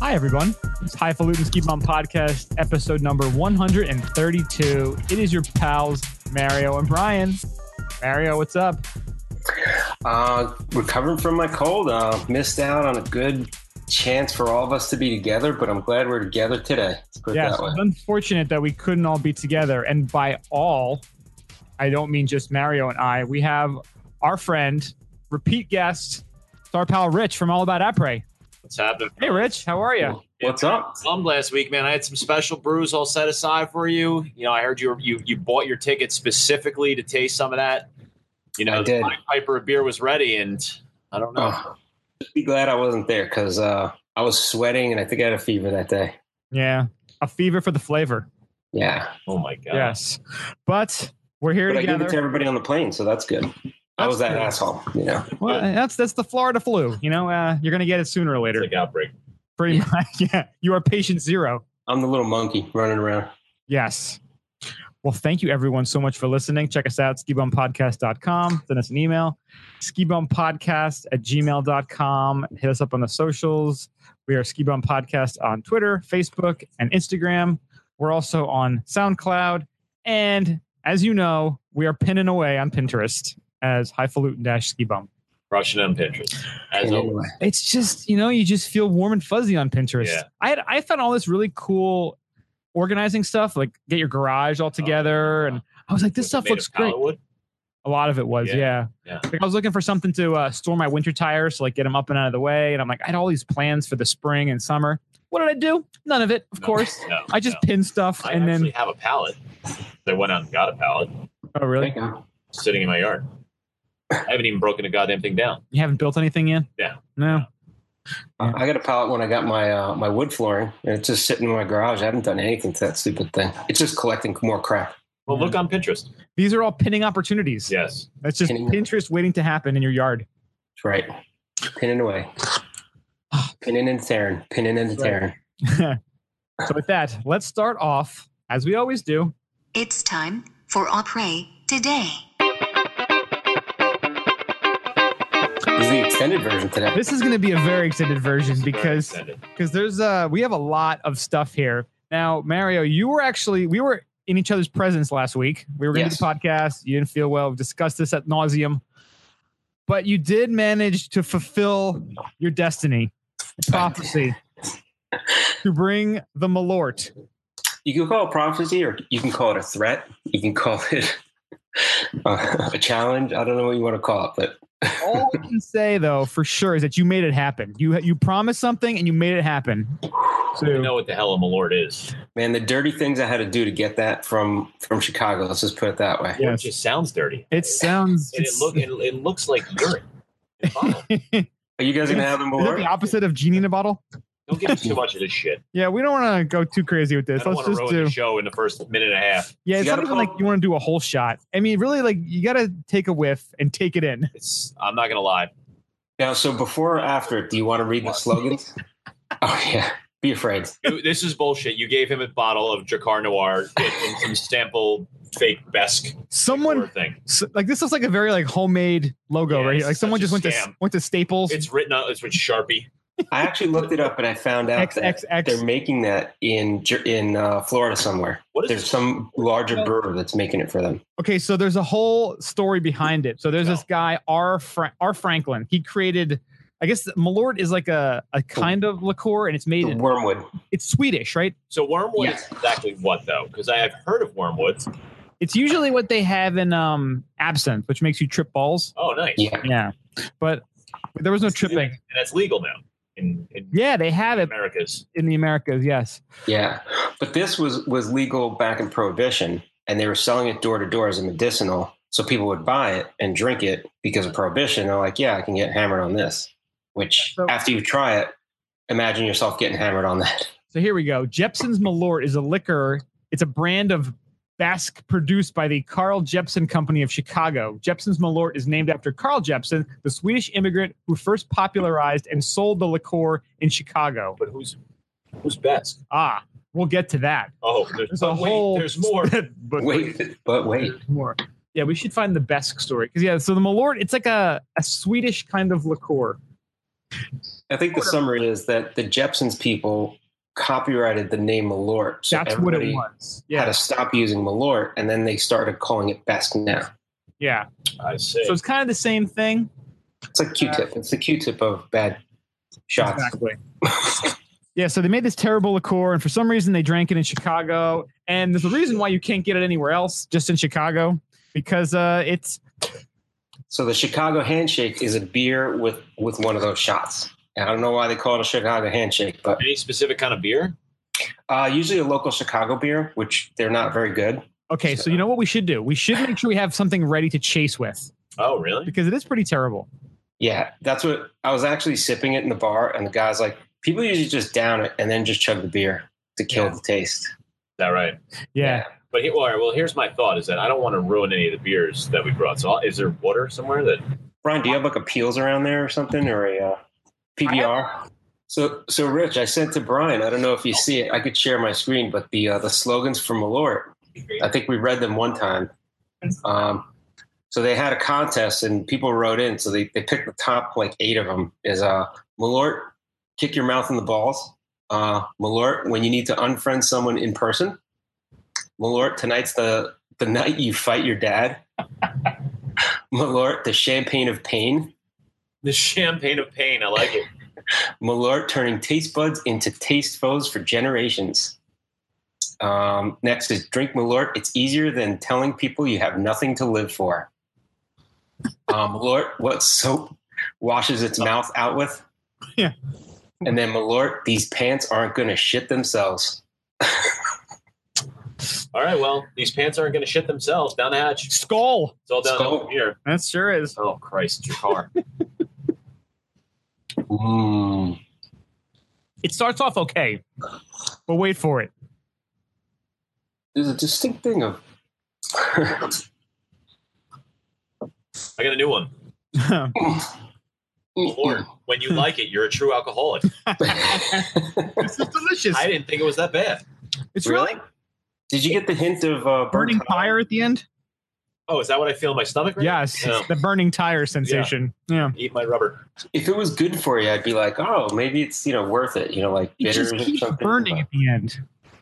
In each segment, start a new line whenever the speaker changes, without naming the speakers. Hi, everyone. It's Highfalutin Ski Bum Podcast, episode number 132. It is your pals, Mario and Brian. Mario, what's up?
Uh, recovering from my cold. Uh, missed out on a good chance for all of us to be together, but I'm glad we're together today. Let's put it
Yeah,
that
so
way.
it's unfortunate that we couldn't all be together. And by all, I don't mean just Mario and I. We have our friend, repeat guest, star pal Rich from All About Apre.
What's happening?
Hey, Rich, how are you?
What's up?
Slum last week, man. I had some special brews all set aside for you. You know, I heard you were, you you bought your ticket specifically to taste some of that. You know,
I did.
the Pied Piper beer was ready, and I don't know.
Oh, just be glad I wasn't there because uh, I was sweating and I think I had a fever that day.
Yeah, a fever for the flavor.
Yeah,
oh my god!
Yes. But we're here
but I gave
together.
it to everybody on the plane, so that's good. I was that
good.
asshole, you know.
Well, that's that's the Florida flu. You know, uh, you're gonna get it sooner or later.
It's like outbreak.
Pretty much. Yeah, you are patient zero.
I'm the little monkey running around.
Yes. Well, thank you everyone so much for listening. Check us out, skibumpodcast.com. Send us an email, skibumpodcast at gmail.com. Hit us up on the socials. We are Ski Bum Podcast on Twitter, Facebook, and Instagram. We're also on SoundCloud. And as you know, we are pinning away on Pinterest as highfalutin dash ski bum.
Russian on Pinterest. As
And
always.
anyway,
it's just you know you just feel warm and fuzzy on pinterest
Yeah.
i had i found all this really cool organizing stuff like get your garage
Oh,
all together and i was like this
Was it
stuff
made
looks
of
great
pallet wood?
a lot of it was yeah.
Yeah.
yeah
Yeah.
like i was looking for something to uh, store my winter tires so like get them up and out of the way and i'm like i had all these plans for the spring and summer what did i do none of it of
No,
course
no,
i just
no.
pinned stuff
I
and
actually
then
have a pallet. They went out and got a pallet
oh really
thank you.
sitting in my yard. I haven't even broken a goddamn thing down.
you haven't built anything yet
Yeah.
no
I I got a pallet when I got my uh, my wood flooring, and it's just sitting in my garage. I haven't done anything to that stupid thing. It's just collecting more crap.
Well,
Yeah.
look on Pinterest.
these are all pinning opportunities
Yes.
that's just
Pinning.
pinterest waiting to happen in your yard
That's right. Pinning away. Pinning and tearing. Pinning and
That's right.
tearing.
so with that let's start off as we always do
It's time for Opry today.
This is the extended version today.
this is going to be a very extended version
Very
because
extended.
because there's uh we have a lot of stuff here now mario you were actually we were in each other's presence last week we were going to
Yes.
do the podcast you didn't feel well we've discussed this at nauseum but you did manage to fulfill your destiny prophecy to bring the malort
You can call it prophecy, or you can call it a threat. You can call it uh, a challenge. I don't know what you want to call it, but
all we can say though for sure is that you made it happen you you promised something and you made it happen
You
so
know what the hell a malort is.
man, the dirty things I had to do to get that from from Chicago. Let's just put it that way.
Yes.
It just sounds dirty.
it sounds
and it
it's-
look it, it looks like urine. in a bottle.
Are you guys gonna have them
is that
more?
the opposite of genie in a bottle
Don't give me too much of this shit.
Yeah, we don't want to go too crazy with
I
this.
don't
Let's
want to
just
ruin
do.
the show in the first minute and a half.
Yeah,
You
it's not
gotta
even
call-
like you want to do a whole shot. I mean, really, like you got to take a whiff and take it in.
It's I'm not gonna lie.
Now, so before or after, do you want to read the slogans? Oh yeah, be afraid.
You- This is bullshit. You gave him a bottle of Jacquard Noir and some sample fake Besque or
Someone
thing.
s like this looks like a very like homemade logo
Yeah,
right here.
it's
Like someone
such
just
a
went to
scam.
went to Staples.
It's written on it's with Sharpie.
I actually looked it up and I found out that they're
XXX.
making that in Jer- in uh, Florida somewhere.
What is
There's
this?
some larger brewer that's making it for them.
Okay, so there's a whole story behind it. So there's this
No.
guy R. Fra- R. Franklin. He created. I guess Malort is like a, a kind of liqueur, and it's made
The
in,
wormwood.
it's Swedish, right?
So wormwood
Yeah.
is exactly what though? Because I have heard of wormwood.
It's usually what they have in um absinthe, which makes you trip balls.
Oh, nice.
Yeah.
Yeah, but there was no tripping.
And that's legal now in, in
Yeah, they have it
America's.
in the Americas. Yes.
Yeah, but this was was legal back in Prohibition, and they were selling it door to door as a medicinal. So people would buy it and drink it because of Prohibition. They're like, yeah, I can get hammered on this. Which
So-
after you try it, imagine yourself getting hammered on that.
So here we go. Jepson's Malort is a liquor. It's a brand of Basque produced by the Carl Jepson Company of Chicago. Jepson's Malort is named after Carl Jepson, the Swedish immigrant who first popularized and sold the liqueur in Chicago.
But who's who's best?
Ah, we'll get to that.
Oh, there's,
There's a
oh, wait,
whole.
there's more.
but
Wait, but wait,
more. Yeah, we should find the Besk story because yeah. So the Malort, it's like a a Swedish kind of liqueur.
I think the summary is that the Jepsons people copyrighted the name Malort. So
That's what it
everybody
was.
Had
Yeah,
to stop using Malort, and then they started calling it Best Now.
yeah.
I see.
So it's kind of the same thing.
It's like Q-tip. It's the Q-tip of bad shots.
Exactly. yeah, so they made this terrible liqueur, and for some reason they drank it in Chicago. And there's a reason why you can't get it anywhere else, just in Chicago, because uh, it's
So the Chicago handshake is a beer with with one of those shots. And I don't know why they call it a Chicago handshake, but
Any specific kind of beer?
uh, usually a local Chicago beer, which they're not very good.
okay. So you know what we should do? We should make sure we have something ready to chase with
Oh, really?
because it is pretty terrible.
Yeah, that's what I was actually sipping it in the bar, and the guy's like, people usually just down it and then just chug the beer to kill
Yeah.
the taste.
that right?
Yeah.
But he, well, all right, well, here's my thought: is that I don't want to ruin any of the beers that we brought. So, I'll- is there water somewhere that?
Brian, do you have like a Peels around there or something or a uh, PBR? So, so Rich, I sent to Brian. I don't know if you see it. I could share my screen, but the uh, the slogans from Malort. I think we read them one time. Um, so they had a contest and people wrote in. So they, they picked the top like eight of them. Is uh, Malort, kick your mouth in the balls. Uh, Malort, when you need to unfriend someone in person. Malort, tonight's the the night you fight your dad. Malort, the champagne of pain.
The champagne of pain. I like it.
Malort turning taste buds into taste foes for generations. Um, next is drink Malort. It's easier than telling people you have nothing to live for. Um, Malort, what soap washes its mouth out with?
Yeah.
And then Malort, these pants aren't going to shit themselves.
All right. Well, these pants aren't going to shit themselves down the hatch. It's
Skull.
all down
Skull.
over here.
That sure is.
Oh Christ, it's your car.
Mm.
It starts off okay, but wait for it.
There's a distinct thing of.
I got a new one. Or when you like it, you're a true alcoholic.
this is delicious.
I didn't think it was that bad.
it's really,
really? Did you get the hint of uh,
burning
Bergheim?
fire at the end.
Oh, is that what I feel in my stomach? Right now?
Yes,
Yeah.
the burning tire sensation. Yeah,
Eat my rubber.
if it was good for you, I'd be like, oh, maybe it's you know worth it. You know, like
it
bitters
just
or
keeps
something.
burning at the end.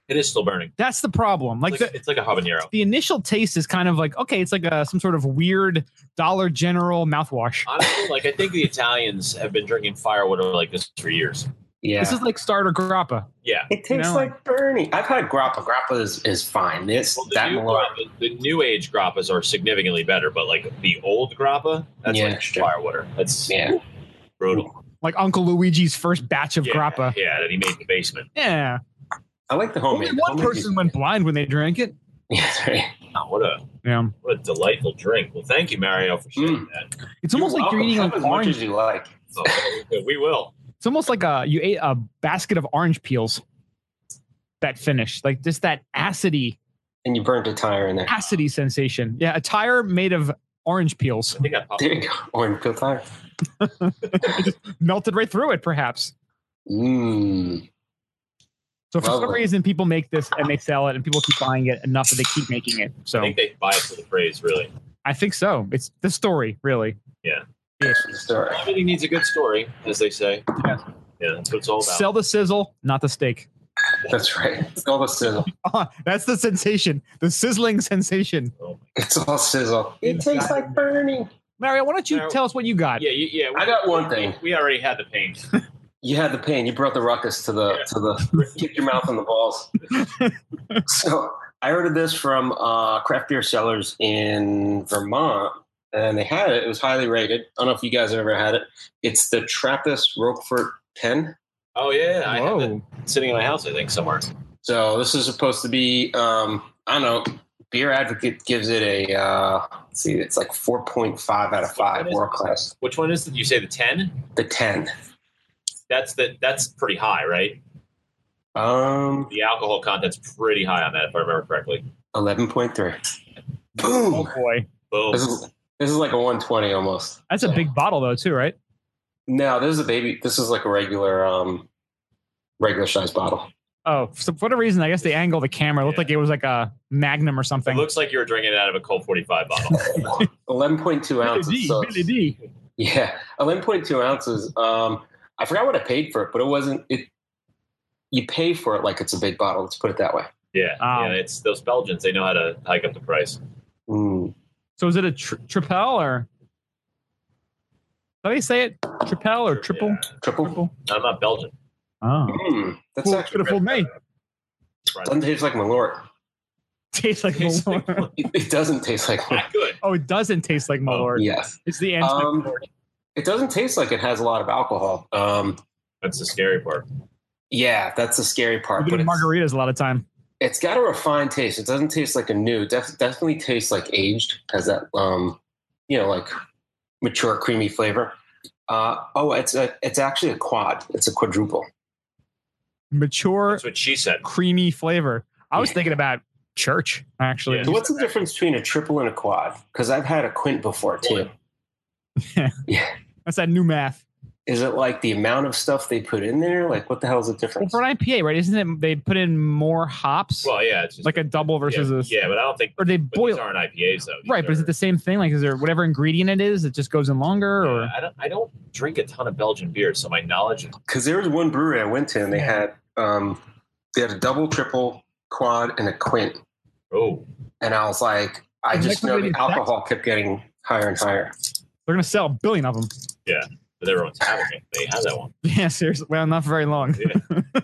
It is still burning.
That's the problem. Like
It's
the,
like, it's like a habanero.
the initial taste is kind of like okay, it's like a some sort of weird Dollar General mouthwash.
Honestly, like I think the Italians have been drinking firewood like this for years.
yeah,
This is like starter grappa.
Yeah.
it tastes
you know,
like burning. I've had grappa. Grappa is, is fine. This
Well, the,
that
new
Malort.
grappa, the new age grappas are significantly better, but like the old grappa, that's
Yeah,
like
sure.
firewater. That's
Yeah,
brutal.
Like Uncle Luigi's first batch of
yeah,
grappa.
Yeah, that he made in the basement.
Yeah.
I like the
Only
homemade.
one
homemade
person went blind when they drank it.
Yeah, that's right.
Oh, what a
Yeah.
what a delightful drink. Well, thank you, Mario, for
Mm.
sharing that.
It's almost like
welcome.
you're eating
Have
like
as much
orange.
as you like.
So, we will.
It's almost like a you ate a basket of orange peels. That finish, like just that acidy,
And you burnt a tire in there.
acidy sensation. Yeah, a tire made of orange peels
I think I popped
There you go. Orange peel tire.
melted right through it, perhaps.
Mmm.
So for some
Lovely.
reason, people make this and they sell it, and people keep buying it enough that they keep making it.
I
So
think they buy it for the praise, really.
I think so. It's the story, really.
That's the story.
Everything needs a good story, as they say. Yeah. Yeah, that's what it's all about.
Sell the sizzle, not the steak.
That's right. It's all the sizzle.
Ah, that's the sensation, the sizzling sensation.
It's all sizzle. It tastes like burning.
Mario, why don't you
Now-
tell us what you got?
yeah, you, yeah. we-
I got one thing.
We already had the pain.
you had the pain. You brought the ruckus to the to the kick your mouth on the balls. so I ordered this from uh, craft beer sellers in Vermont, and they had it. It was highly rated. I don't know if you guys ever had it. It's the Trappist Roquefort Pen.
Oh yeah, I have it
Whoa.
sitting in my house, I think, somewhere.
So this is supposed to be. Um, I don't know. Beer Advocate gives it a. Uh, let's see, it's like four point five out of five, world class.
Which one is it? You say the ten?
The ten.
That's the that's pretty high, right?
Um,
The alcohol content's pretty high on that, if I remember correctly.
eleven point three. Boom.
Oh boy,
Boom.
This is this is like a 120 almost.
that's a big bottle though, too, right?
No, this is a baby. This is like a regular um regular size bottle.
Oh, so for whatever reason, I guess they angled the camera. It looked
Yeah.
like it was like a Magnum or
It
something.
looks like you were drinking it out of a Colt 45 bottle.
11.2
Billy
ounces.
D,
so-
Billy D.
yeah, 11.2 ounces. Um, I forgot what I paid for it, but it wasn't it. You pay for it like it's a big bottle. Let's put it that way.
Yeah,
Um,
yeah. It's those Belgians. They know how to hike up the price.
Mm.
So is it a tr- tripel or? How do you say it? Tripel or triple?
Triple.
Triple.
I'm not Belgian.
Oh,
Mm. That's
Fool-
actually
could have fooled me.
Right.
doesn't taste like Malort.
Tastes like
Tastes like
Malort.
It, it doesn't taste like Malort.
Not good.
Oh, it doesn't taste like Malort.
Yes.
It's the anti.
Um, it doesn't taste like it has a lot of alcohol. Um,
That's the scary part.
yeah, that's the scary part.
You've been
But
in
it's,
margaritas a lot of time.
it's got a refined taste. It doesn't taste like a new. Def, definitely tastes like aged. Has that um, you know, like mature creamy flavor. Uh, oh, it's a it's actually a quad. It's a quadruple.
Mature,
That's what she said.
creamy flavor. I was
Yeah.
thinking about church actually.
So what's the difference between a triple and a quad? Because I've had a quint before too.
Yeah.
yeah.
That's that new math.
Is it like the amount of stuff they put in there? Like what the hell is the
Well,
difference?
for an IPA, right? Isn't it they put in more hops,
Well, yeah, it's just
like a double versus
yeah,
a,
yeah, but I don't think
or they
but these
boil
aren't IPAs though. These
right? But is
are-
it the same thing? Like, is there whatever ingredient it is, it just goes in longer, or
Yeah, I don't. I don't drink a ton of Belgian beer, so my knowledge is
Because there was one brewery I went to and they had um, they had a double, triple, quad, and a quint,
oh,
and I was like, I
Is that
just know
completely
the alcohol kept getting higher and higher.
they're gonna sell a billion of them?
but everyone's having it. They have that one.
Yeah, seriously. Well, not for very long.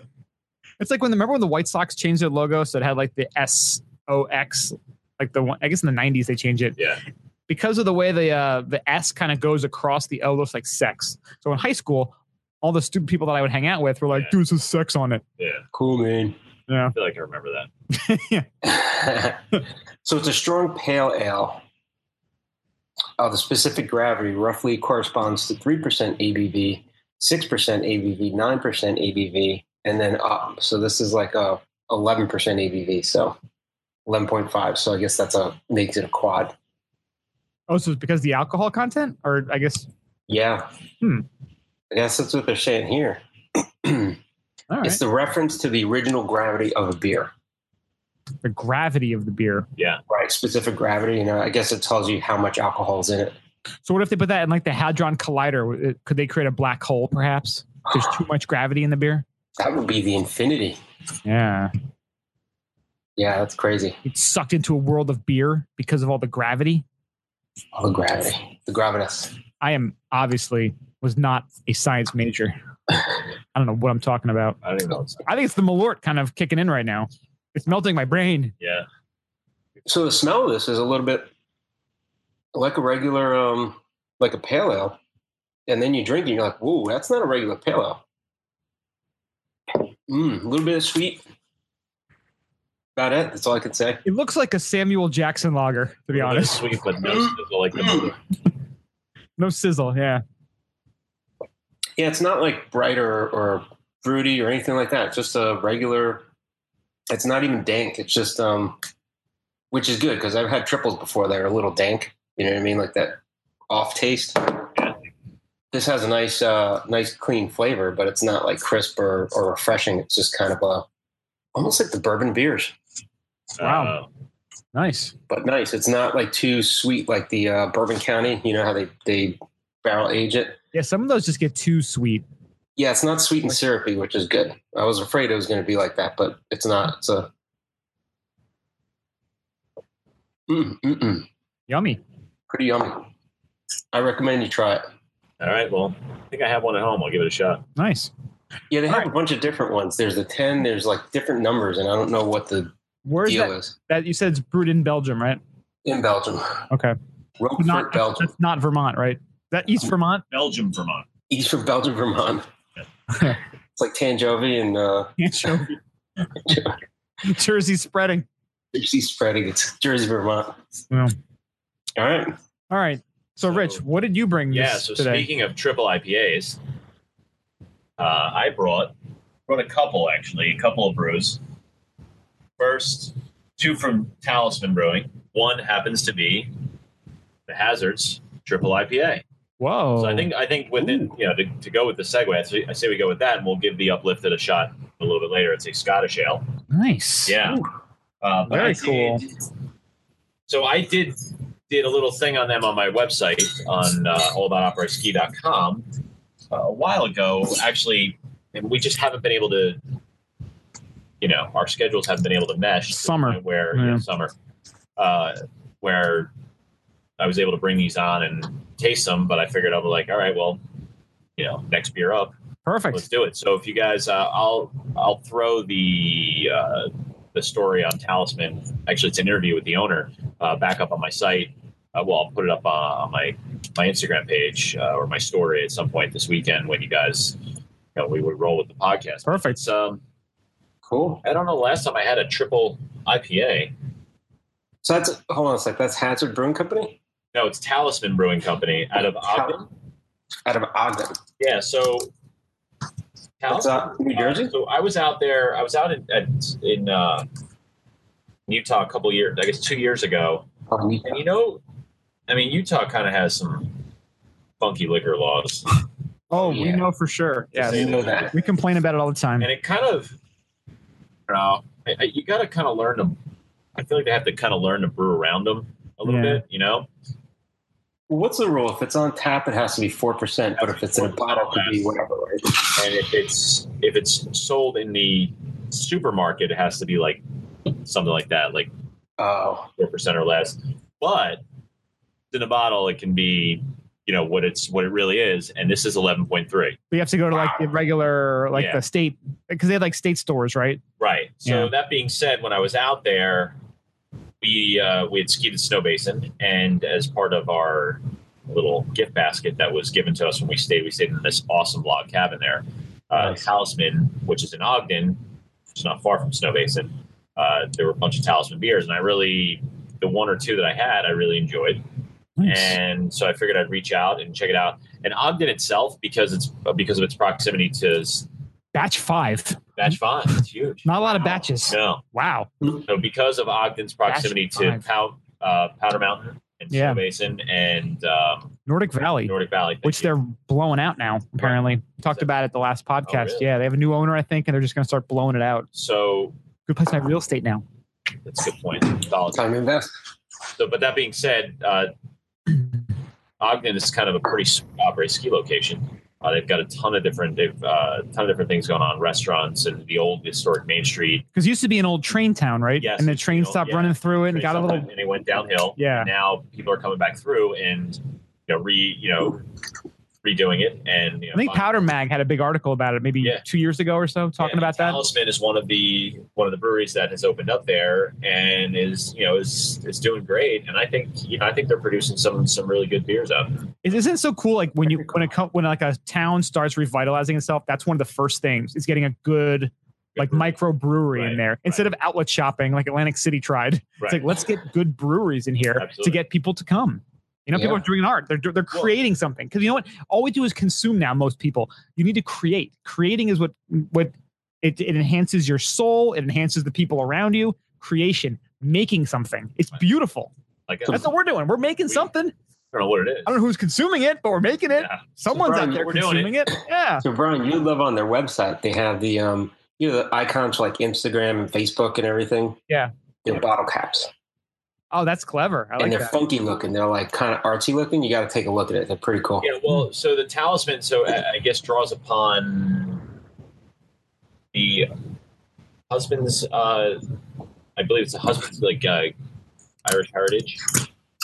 it's like when remember when the White Sox changed their logo, so it had like the S O X, like the one. I guess in the '90s they changed it.
Yeah.
Because of the way the uh, the S kind of goes across the O, looks like sex. So in high school, all the stupid people that I would hang out with were like,
Yeah.
"Dude, it says sex on it."
Yeah,
Cool, man.
Yeah.
I feel like I remember that.
so it's a strong pale ale. Uh, the specific gravity roughly corresponds to 3% ABV, 6% ABV, 9% ABV, and then up. So this is like a 11% ABV, so 11.5. So I guess that's a makes it a quad.
Oh, so it's because the alcohol content, or I guess.
Yeah.
Hmm.
I guess that's what they're saying here.
All right.
It's the reference to the original gravity of a beer,
the gravity of the beer.
right? Specific gravity. You know, I guess it tells you how much alcohol is in it.
So what if they put that in like the hadron collider? Could they create a black hole? Perhaps there's too much gravity in the beer.
That would be the infinity.
Yeah.
Yeah, that's crazy.
It's sucked into a world of beer because of all the gravity.
All the gravity, the gravitas.
I am obviously was not a science major. I don't know what I'm talking about.
I don't even know. What's
I think it's the Malort kind of kicking in right now. It's melting my brain.
yeah,
So the smell of this is a little bit like a regular, um, like a pale ale. And then you drink it, and you're like, whoa, that's not a regular pale ale. Mm, a little bit of sweet. About it. That's all I can say.
It looks like a Samuel Jackson lager, to be
They're
honest.
sweet, but no sizzle like the mother.
No sizzle. Yeah.
Yeah, it's not like bright or, or fruity or anything like that. It's just a regular. It's not even dank. It's just um, which is good because I've had triples before that are a little dank. You know what I mean, like that off taste. This has a nice, uh, nice clean flavor, but it's not like crisp or, or refreshing. It's just kind of a almost like the bourbon beers,
Wow.
Uh,
Nice.
but nice. It's not like too sweet like the uh, Bourbon County. You know how they they barrel age it.
Yeah. Some of those just get too sweet.
Yeah, it's not sweet and syrupy, which is good. I was afraid it was going to be like that, but it's not. It's a mm, mm, mm,
Yummy.
pretty yummy. I recommend you try it.
all right. Well, I think I have one at home. I'll give it a shot.
Nice.
Yeah, they have
Alright.
a bunch of different ones. There's the ten. There's like different numbers, and I don't know what the
Where's
deal
that?
is
That you said it's brewed in Belgium, right?
in Belgium.
Okay.
Roquefort,
Not
Belgium.
That's not Vermont, right? Is that East Vermont.
Belgium, Vermont.
East from Belgium, Vermont. it's like Tanjovi and uh,
Anchovy. Jersey spreading.
Jersey spreading. It's Jersey, Vermont.
Yeah.
All right.
All right. So,
So-
Rich, what did you bring
Yeah.
this
So
today?
speaking of triple IPAs, uh, I brought brought a couple actually, a couple of brews. First, two from Talisman Brewing. One happens to be the Hazards Triple IPA.
Whoa.
So I think I think within you know to, to go with the segue, I say, I say we go with that, and we'll give the uplifted a shot a little bit later. It's a Scottish ale.
nice.
Yeah. Uh, but
Very
I did-
cool.
so I did did a little thing on them on my website on uh, allaboutoperaski.com. a while ago, actually, and we just haven't been able to. You know, our schedules haven't been able to mesh. to the
Summer.
point where yeah,
Yeah.
summer, uh, where I was able to bring these on and taste them, but I figured I'll be like, all right, well, you know, next beer up, Let's
Perfect.
do it. So if you guys, uh, I'll I'll throw the uh, the story on Talisman. Actually, it's an interview with the owner uh, back up on my site. Uh, well, I'll put it up uh, on my my Instagram page uh, or my story at some point this weekend when you guys, you know, we would roll with the podcast.
Perfect.
It's um,
Cool.
I don't know. Last time I had a triple IPA.
So that's hold on a sec. That's Hazard Brewing Company
No, it's Talisman Brewing Company out of Ogden.
out of Ogden.
Yeah, so
That's out in New
Uh,
Jersey.
so I was out there. I was out in at, in uh, Utah a couple years, I guess two years ago.
Oh, you-
And you know, I mean, Utah kind of has some funky liquor laws,
Oh, we
Yeah.
know for sure.
you
Yes.
know that.
We complain about it all the time.
and it kind of, I don't know, I- I- you got to kind of learn to. I feel like they have to kind of learn to brew around them a little
Yeah.
bit, you know.
What's the rule? If it's on tap, it has to be four percent, but if it's in a bottle, it could be whatever. Right?
And if it's if it's sold in the supermarket, it has to be like something like that, like
Oh,
four percent or less. But in a bottle, it can be you know what it's what it really is, and this is eleven point three.
We have to go to like the regular, like
Yeah.
the state, because they had like state stores, right?
Right. So
Yeah.
that being said, when I was out there, we uh, we had skied at Snow Basin, and as part of our little gift basket that was given to us when we stayed, we stayed in this awesome log cabin there, uh,
Nice.
Talisman, which is in Ogden, which is not far from Snow Basin. Uh, there were a bunch of Talisman beers, and I really the one or two that I had, I really enjoyed.
Nice.
and so I figured I'd reach out and check it out. And Ogden itself, because it's uh, because of its proximity to s-
Batch five.
Batch Five, it's huge.
Not a lot of batches.
No,
Wow.
so because of Ogden's proximity
Batch
to
Five.
Pow, uh, Powder Mountain and Snow
Yeah.
Basin and um,
Nordic Valley,
Nordic Valley, thank
which
you.
they're blowing out now, apparently. Talked about it the last podcast.
really?
Yeah, they have a new owner, I think, and they're just going to start blowing it out.
so
Good place to have real estate now.
that's a good point. Solid.
time to invest.
So, but that being said, uh, Ogden is kind of a pretty s- uh, great ski location. Uh, they've got a ton of different, they've uh, ton of different things going on. Restaurants and the old historic Main Street.
Because it used to be an old train town, right?
Yes,
and the
it's
train
the old-
stopped
yeah,
running through it and
Train
got a
stopped
little.
and it went downhill.
Yeah.
And now people are coming back through and you know re you know redoing it and you know,
I think Powder Mag had a big article about it maybe
Yeah.
two years ago or so, talking about that.
Talisman is one of the one of the breweries that has opened up there and is you know is is doing great and I think you know I think they're producing some some really good beers out. there.
Is- Isn't it so cool? Like when you when a co- when like a town starts revitalizing itself, that's one of the first things is getting a good like micro brewery
Right,
in there instead of outlet shopping like Atlantic City tried.
Right.
It's like let's get good breweries in here to
Absolutely.
get people to come. You know, people
Yeah.
are doing art. They're they're
Well-
creating something because you know what? All we do is consume now. Most people, you need to create. Creating is what what it, it enhances your soul. It enhances the people around you. Creation, making something. It's
Right.
beautiful.
like I
That's what we're doing. We're making
We-
something.
don't know what it is.
I don't know who's consuming it, but we're making it.
Yeah.
Someone's
Brian,
out there
we're doing
consuming it. Yeah.
So, Brian, you love on their website. They have the um, you know, the icons for, like Instagram and Facebook and everything.
Yeah.
They're bottle caps,
Oh, that's clever. I like
and they're
that.
funky looking. They're like kind of artsy looking. You got to take a look at it. They're pretty cool.
Yeah, well, so the talisman, so uh, I I guess draws upon the husband's, uh, I believe it's the husband's like uh, Irish heritage.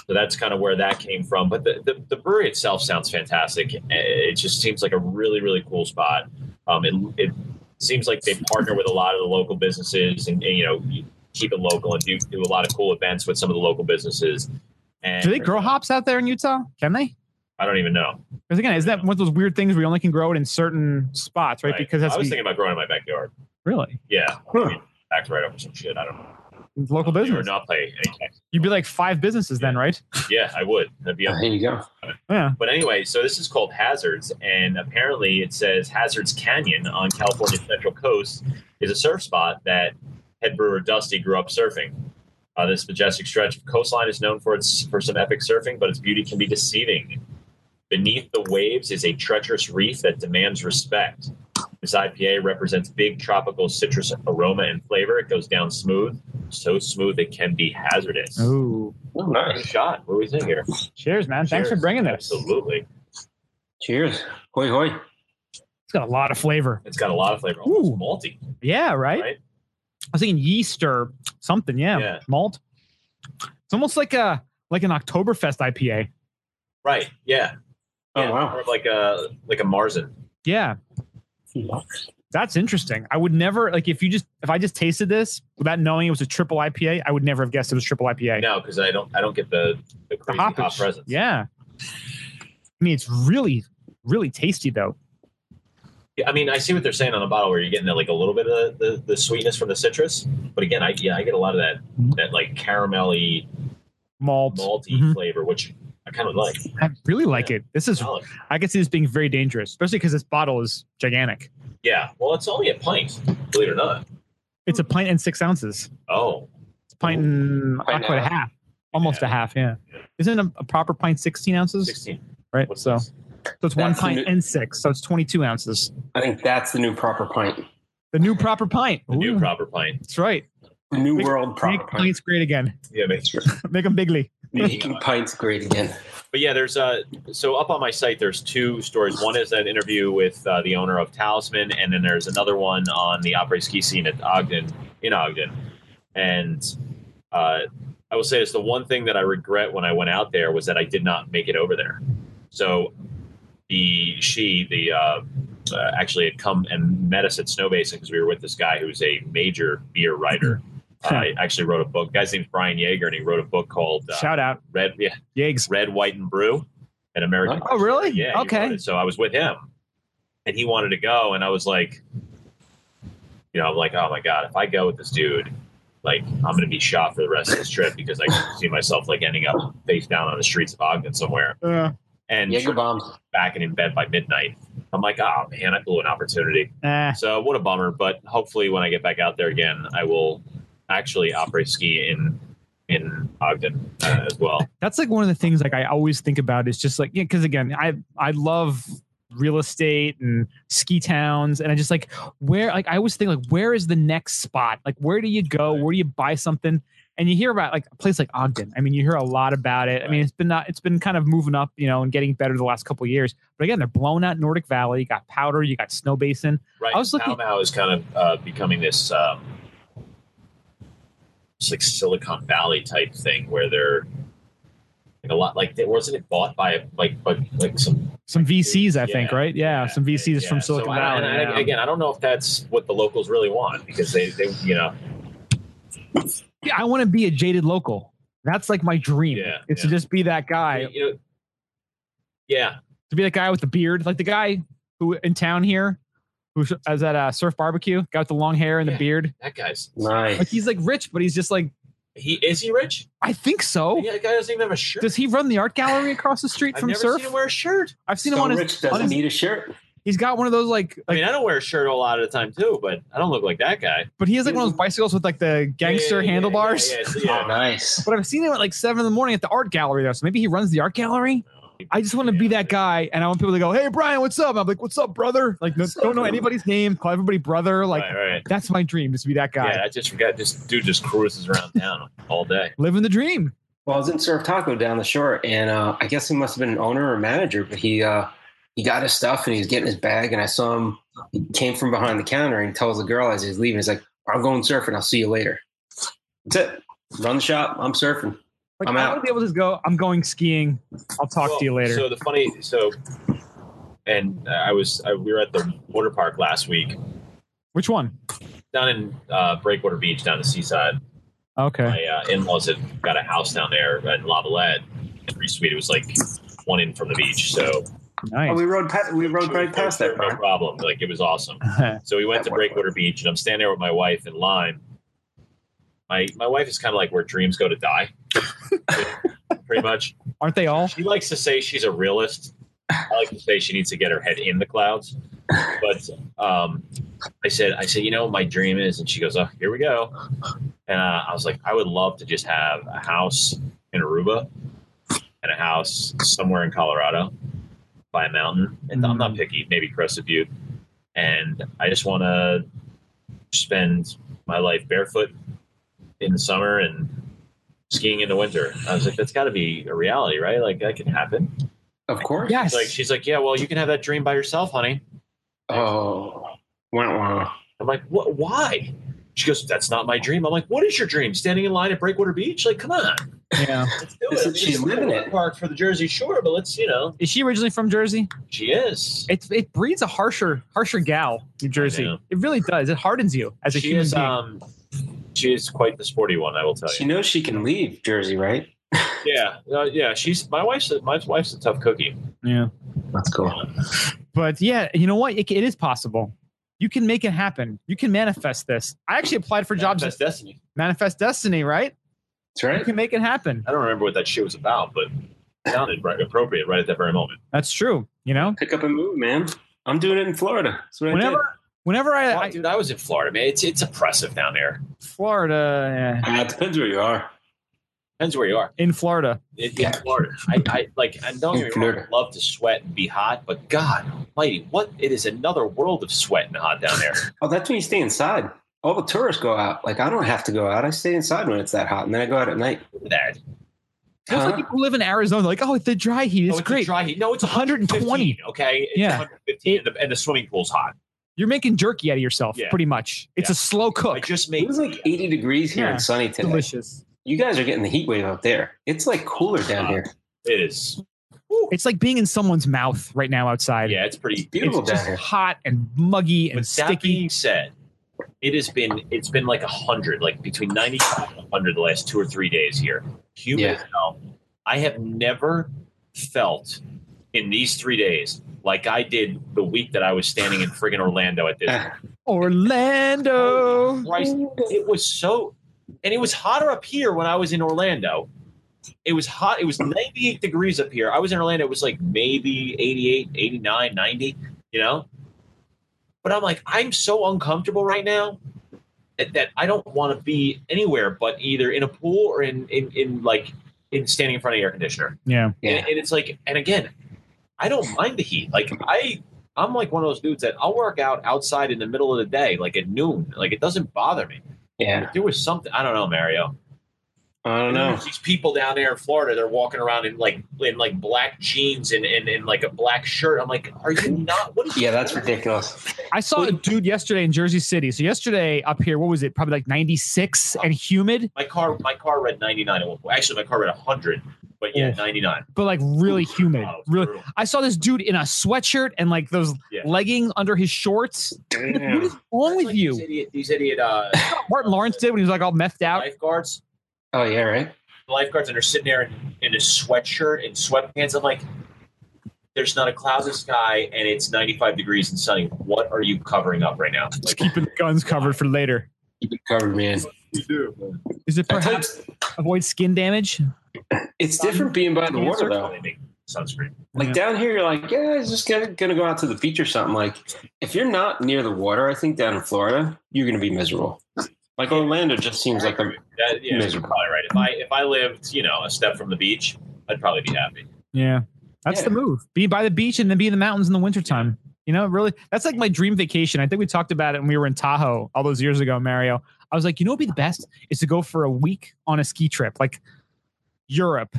So that's kind of where that came from. But the, the, the brewery itself sounds fantastic. Eh, It just seems like a really, really cool spot. Um, it, it seems like they partner with a lot of the local businesses and, and, you know, keep it local and do, do a lot of cool events with some of the local businesses. And
Do they grow hops out there in Utah? Can they?
I don't even know.
Because again, is that one of those weird things where you only can grow it in certain spots, right? Because that's
I was thinking about growing in my backyard.
really
Yeah,
Huh.
act right over some shit. I don't know.
local
You would
business.
not pay any tax.
You'd be like five businesses then, right?
Yeah, I would. That'd be.
Yeah, Uh, Here you go.
Yeah.
But anyway, so this is called Hazards, and apparently it says Hazards Canyon on California's central coast is a surf spot that head brewer Dusty grew up surfing. Uh, this majestic stretch of coastline is known for its for some epic surfing, but its beauty can be deceiving. Beneath the waves is a treacherous reef that demands respect. This IPA represents big tropical citrus aroma and flavor. It goes down smooth, so smooth it can be hazardous.
Ooh.
Oh, nice.
Shot. What do we think here?
Cheers, man. Thanks for
Cheers.
bringing this.
Absolutely.
Cheers. Hoi hoi.
It's got a lot of flavor.
It's got a lot of flavor. Almost
Ooh.
malty.
Yeah, right?
Right.
I was thinking yeast or something. Yeah.
Yeah.
Malt. It's almost like a like an Oktoberfest IPA.
Right. Yeah.
Oh,
yeah.
wow.
Or like a like a Marzen.
Yeah. That's interesting. I would never like if you just if I just tasted this without knowing it was a triple IPA, I would never have guessed it was triple IPA.
No, because I don't I don't get the the
the
crazy hop
hoppers.
presence.
Yeah. I mean, it's really, really tasty though.
Yeah, I mean, I see what they're saying on the bottle where you're getting like a little bit of the, the, the sweetness from the citrus, but again, I yeah, I get a lot of that that like caramelly
Mm-hmm. Malt.
malty
Mhm.
flavor, which I kind of like.
I really like it. This is,
Solid.
I could see this being very dangerous, especially because this bottle is gigantic.
Yeah, well, it's only a pint, believe it or not.
It's a pint and six ounces.
Oh,
It's a pint and
Pint
not quite a
and a
half, almost
Yeah.
a half. Yeah. Isn't a, a proper pint 16 ounces?
16.
Right.
What's
so,
this?
so it's one
That's the
pint
new-
and six. So it's 22 ounces.
I think that's the new proper pint.
The new proper pint.
The new
Ooh,
proper pint.
That's right.
The new
Make-
world proper
Make
pint.
pints great again.
Yeah, make sure.
Make them bigly.
Making pints great again.
But yeah, there's uh so up on my site there's two stories. One is an interview with uh, the owner of Talisman, and then there's another one on the opera ski scene at Ogden in Ogden. And uh, I will say this: the one thing that I regret when I went out there was that I did not make it over there. So the she the uh, uh, actually had come and met us at Snow Basin because we were with this guy who's a major beer writer. Uh, actually wrote a book. Guy's name's Brian Yeager, and he wrote a book called uh,
Shout out.
Red. Yeah,
Yegs.
Red, White, and Brew, an American.
Oh, really?
Yeah. he
Okay.
wrote it. So I was with him, and he wanted to go, and I was like, you know, I'm like, oh my god, if I go with this dude, like, I'm gonna be shot for the rest of this trip because I can see myself like ending up face down on the streets of Ogden somewhere,
Uh,
and
Jaeger bombs.
back and in bed by midnight. I'm like, oh man, I blew an opportunity.
eh.
So what a bummer. But hopefully, when I get back out there again, I will actually opera ski in in Ogden uh, as well.
that's like one of the things like I always think about is just like yeah, because again, I I love real estate and ski towns, and I just like where like I always think like where is the next spot? Like where do you go? Where do you buy something? And you hear about like a place like Ogden. I mean, you hear a lot about it. I mean, it's been not, it's been kind of moving up, you know, and getting better the last couple of years. But again, they're blown out Nordic Valley. You got Powder, you got Snow Basin.
Right.
I was looking-
Pall Mall is kind of uh, becoming this, um, it's like Silicon Valley type thing where they're like a lot like they wasn't it bought by like but like some
Some VCs, I think,
Yeah.
right? Yeah, some VCs
Yeah.
from Silicon
So I-
Valley.
and I-
yeah.
again, I don't know if that's what the locals really want because they they you know
Yeah, I want to be a jaded local. That's like my dream.
Yeah,
it's
yeah.
to just be that guy.
you know yeah
to be the guy with the beard, like the guy who in town here, who sh- is at a uh, surf barbecue, got the long hair and the
Yeah.
beard.
that guy's
Like
Nice.
he's like rich, but he's just like
he is he rich
I think so.
yeah that guy doesn't even have a shirt
Oh. Does he run the art gallery across the street
I've
from
never
surf?
seen him wear a shirt
I've seen him
so
on his.
Rich doesn't
on his-
need a shirt.
He's got one of those like,
I
like
mean I don't wear a shirt a lot of the time too but I don't look like that guy
but he has like one of those bicycles with like the gangster
Yeah, yeah, yeah,
handlebars.
yeah, yeah, so,
Oh,
yeah.
nice.
But I've seen him at like seven in the morning at the art gallery though, so maybe he runs the art gallery. I just want to be
Yeah.
that guy, and I want people to go, "Hey, Brian, what's up?" I'm like, "What's up, brother?" Like, no, don't know anybody's name, call everybody brother. Like,
Right, right.
that's my dream, just be that guy,
Yeah, I just forgot. This dude just cruises around town all day.
living the dream.
Well, I was in Surf Taco down the shore, and uh, I guess he must have been an owner or manager, but he uh, he got his stuff and he was getting his bag, and I saw him. He came from behind the counter and tells the girl as he's leaving, he's like, "I'm going surfing. I'll see you later." That's it. Run the shop. I'm surfing.
Like,
I'm
I
out.
want to be able to go. I'm going skiing. I'll talk
Well,
to you later.
So the funny, so, and uh, I was, I, we were at the water park last week
Which one?
down in uh, Breakwater Beach, down the seaside.
Okay.
My uh, in-laws had got a house down there in Lavalette, three suite. It was like one in from the beach, so
Oh,
Nice.
we rode pa- we rode right past that
no
part.
problem. Like it was awesome. So we went to Breakwater Beach, and I'm standing there with my wife in line. My my wife is kind of like where dreams go to die, pretty much.
Aren't they all?
She likes to say she's a realist. I like to say she needs to get her head in the clouds. But um, I said, I said, you know, what my dream is, and she goes, oh, here we go. And uh, I was like, I would love to just have a house in Aruba and a house somewhere in Colorado by a mountain. And I'm not picky, maybe Crested Butte. And I just want to spend my life barefoot in the summer and skiing in the winter. I was like, that's got to be a reality, right? Like that can happen.
Of course.
Yes.
Like she's like, yeah, well, you can have that dream by yourself, honey.
Oh, went wow.
I'm like, what? Why? She goes, that's not my dream. I'm like, what is your dream? Standing in line at Breakwater Beach? Like, come on,
Yeah.
let's do
Listen,
it.
she's
It's
living
a
it.
Park for the Jersey Shore, but let's, you know,
Is she originally from Jersey?
she is.
It it breeds a harsher harsher gal, New Jersey.
know.
It really does. It hardens you as a
she
human
is,
being.
um, she is quite the sporty one, I will tell
She
you.
knows she can leave Jersey, right?
Yeah, uh, yeah. She's my wife's. A, my wife's a tough cookie.
yeah.
That's cool.
But yeah, you know what? It, it is possible. You can make it happen. You can manifest this. I actually applied for jobs
That's
that
destiny.
manifest destiny, right?
That's
You
right.
can make it happen.
I don't remember what that shit was about, but it sounded right, appropriate right at that very moment.
That's true. You know,
Pick up and move, man. I'm doing it in Florida. That's what
whenever whenever I,
Wow,
I
dude, I was in Florida, man. It's it's oppressive down there.
Florida
I
eh,
did. Uh, it depends where you are.
Depends where you are.
in Florida,
In, in
Yeah.
Florida, I, I like. I don't
In
get me wrong,
Florida.
I love to sweat and be hot, but God Almighty, what it is another world of sweat and hot down there.
Oh, that's when you stay inside. All the tourists go out. Like I don't have to go out. I stay inside when it's that hot, and then I go out at night.
Look at that
most
Huh?
like people who live in Arizona, like oh, the dry heat
Oh,
is
a
great.
dry heat. No, it's
120.
115, Okay, it's
Yeah.
115, and the, and the swimming pool's hot.
You're making jerky out of yourself,
Yeah.
pretty much. It's
Yeah.
a slow
I
cook.
just
It
made
was like 80 degrees here
Yeah.
and sunny today.
Delicious.
You guys are getting the heat wave up there. It's like cooler down here.
it is.
It's like being in someone's mouth right now outside.
Yeah, it's pretty
Beautiful
it's
down
just
here.
hot and muggy and
With that
sticky.
being said, it has been it's been like hundred, like between ninety five and hundred the last two or three days here. Humid
Yeah.
as hell. I have never felt in these three days like I did the week that I was standing in friggin' Orlando at this.
Ah,
Orlando.
Christ, it was so, and it was hotter up here when I was in Orlando. It was hot. It was 98 degrees up here. I was in Orlando. It was like maybe 88, 89, 90, you know? But I'm like, I'm so uncomfortable right now that, that I don't want to be anywhere but either in a pool or in, in, in like, in standing in front of the air conditioner.
Yeah.
yeah.
And, and it's like, and again, I don't mind the heat. Like I, I'm like one of those dudes that I'll work out outside in the middle of the day, like at noon. Like it doesn't bother me.
Yeah.
There was something I don't know, Mario.
I don't know.
There's These people down there in Florida, they're walking around in like in like black jeans and and, and like a black shirt. I'm like, are you not? What? Is
Yeah, that's ridiculous.
I saw a dude yesterday in Jersey City. So yesterday up here, what was it? Probably like 96 and humid,
my car. My car read 99 at one point. Actually, my car read 100, but yeah,
Oof.
99.
but like really
Oh,
humid.
it's
Really.
brutal.
I saw this dude in a sweatshirt and like those
Yeah.
leggings under his shorts. What
Damn.
is wrong
That's
with
like These
you?
idiot, these idiot uh,
Martin Lawrence did when he was like all methed out.
lifeguards.
Oh yeah, right.
the lifeguards and are sitting there in, in a sweatshirt and sweatpants. I'm like, there's not a cloud in the sky and it's 95 degrees and sunny. What are you covering up right now?
Just keeping the guns covered for later.
Keep it covered, man.
Is it
I tell
perhaps
you,
avoid skin damage?
it's different being by the water though.
Sunscreen.
Like
Yeah.
down here, you're like, yeah, I'm just gonna, gonna go out to the beach or something. Like, if you're not near the water, I think down in Florida, you're gonna be miserable. Like Orlando just seems like a
That, yeah, you're
Miserable.
probably right. If I if I lived, you know, a step from the beach, I'd probably be happy.
Yeah. That's
Yeah.
the move. Be by the beach and then be in the mountains in the wintertime. You know, really, that's like my dream vacation. I think we talked about it when we were in Tahoe all those years ago, Mario. I was like, you know, what'd be the best is to go for a week on a ski trip, like Europe,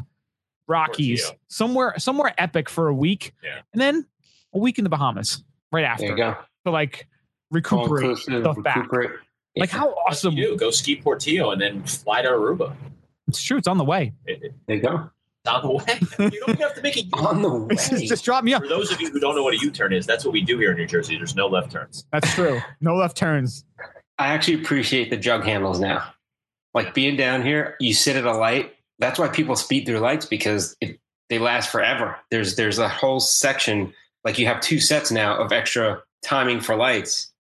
Rockies,
Tortilla.
somewhere, somewhere epic for a week,
Yeah.
and then a week in the Bahamas right
there you
after
go.
to like
All
recuperate.
inclusive,
stuff back.
recuperate.
Like how
Plus,
awesome!
you do go ski Portillo and then fly to Aruba.
It's true. It's on the way.
It, it's
There you go.
on the way. You don't have to make a U.
On the way.
Just drop me off.
For those of you who don't know what a U-turn is, that's what we do here in New Jersey. There's no left turns.
That's true. No left turns.
I actually appreciate the jug handles now. Like being down here, you sit at a light. That's why people speed through lights because it, they last forever. There's there's a whole section like you have two sets now of extra timing for lights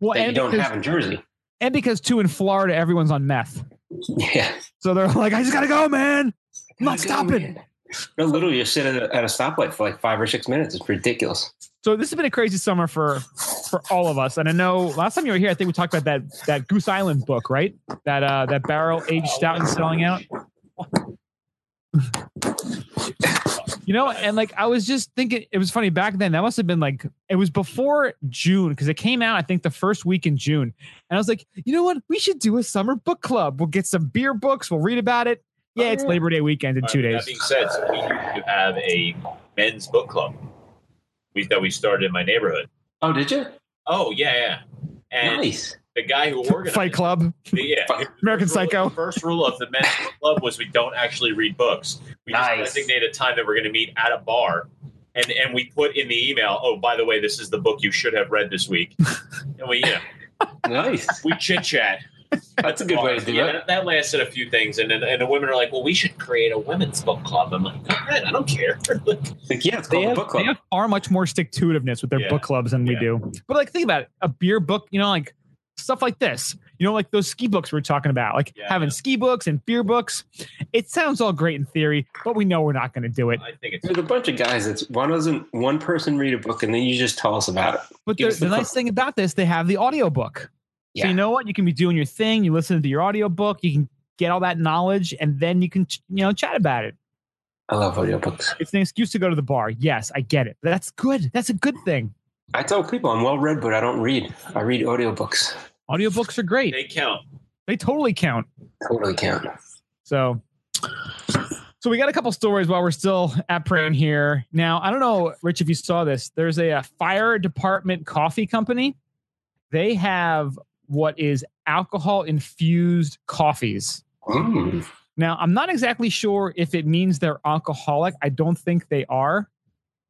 Well,
that you
and
don't
because,
have in Jersey.
and because two in Florida, everyone's on meth.
Yeah,
So they're like, I just gotta go, man. I'm not
Good
stopping.
man. No, literally, you sit at a, at a stoplight for like five or six minutes. It's ridiculous.
So this has been a crazy summer for for all of us. And I know last time you were here, I think we talked about that that Goose Island book, right? That uh that barrel aged stout and selling out. You know, and like I was just thinking, it was funny back then. That must have been like it was before June because it came out, I think, the first week in June. And I was like, you know what? We should do a summer book club. We'll get some beer books. We'll read about it. Yeah, it's Labor Day weekend in
All right,
two days.
with That being said, so we used to have a men's book club we, that we started in my neighborhood.
Oh, did you?
Oh yeah, yeah. And
Nice.
the guy who organized
Fight Club,
it- yeah,
Fight-
American
first rule-
Psycho.
First rule of the men's club was we don't actually read books. We
Nice.
just designate a time that we're going to meet at a bar, and and we put in the email. Oh, by the way, this is the book you should have read this week. and we you know,
Nice.
we chit chat.
That's a good way to do
yeah,
it.
That, that lasted a few things, and then and the women are like, "Well, we should create a women's book club." I'm like, "All right, I don't care."
Like, yeah, it's
they
called a
have,
book
they
club.
have far much more stick to itiveness with their
Yeah.
book clubs than we
Yeah.
do. But like, think about it. A beer book, you know, like stuff like this, you know, like those ski books we are talking about, like
Yeah.
having ski books and beer books. It sounds all great in theory, but we know we're not going to do it.
I think it's
There's a bunch of guys that's why doesn't one person read a book and then you just tell us about it?
But
Give
the,
us the
the nice
cook-
thing about this, they have the audiobook. So
Yeah.
you know what? You can be doing your thing. You listen to your audiobook. You can get all that knowledge, and then you can, ch- you know, chat about it.
I love audiobooks.
It's an excuse to go to the bar. Yes, I get it. That's good. That's a good thing.
I tell people I'm well read, but I don't read. I read audiobooks.
Audiobooks are great.
they count.
They totally count.
Totally count.
So, so we got a couple stories while we're still at Prune here. Now, I don't know, Rich, if you saw this. There's a, uh fire department coffee company. They have what is alcohol infused coffees.
Mm.
Now, I'm not exactly sure if it means they're alcoholic. I don't think they are,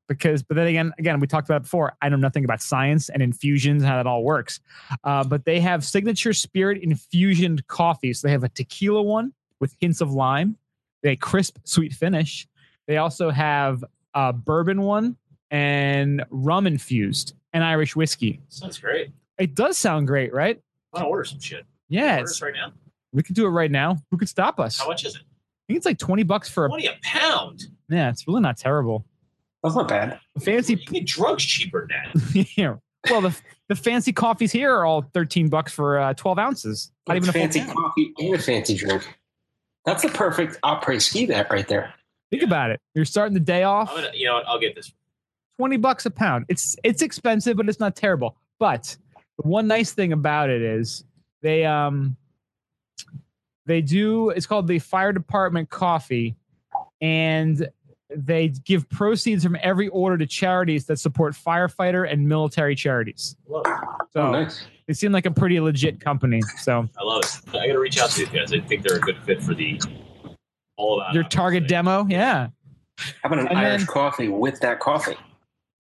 because. But then again, again, we talked about it before. I know nothing about science and infusions and how that all works. Uh, but they have signature spirit infusion coffees. they have a tequila one with hints of lime. They crisp, sweet finish. They also have a bourbon one and rum infused and Irish whiskey.
Sounds great.
It does sound great, right?
I want to order some shit.
Yeah,
Order
it's,
this right now.
we could do it right now. Who could stop us?
How
I
much is it?
think it's like twenty bucks for a.
Twenty a pound.
Yeah, it's really not terrible.
That's not bad.
The fancy
You can get drugs cheaper than that.
yeah. Well, the the fancy coffees here are all thirteen bucks for uh, twelve ounces. Not even a full
fancy
pound.
coffee and a fancy drink. That's the perfect après ski that right there.
Think about it. You're starting the day off
I'm gonna, you know, what, I'll get this.
twenty bucks a pound. It's it's expensive, but it's not terrible. But the one nice thing about it is they um they do. It's called the fire department coffee, and they give proceeds from every order to charities that support firefighter and military charities.
Whoa,
So
Oh, nice.
they seem like a pretty legit company. So
I love it. I gotta reach out to these guys. I think they're a good fit for the all about
your target demo, yeah.
How about an
And
Irish
then-
coffee with that coffee?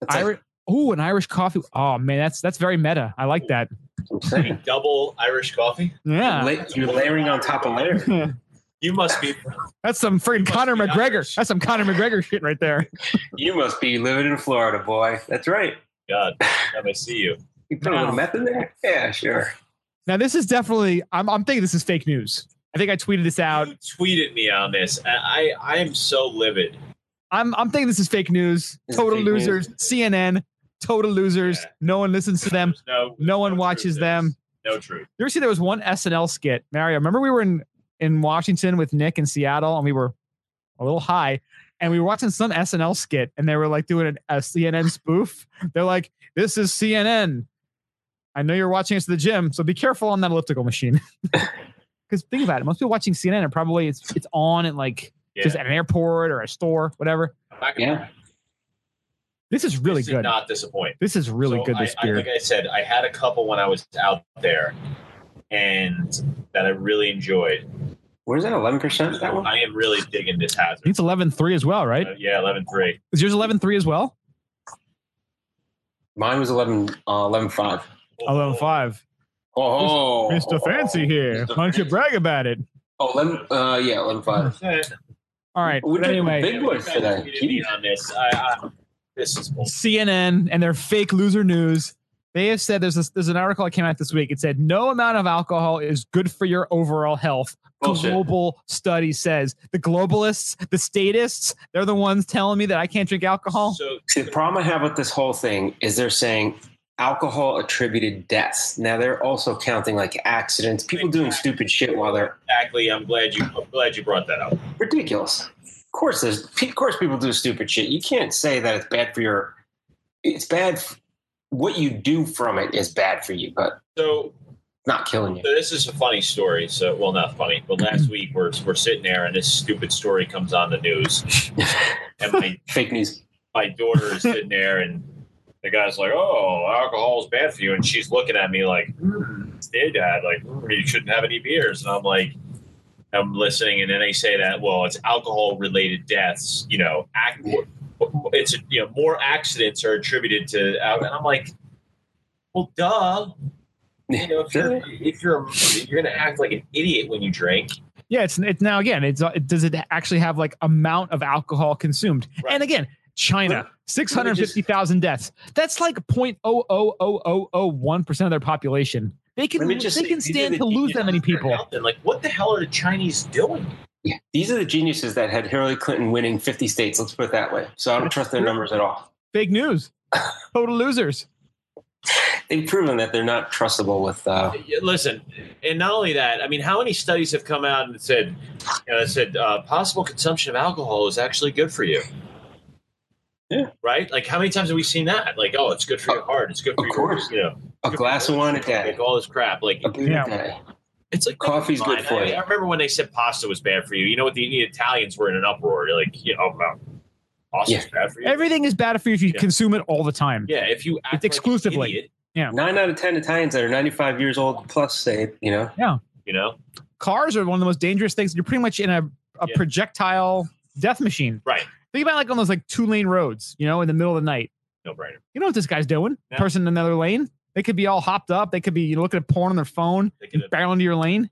That's
Irish. Ooh, an Irish coffee. Oh man, that's that's very meta. I like that.
Like what I'm saying.
Double Irish coffee.
Yeah,
La- you're layering on top of layer.
You must be.
that's some freaking Conor
be
McGregor.
Irish.
That's some Conor McGregor shit right there.
You must be living in Florida, boy. That's right.
God, I see you.
You put a little meth in there? Yeah, sure.
Now this is definitely. I'm I'm thinking this is fake news. I think I tweeted this out.
You tweeted me on this. and I I am so livid.
I'm I'm thinking this is fake news.
Is it
total
fake
losers. CNN. Total losers.
Yeah.
No one listens to them.
There's No,
No one
truth
watches
to
them.
this. No truth.
You ever see there was one SNL skit, Mario? Remember we were in in Washington with Nick in Seattle, and we were a little high, and we were watching some SNL skit, and they were like doing an, a CNN spoof. They're like, "This is CNN." I know you're watching us at the gym, so be careful on that elliptical machine. Because think about it, most people watching CNN are probably it's it's on at like
Yeah.
just at an airport or a store, whatever.
I'm not gonna-
Yeah.
This is really
this Did
good.
not disappoint.
This is really
So
good.
I,
This
I
beer.
think I said I had a couple when I was out there, and that I really enjoyed.
Where's that? Eleven percent? That one?
I am really digging this hazard.
it's 11.3 as well, right?
Uh, yeah, eleven three.
Is yours 11.3 as well?
Mine was 11, uh, 11.5.
11.5.
Oh,
Mr. Fancy here.
Mr.
Why don't you
Fancy.
brag about it?
Oh, 11, uh, yeah, 11.5.
All right.
We
But
did
anyway,
big boys today. Jeez.
on this. I, I, this is bull-
CNN and their fake loser news. They have said there's this, there's an article that came out this week. It said no amount of alcohol is good for your overall health.
Bullshit.
Global study says the globalists, the statists, they're the ones telling me that I can't drink alcohol.
So
See, the problem I have with this whole thing is they're saying alcohol attributed deaths. Now they're also counting like accidents, people doing stupid shit while they're
exactly, I'm glad you. I'm glad you brought that up.
ridiculous. Of course, there's of course people do stupid shit. You can't say that it's bad for your. It's bad. f- What you do from it is bad for you, but
So
not killing you.
So this is a funny story. So, well, not funny, but last week we're we're sitting there and this stupid story comes on the news, and my
Fake news.
my daughter is sitting there and the guy's like, "Oh, alcohol is bad for you," and she's looking at me like, "Hmm, it's their dad, like "Hmm, you shouldn't have any beers," and I'm like. I'm listening, and then they say that well, it's alcohol-related deaths. You know, ac- it's you know more accidents are attributed to, al- and I'm like, well, duh. You know, if you're if you're you're gonna act like an idiot when you drink,
Yeah, it's it's now again. It's uh, it, does it actually have like amount of alcohol consumed?
Right.
And again, China six hundred fifty thousand deaths. That's like 0.00001 percent of their population. They can
Let me
they
just say,
can
these are
stand
the
to lose
you
that
know,
many
they're
people.
nothing. Like, what the hell are the Chinese doing?
Yeah. These are the geniuses that had Hillary Clinton winning 50 states. Let's put it that way. So I don't trust their numbers at all.
Fake news. Total losers.
They've proven that they're not trustable with. Uh,
Yeah, Listen, and not only that, I mean, how many studies have come out and said, you know, said uh, possible consumption of alcohol is actually good for you?
Yeah.
Right? Like, how many times have we seen that? Like, oh, it's good for your heart. It's good for
Of
your,
course.
you know,
a glass of wine a day,
like all this crap. Like,
a beer
Yeah.
a day.
it's like
Coffee's good for
I,
you.
I remember when they said pasta was bad for you. You know what? The, the Italians were in an uproar. You're like, you know, about pasta's bad for you.
Everything is bad for you if you
Yeah.
consume it all the time.
yeah, if you act like an
exclusively.
idiot,
Nine out of 10 Italians that are 95 years old plus say, you know,
you know,
Cars are one of the most dangerous things. You're pretty much in a, a
Yeah.
projectile death machine.
Right.
Think about like on those like two lane roads, you know, in the middle of the night.
no brainer.
You know what this guy's doing?
Yeah.
Person in another lane. They could be all hopped up. They could be you know, looking at porn on their phone,
They could have-
barreling into your lane.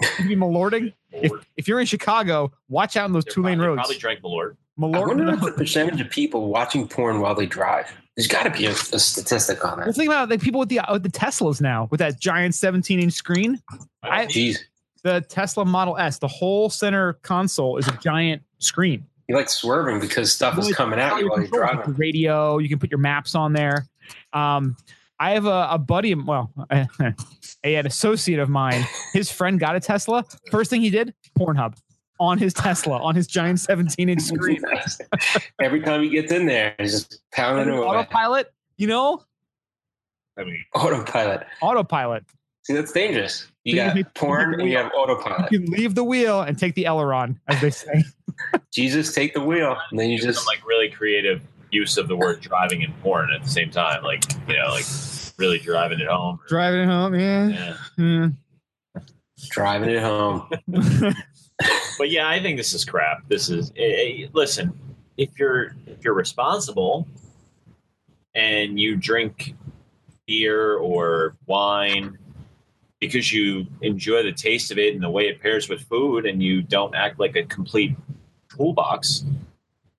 They could be malording. If, if you're in Chicago, watch out on those
they're
two lane
probably-
roads.
Probably drank Malort.
I
Malord.
wonder if the percentage of people watching porn while they drive. There's got to be a, a statistic on
Well,
that.
think about like people with the with the Teslas now with that giant 17 inch screen. I-
Jeez,
The Tesla Model S, the whole center console is a giant screen.
you like swerving because stuff is coming at you while you're
controls. You
driving.
can radio, you can put your maps on there. Um, I have a, a buddy, of- well, a, an associate of mine. His friend got a Tesla. First thing he did, Pornhub on his Tesla, on his giant 17 inch screen.
Every time he gets in there, he's just
And
pounding away.
autopilot, you know,
I mean,
Autopilot.
autopilot.
See, that's dangerous. You
So you
got
make-
porn and you have
You
autopilot.
can leave the wheel and take the aileron, as they say.
Jesus, take the wheel, and then you
do
just
some like really creative use of the word driving and porn at the same time. Like you know, like really driving it home. or-
Driving home, yeah.
yeah.
Hmm.
driving it home.
But yeah, I think this is crap. This is eh, eh, listen. If you're if you're responsible and you drink beer or wine because you enjoy the taste of it and the way it pairs with food, and you don't act like a complete toolbox.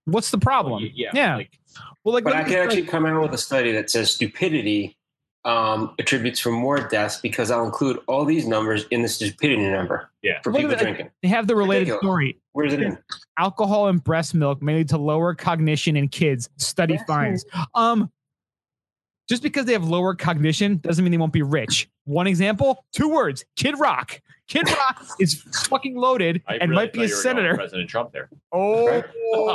What's the problem?
Yeah,
Yeah.
like,
Well, like,
But
look
I
at
could
this, like-
actually come out with a study that says stupidity um, attributes for more deaths because I'll include all these numbers in the stupidity number
Yeah.
for
What
people
about-
drinking.
they have the related
Ridiculous.
story.
Where's it in?
Alcohol and breast milk may lead to lower cognition in kids. Study
Breast
finds. Um, just because they have lower cognition doesn't mean they won't be rich. One example, two words: Kid Rock. Kid Rock is fucking loaded
I
and
really
might be a
thought you were going with
senator.
President Trump there.
Oh,
Right.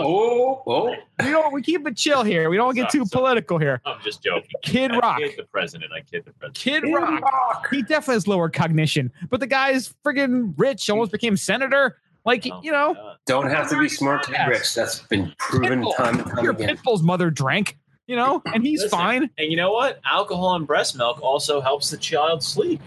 Oh, oh,
we don't. We keep it chill here. We don't get
Sorry,
too
sorry.
political here.
I'm just joking.
Kid Rock.
I kid the president. I kid the president.
Kid Rock. He definitely has lower cognition, but the guy's friggin' rich. Almost became senator. Like
Oh,
you know,
God.
Don't have to be smart to be rich. That's been proven
Pitbull.
time and time
your
again.
pitbull's mother drank. You know, and he's
Listen.
fine.
And you know what? Alcohol and breast milk also helps the child sleep.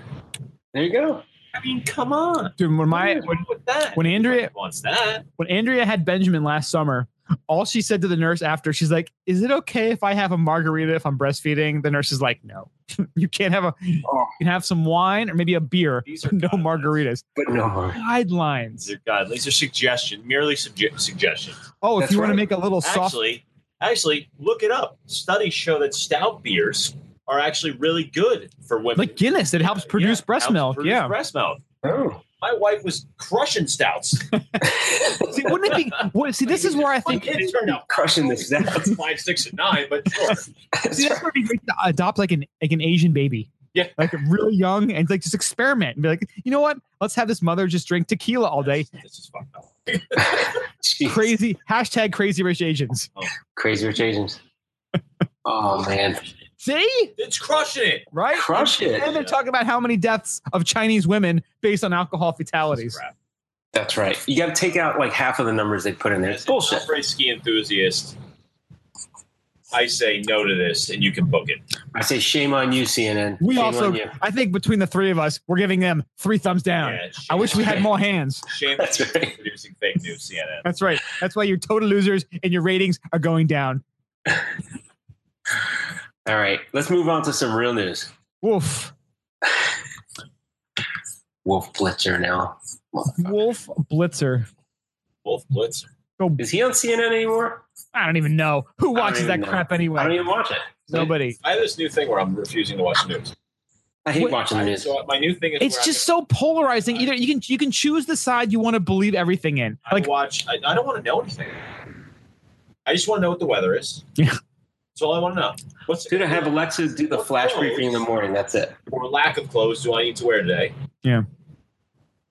There you go.
I mean, come on.
Dude, when my
What
when,
is with that?
when Andrea-
Nobody wants that,
when Andrea had Benjamin last summer, all she said to the nurse after, she's like, "Is it okay if I have a margarita if I'm breastfeeding?" The nurse is like, "No, you can't have a. You
Oh.
can have some wine or maybe a beer,
These
but
are
no
guidelines.
margaritas."
But no more.
Guidelines.
these are God. These are suggestions, merely sugge- suggestions.
Oh, if
That's
you want to
right.
make a little soft,
Actually, actually, look it up. Studies show that stout beers are actually really good for women. Uh,
like Guinness, it helps
Yeah,
produce breast
helps
milk.
produce
yeah.
breast milk.
Oh.
My wife was crushing stouts.
see, wouldn't it be? What, see, this is where I think.
it turned out
Crushing this down.
That's five, six, and nine, but sure.
See, that's where we need to adopt like an like an Asian baby.
Yeah.
Like really young and like just experiment and be like, you know what? Let's have this mother just drink tequila all day.
This is fucked up.
Jeez.
Crazy hashtag crazy rich Asians.
Crazy Rich Asians. Oh man,
See?
It's crushing it.
Right?
crush it.
And they're talking about how many deaths of Chinese women based on alcohol fatalities.
Crap.
That's right. You got to take out like half of the numbers they put in there. It's
As
bullshit.
an outright ski enthusiast, I say no to this, and you can book it.
I say shame on you, CNN.
We
shame
also,
on you.
I think between the three of us, we're giving them three thumbs down.
Yeah,
I wish we had
shame-
more hands.
Shame
That's
that you're
right.
producing fake news, CNN.
That's right. That's why you're total losers and your ratings are going down.
All right, let's move on to some real news.
Wolf.
Wolf Blitzer now. Motherfucker.
Wolf Blitzer.
Wolf Blitz.
Go.
Is he on CNN anymore?
I don't even know who
I don't
watches that
even know.
crap
I don't
anyway.
even watch it.
Nobody.
I have this new thing where I'm refusing to watch news.
I hate
What-
watching the
I,
news.
so uh, my new thing is
It's
where
just so polarizing. Either you can you can choose the side you want to believe everything in.
I,
Like
like, watch. I, I don't want to know anything. I just want to know what the weather is.
Yeah.
That's all I want to know. What's
Dude, I have Alexa do the
What
flash
clothes?
briefing in the morning. That's it.
or lack of clothes do I need to wear today?
Yeah.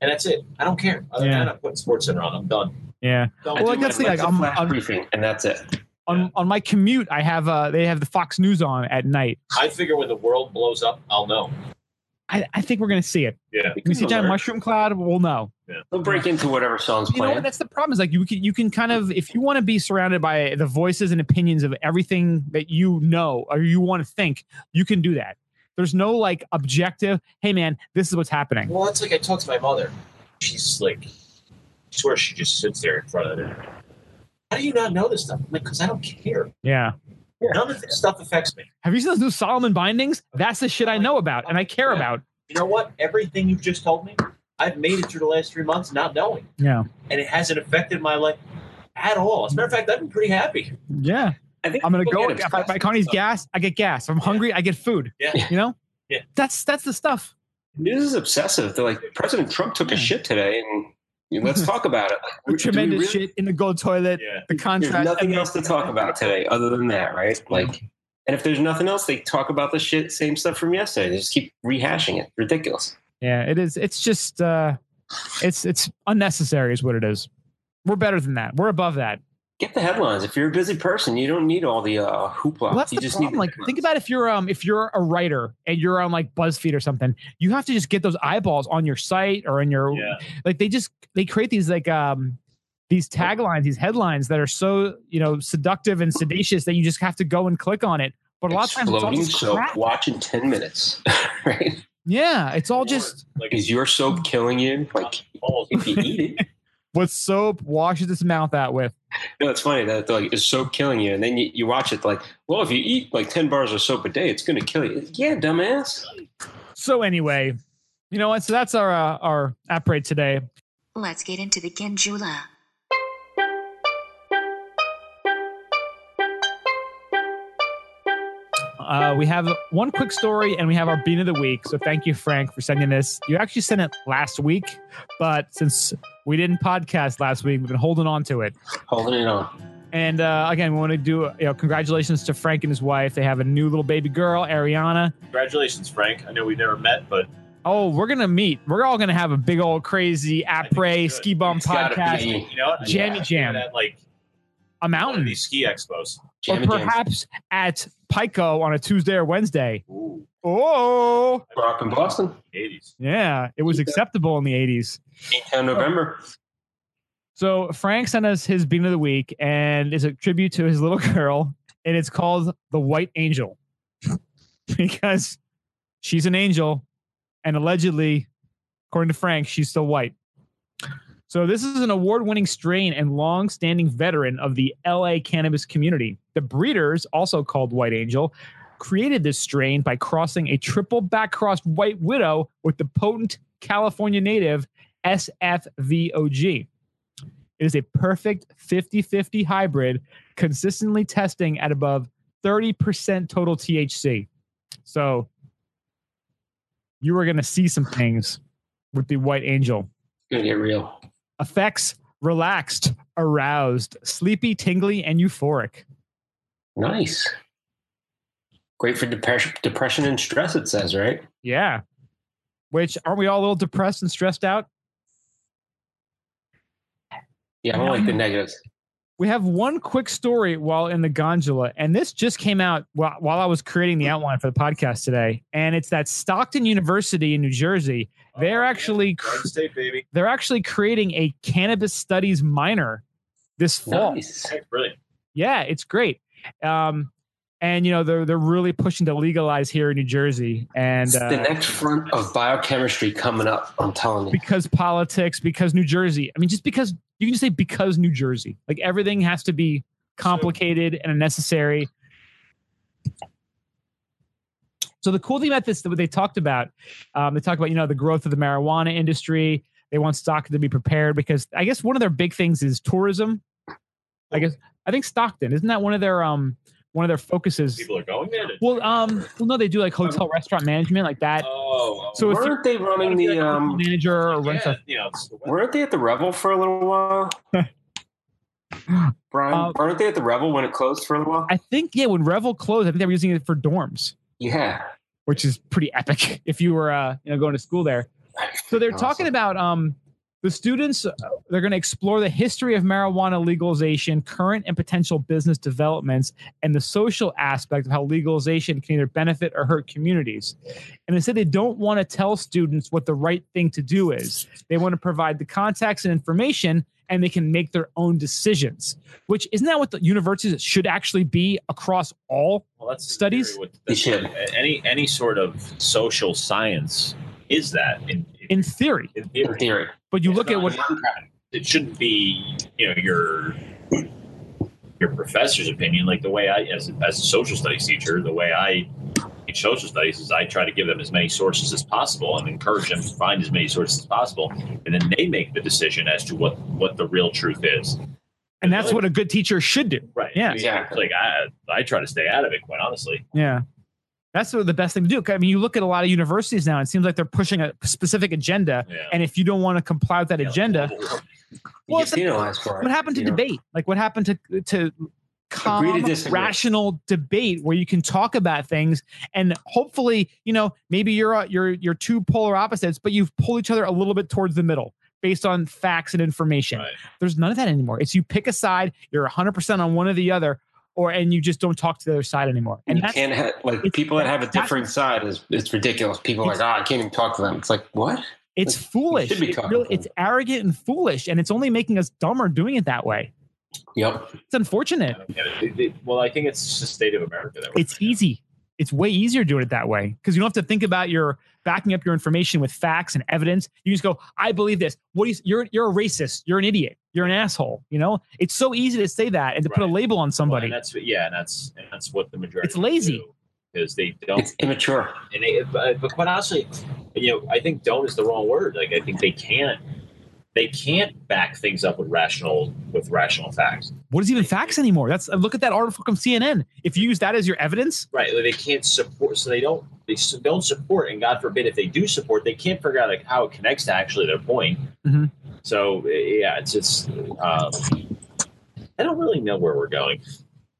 And that's it. I don't care. Other
Yeah.
than that, I'm putting Sports Center on. I'm done.
yeah. Well,
Done with
like,
it.
that's the-
Alexa
like, I'm-
flash
I'm-
briefing, and that's it.
On on my commute, I have uh they have the Fox News on at night.
I figure when the world blows up, I'll know.
I, I think we're gonna see it.
Yeah.
If we see a giant
Alert.
mushroom cloud, we'll know.
They'll break into whatever song's
You know what?
playing.
That's the problem. Is like you can you can kind of if you want to be surrounded by the voices and opinions of everything that you know or you want to think, you can do that. There's no like objective. Hey man, this is what's happening.
Well, it's like I talked to my mother. She's like, I swear she just sits there in front of it. How do you not know this stuff? I'm like, because I don't care.
Yeah.
None of this stuff affects me.
Have you seen those new Solomon bindings? That's the shit I know about and I care
Yeah.
about.
You know what? Everything you've just told me, I've made it through the last three months not knowing.
Yeah.
And it hasn't affected my life at all. As a matter of fact, I've been pretty happy.
Yeah.
I think
I'm gonna
people
go.
get
If I
obsessed
buy Connie's
stuff.
gas, I get gas. If I'm hungry, I get food.
Yeah.
You know?
Yeah.
That's that's the stuff.
News is obsessive. They're like, President Trump took
Yeah.
a shit today, and you know, let's talk about it.
The
Like, do we
tremendous
really-
shit in the gold toilet,
Yeah.
the
There's
contrast.
nothing
and
else to talk about today other than that, right? Like, and if there's nothing else, they talk about the shit, same stuff from yesterday. They just keep rehashing it. Ridiculous.
Yeah, it is. It's just uh it's it's unnecessary is what it is. We're better than that. We're above that.
Get the headlines. If you're a busy person, you don't need all the uh, hoopla.
Well, that's
you
the
just
problem.
need
Like, think about if you're um if you're a writer and you're on like BuzzFeed or something, you have to just get those eyeballs on your site or in your
Yeah.
like they just they create these like um these taglines these headlines that are so you know seductive and sedacious that you just have to go and click on it but a lot of times it's all
exploding
just
soap.
crap.
Watch in ten minutes. right?
yeah it's all just
like
Is your soap killing you? Like,
balls.
if you eat it.
what soap washes its mouth out with
No, it's funny that they're like, is soap killing you? And then you, you watch it like, well, if you eat like 10 bars of soap a day, it's going to kill you. Yeah, dumbass.
so anyway you know what so that's our uh, our app rate today
Let's get into the Ginjula.
uh, we have one quick story and we have our bean of the week so thank you frank for sending this you actually sent it last week but since we didn't podcast last week we've been holding on to it
Holding it on.
And uh, again, we want to do you know congratulations to Frank and his wife. They have a new little baby girl, Ariana.
Congratulations, Frank. I know we've never met, but
Oh, we're gonna meet. We're all gonna have a big old crazy
think we
après
should.
ski bum
It's gotta
podcast,
be
you know what? I
Jammy
think
Jam. Um.
At like
a
one of
mountain,
these ski expos.
or
Jam and jam.
perhaps at Pico on a Tuesday or Wednesday.
Ooh,
Oh,
We're up in Boston.
80s.
yeah, it was acceptable in the '80s.
In November.
So Frank sent us his bean of the week, and it's a tribute to his little girl, and it's called the White Angel because she's an angel, and allegedly, according to Frank, she's still white. So this is an award-winning strain and long-standing veteran of the LA cannabis community. The breeders, also called White Angel, created this strain by crossing a triple back-crossed White Widow with the potent California native SFVOG. It is a perfect 50 50 hybrid, consistently testing at above 30% total THC. So you are going to see some things with the White Angel.
Going to get real.
Effects relaxed, aroused, sleepy, tingly, and euphoric.
Nice. Great for depression, depression and stress, it says, right?
Yeah. Which aren't we all a little depressed and stressed out?
Yeah, I don't like the negatives.
We have one quick story while in the gondola, and this just came out while, while I was creating the outline for the podcast today. And it's that Stockton University in New Jersey They're
Oh,
actually-
yeah. Garden State, baby.
they're actually creating a cannabis studies minor this fall.
Nice.
Hey, brilliant.
Yeah, it's great. Um, And you know they're they're really pushing to legalize here in New Jersey, and
It's the
uh,
next front of biochemistry coming up. I'm telling you.
because politics, because New Jersey. I mean, just because you can just say because New Jersey, like everything has to be complicated and unnecessary. So the cool thing about this, that they talked about, um, they talked about you know the growth of the marijuana industry. They want Stockton to be prepared because I guess one of their big things is tourism. I guess I think Stockton isn't that one of their um one of their focuses.
People are going there. to-
Well, um, well, no, they do like hotel restaurant management like that.
oh,
So if you-
Weren't they running the um?
manager or rent
yeah, you know, it's the weather.
Weren't they at the Revel for a little while? Brian,
Uh,
weren't they at the Revel when it closed for a little while?
I think yeah, when Revel closed, I think they were using it for dorms,
yeah.
which is pretty epic if you were uh, you know going to school there. So they're
Awesome.
talking about um the students uh, they're going to explore the history of marijuana legalization, current and potential business developments, and the social aspect of how legalization can either benefit or hurt communities. And they said they don't want to tell students what the right thing to do is. They want to provide the contacts and information and they can make their own decisions, which isn't that what the universities should actually be across all
Well, that's in
Studies?
theory What,
They
that's
should.
what- any any sort of social science is that in in,
in theory.
in
In
theory.
theory.
But you
It's
look at
not
what
in practice. it shouldn't be. You know your your professor's opinion. Like the way I, as a- as a social studies teacher, the way I teach social studies is I try to give them as many sources as possible and encourage them to find as many sources as possible, and then they make the decision as to what what the real truth is.
and that's what a good teacher should do.
Right.
Yeah.
I mean,
Exactly.
Like I I try to stay out of it. Quite honestly.
Yeah. That's sort of the best thing to do. 'Cause, I mean, you look at a lot of universities now, it seems like they're pushing a specific agenda.
Yeah.
And if you don't want to comply with that
Yeah, like,
agenda,
You
Well,
get penalized for it.
what happened to
you know?
debate? Like, what happened to, to calm,
disagree.
rational debate where you can talk about things and hopefully, you know, maybe you're, uh, you're, you're two polar opposites, but you've pulled each other a little bit towards the middle based on facts and information.
Right.
There's none of that anymore. It's you pick a side, you're 100% on one or the other, or, and you just don't talk to the other side anymore.
And
And
you
that's
can't have like
it's-
people that have a
that's-
different side is it's ridiculous. People are like, ah, I can't even talk to them. It's like what?
It's
Like,
foolish.
should be
It
covered.
really- it's arrogant and foolish, and it's only making us dumber doing it that way.
Yep.
It's unfortunate.
Yeah, it- it- well, I think it's just the state of America. That we're
It's
in.
easy. It's way easier doing it that way because you don't have to think about your backing up your information with facts and evidence. You just go, "I believe this." What do you, you're you're a racist. You're an idiot. You're an asshole. You know, it's so easy to say that and to put a
Right.
label on
Well,
somebody.
and that's what, yeah, and that's and that's what the majority.
It's lazy.
because they
It's
don't.
immature.
And they, but, but quite honestly, you know, I think "don't" is the wrong word. Like I think they can't they can't back things up with rational with rational facts.
what is even facts anymore? That's look at that article from CNN. If you use that as your evidence,
Right? Like, they can't support, so they don't they s- don't support, and God forbid if they do support, they can't figure out like how it connects to actually their point.
Mhm.
So yeah, it's just um, I don't really know where we're going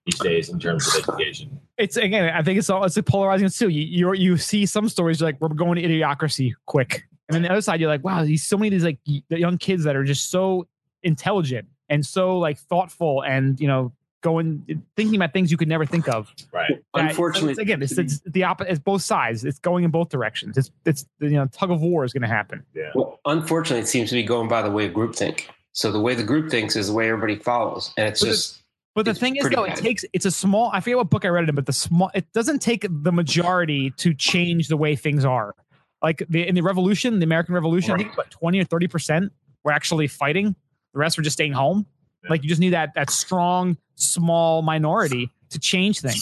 these days in terms of education.
it's again, I think it's all it's a polarizing too. You you're, you see some stories you're like we're going to idiocracy quick, and then the other side you're like, wow, these so many of these like y- the young kids that are just so intelligent and so like thoughtful and you know going thinking about things you could never think of.
Right.
That-
Unfortunately,
it's, again, it's, it's the opposite. It's both sides. It's going in both directions. It's it's you know tug of war is going to happen.
Well, unfortunately, it seems to be going by the way of groupthink. So the way the group thinks is the way everybody follows, and it's
But
just
But the
It's
thing is,
pretty
though, it
bad.
takes it's a small. I forget what book I read it in, but the small it doesn't take the majority to change the way things are. Like the, in the Revolution, the American Revolution, I think about twenty or thirty percent were actually fighting. The rest were just staying home.
Yeah.
Like you just need that that strong, small minority to change things.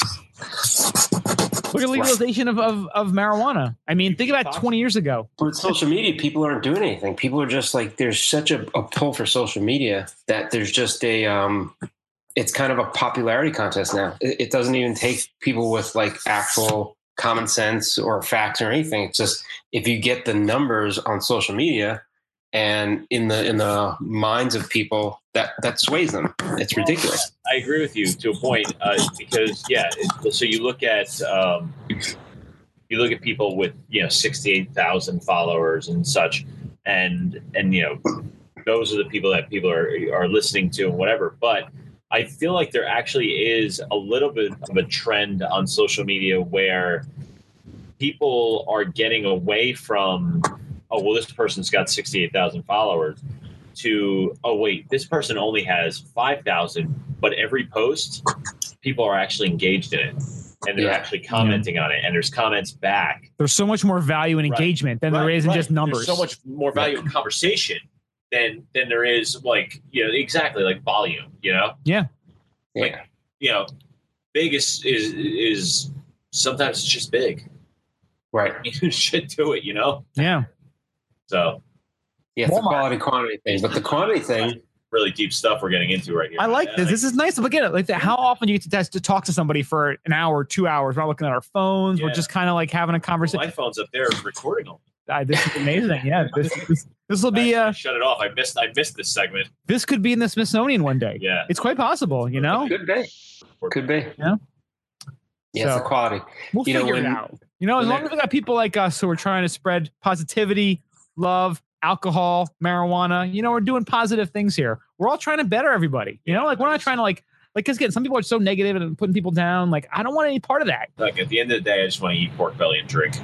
Look at legalization of, of, of marijuana. I mean, think about twenty years ago.
But with social media, people aren't doing anything. People are just like there's such a, a pull for social media that there's just a um it's kind of a popularity contest now. It, it doesn't even take people with like actual common sense or facts or anything. It's just if you get the numbers on social media and in the in the minds of people that that sways them. It's ridiculous.
I agree with you to a point uh, because yeah. It, so you look at um, you look at people with you know sixty eight thousand followers and such, and and you know those are the people that people are are listening to and whatever. But I feel like there actually is a little bit of a trend on social media where people are getting away from oh well this person's got sixty eight thousand followers to oh wait this person only has 5000 but every post people are actually engaged in it and they're
Yeah.
actually commenting on it, and there's comments back.
There's so much more value in
Right.
engagement than there
Right,
is in
right.
just numbers.
There's so much more value in conversation than than there is like you know exactly like volume. You know,
Yeah.
you know, big is is is sometimes it's just big.
Right.
You should do it. You know,
yeah.
so
Yeah. It's the
Walmart.
quality quantity thing. But the quantity thing,
really deep stuff we're getting into right here.
I like
Yeah,
this. This is nice. Look at it. Like the, how often do you get to, test, to talk to somebody for an hour, two hours? We're not looking at our phones. We're
Yeah.
just kind of like having a conversation.
my phone's up there recording them.
I, this is amazing. Yeah. This this, this will be.
I
Uh,
shut it off. I missed. I missed this segment.
this could be in the Smithsonian one day.
Yeah.
It's quite possible. You know.
could be. Could be.
Yeah.
Yeah. It's
So-
the quality.
We'll
You know,
figure it
when-
out. You know, as
when
long as we got people like us who are trying to spread positivity, love, alcohol, marijuana, you know, we're doing positive things here. We're all trying to better everybody. You know, like we're not trying to like like because again, some people are so negative and putting people down. Like, I don't want any part of that.
Like at the end of the day, I just want to eat pork belly and drink.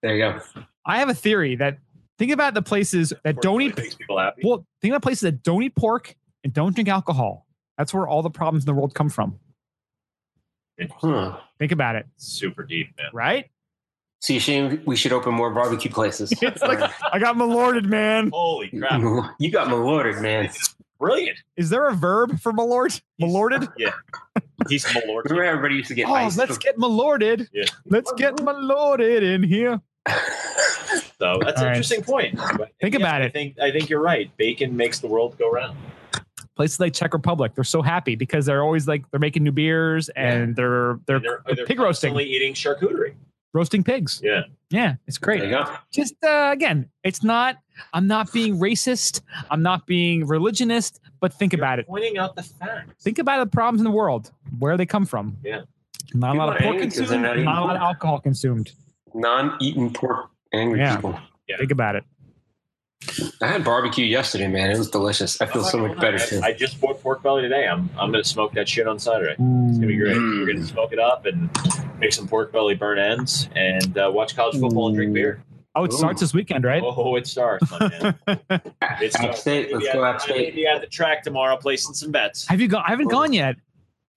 There you go.
I have a theory that think about the places that
Pork
don't
belly
eat
makes people happy.
well, think about places that don't eat pork and don't drink alcohol. That's where all the problems in the world come from.
Hmm.
Think about it,
Super deep, man.
right?
See, Shane, we should open more barbecue places.
It's like- I got malorted, man.
Holy crap!
you got malorted, man.
Brilliant.
Is there a verb for malort? Malorted?
Yeah. He's malorted.
Remember everybody used to get
Oh,
ice?
let's get malorted.
Yeah.
Let's get malorted in here.
So that's
All
an
right.
interesting point. But
Think about
I
it.
think I think you're right. Bacon makes the world go round.
Places like Czech Republic, they're so happy because they're always like they're making new beers and they're they're,
And they're, they're
pig roasting.
constantly eating charcuterie.
roasting pigs.
Yeah.
Yeah, it's
There you
great.
go.
Just uh, again, it's not. I'm not being racist. I'm not being religionist. But think
You're
about it.
Pointing out the facts.
Think about the problems in the world, where they come from.
Yeah.
Not a
People
lot of
are
pork
angry 'cause they're
consumed.
not
Not,
eating
a lot of
pork.
alcohol consumed.
Non-eating pork angry
Yeah.
people.
Think about it.
I had barbecue yesterday, man. It was delicious. I feel so much better too.
I, I just bought pork belly today. I'm I'm gonna smoke that shit on Saturday. It's gonna be great.
Mm.
We're gonna smoke it up and make some pork belly burn ends and uh, watch college football and drink beer.
Oh, it
Ooh.
starts this weekend, right?
Oh, it starts, my man. It starts.
Upstate, let's
Maybe
go
I-
upstate.
Maybe at the track tomorrow, placing some bets.
Have you gone? I haven't
Ooh.
gone yet.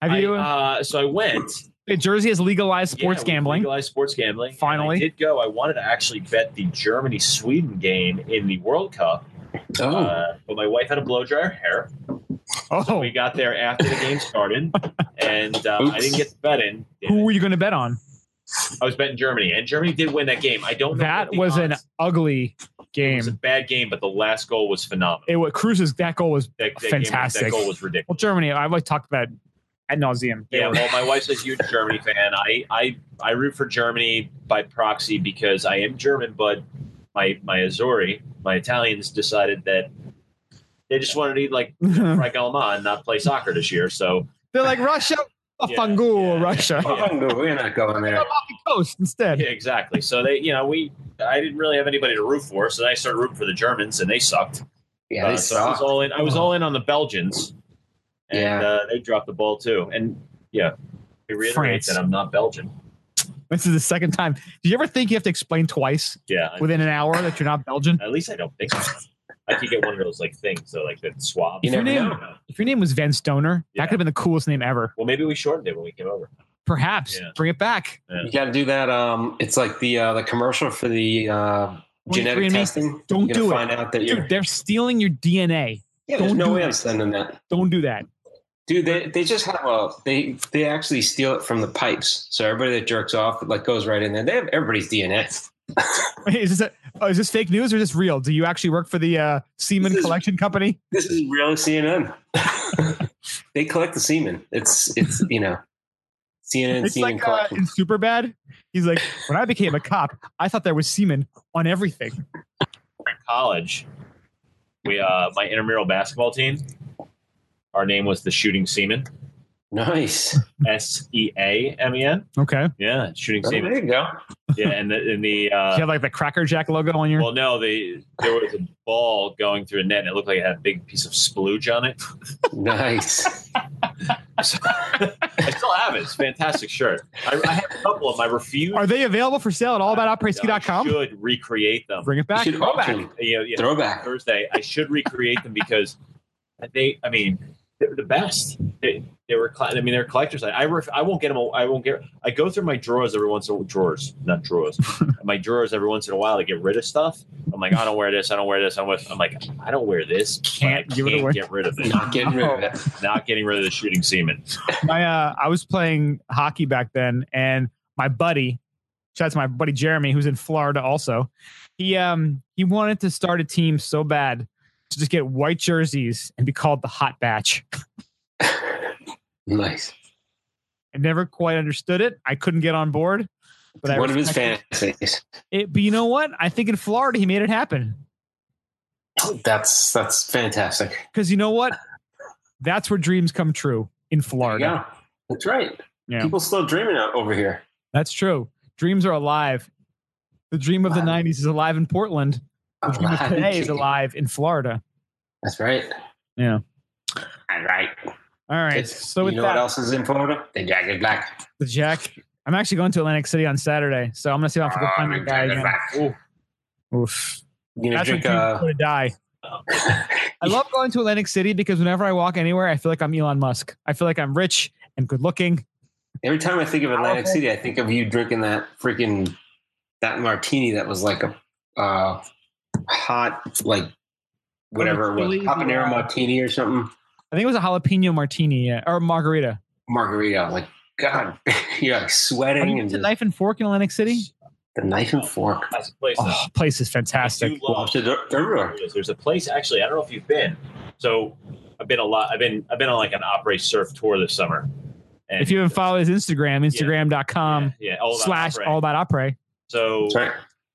Have you?
I, uh, so I went.
Jersey has legalized sports
Yeah, we
gambling.
Legalized sports gambling. And
Finally.
I did go. I wanted to actually bet the Germany Sweden game in the World Cup,
Oh,
uh, but my wife had a blow dryer hair.
Oh,
We got there after the game started, and uh, I
Oops.
didn't get the bet in.
who were you going to bet on?
I was betting Germany, and Germany did win that game. I don't. know
That
what the
was an
odds-
ugly
It was a
game.
bad game, but the last goal was phenomenal.
It was Cruz's that goal was
That, that game-
Fantastic.
that goal was ridiculous.
well Germany. I've like talked about ad nauseum.
Yeah, well, my wife's a huge Germany fan. I, I I root for Germany by proxy because I am German, but my my Azori, my Italians decided that they just wanted to eat like
They're
like Alma and not play soccer this year. So
like Russia, a
Yeah,
fangul
yeah,
Russia.
yeah.
Oh, no, we're not going there.
Coast instead.
yeah, exactly. So they, you know, we I didn't really have anybody to root for, so then I started rooting for the Germans, and they sucked.
Yeah,
Uh,
they
so I was
suck.
all in. I was all in on the Belgians, and
Yeah.
uh, they dropped the ball too. And yeah, it
France.
reiterates that I'm not Belgian.
This is the second time. Do you ever think you have to explain twice
Yeah, I-
within an hour that you're not Belgian?
At least I don't think so. I could get one of those like things, so like that swab.
You never
know. If your name was Van Stoner,
Yeah.
that could have been the coolest name ever.
Well, maybe we shortened it when we came over.
Perhaps
Yeah.
bring it back.
You got to do that. Um, it's like the uh, the commercial for the uh, genetic
23andMe.
testing.
Don't
You're
do
gonna
it.
find out that you're.
Dude, they're stealing your DNA.
yeah, there's
don't
no
do
way
that.
I'm sending that.
Don't do that.
Dude, they, they just have a they they actually steal it from the pipes. So everybody that jerks off it like goes right in there. They have everybody's DNA.
Is this a, oh, is this fake news or is this real? Do you actually work for the uh, semen
This is-
collection company?
This is real CNN. they collect the semen. It's it's you know CNN
It's
semen
like uh,
collection.
in Superbad. He's like, when I became a cop, I thought there was semen on everything.
In college, we uh my intramural basketball team. Our name was the Shooting Seamen.
nice.
S E A M E N.
Okay.
Yeah, Shooting
Oh,
Seamen.
there you go.
Yeah, and the, and the
you
uh,
have like the Cracker Jack logo on your.
well, no, the there was a ball going through a net, and it looked like it had a big piece of splooge on it.
Nice.
I still have it. It's a fantastic shirt. I, I have a couple of them. I refuse.
Are they available for sale at
I
allaboutoperaski.com?
Should recreate them.
Bring it
You
back.
should
Go back.
auction.
You know, you know,
Throwback.
Thursday. I should recreate them because they. I mean,
they're the best. They, they were, cla- I mean, they're collectors. I I, ref, I won't get them. I won't get. I go through my drawers every once in a drawers, not drawers. my drawers every once in a while to get rid of stuff. I'm like, I don't wear this. I don't wear this. I don't wear, I'm like, I don't wear this. Can't,
Give it
can't
away.
get rid of it.
Not getting rid of it.
Not getting rid of the shooting semen.
my uh, I was playing hockey back then, and my buddy, shout out to my buddy Jeremy, who's in Florida also. He um he wanted to start a team so bad to just get white jerseys and be called the Hot Batch. Oh.
Nice.
I never quite understood it. I couldn't get on board. But I
One of his
respect
fantasies.
it. But you know what? I think in Florida he made it happen
That's that's fantastic.
because you know what? That's where dreams come true in Florida.
Yeah, that's right.
Oh, Yeah.
People still dreaming out over here.
That's true. Dreams are alive. The dream of the
Wow.
'90s is alive in Portland. The dream of today is alive in Florida.
That's right.
Yeah.
All right.
All right.
It's-
so with
you know
that,
what else is in Florida? The Jagged Black.
the Jack, I'm actually going to Atlantic City on Saturday, so I'm gonna see if I can go
Ah,
find
the
that guy
Jagged
again.
Black.
Oof.
You gonna
That's
drink
what
uh,
going to die. I love going to Atlantic City because whenever I walk anywhere, I feel like I'm Elon Musk. I feel like I'm rich and good looking.
Every time I think of Atlantic City, I think of you drinking that freaking that martini that was like a uh, hot like whatever it was
chili,
habanero
uh,
martini or something
I think it was a jalapeno martini yeah, or margarita.
margarita. Like God, you're like
Are
sweating
you
and
into
just,
knife and fork in Atlantic City?
the knife and fork.
That's a place.
Oh, place is fantastic.
Love,
Lobster they're- they're everywhere.
There's a place actually. I don't know if you've been. So I've been a lot. I've been I've been on like an opera surf tour this summer. And
If you haven't followed his Instagram, Instagram.com
yeah, yeah, all about
Um, slash
opera.
all about opera.
So
That's right.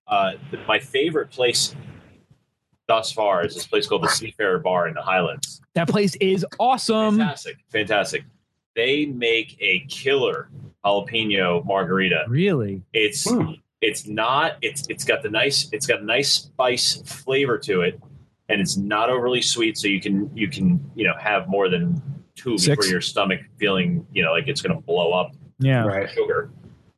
uh, th- my favorite place thus far is this place called the Seafarer Bar in the Highlands.
That place is awesome.
Fantastic, fantastic. They make a killer jalapeno margarita.
Really?
It's
Hmm.
it's not it's it's got the nice it's got a nice spice flavor to it, and it's not overly sweet, so you can you can you know have more than two
Six.
before your stomach feeling you know like it's going to blow up
Yeah.
Right.
sugar.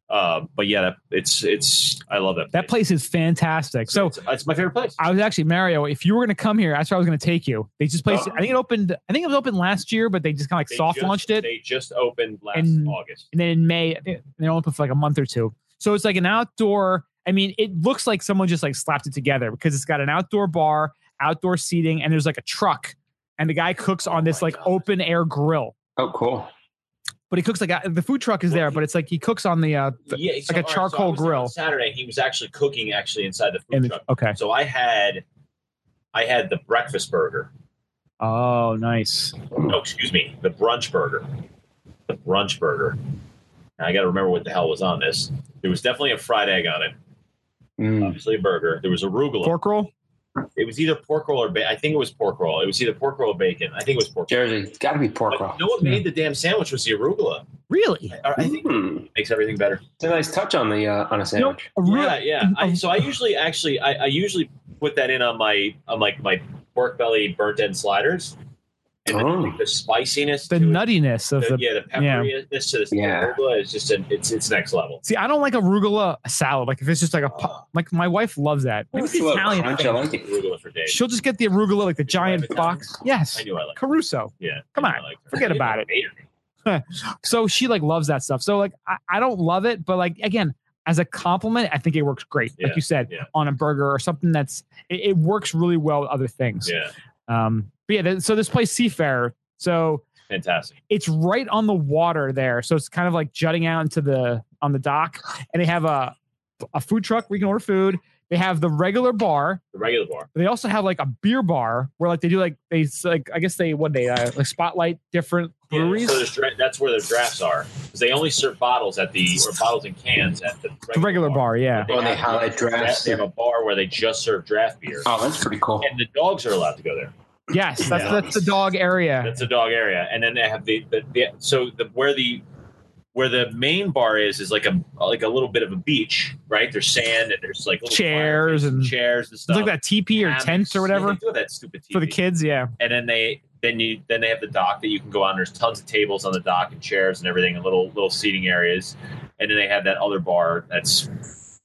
Uh, but yeah, that, it's it's I love that.
That place is fantastic. So
it's, it's my favorite place.
I was actually Mario. If you were going to come here, that's where I was going to take you. They just placed.
Oh.
I think it opened. I think it was open last year, but they just kind of like
They
soft
just-
launched it,
They just opened last
And-
August.
and then in May I think they're open for like a month or two. So it's like an outdoor. I mean, it looks like someone just like slapped it together because it's got an outdoor bar, outdoor seating, and there's like a truck, and the guy cooks on this
Oh my
like
God.
open air grill.
Oh, cool.
But he cooks like a- the food truck is there, but it's like he cooks on the uh, the-
Yeah,
like a
all I
charcoal
was there
grill.
on Saturday, he was actually cooking actually inside the food
and
truck.
okay.
So I had, I had the breakfast burger.
Oh, nice.
No, excuse me, the brunch burger. The brunch burger. Now I got to remember what the hell was on this. There was definitely a fried egg on it.
Mm.
Obviously a burger. There was arugula.
Hmm. Pork roll.
It was either pork roll or ba- I think it was pork roll. It was either pork roll or bacon. I think it was pork. roll.
Jersey, it's got to be pork roll.
But no one made the damn sandwich. Was the arugula?
Really?
I, I think it
Mm.
makes everything better.
It's a nice touch on the uh, on a sandwich.
Yeah, yeah. I, so I usually actually I, I usually put that in on my on like my pork belly burnt end sliders, and then,
Oh.
like, the spiciness,
The
to it,
nuttiness of
the,
the
Uh, yeah, the
yeah.
pepperiness to this
Yeah.
arugula is just an, it's it's next level.
See, I don't like arugula salad. Like if it's just like a
Uh,
pu- like, my wife loves that. Maybe it's
It's a little
Italian.
crunch.
thing.
I like it.
Arugula for days.
She'll just get the arugula, like the giant
Italian?
box.
I
Yes,
knew I liked.
Caruso.
Yeah,
Come
I knew
on,
I liked her.
forget
I
about
didn't hate her.
So she like loves that stuff. So like I, I don't love it, but like again, as a compliment, I think it works great.
Yeah,
Like you said,
yeah.
on a burger or something that's it, it works really well with other things.
Yeah,
Um, but yeah, th- so this place Seafarer. So
fantastic.
it's right on the water there, so it's kind of like jutting out into the on the dock, and they have a a food truck where you can order food. They have the regular bar,
The regular bar.
they also have like a beer bar where like they do like they like I guess they what they uh, like spotlight different
Yeah,
breweries.
so there's dra- that's where the drafts are. 'Cause they only serve bottles at the or bottles and cans at the regular,
the regular bar, yeah.
They
Oh, and they
have-
highlight drafts.
They have a bar where they just serve draft beer.
Oh, that's pretty cool.
and the dogs are allowed to go there.
Yes, that's
Yeah.
that's the dog area.
That's the dog area, and then they have the, the, the so the where the where the main bar is is like a like a little bit of a beach, right? There's sand and there's like little
Chairs
fire pits
and-
chairs and
It's
stuff,
like that teepee or
Hammocks.
tent or
Yeah,
whatever
they do have that stupid TV.
for the kids. Yeah,
and then they then you then they have the dock that you can go on. There's tons of tables on the dock and chairs and everything, and little little seating areas, and then they have that other bar that's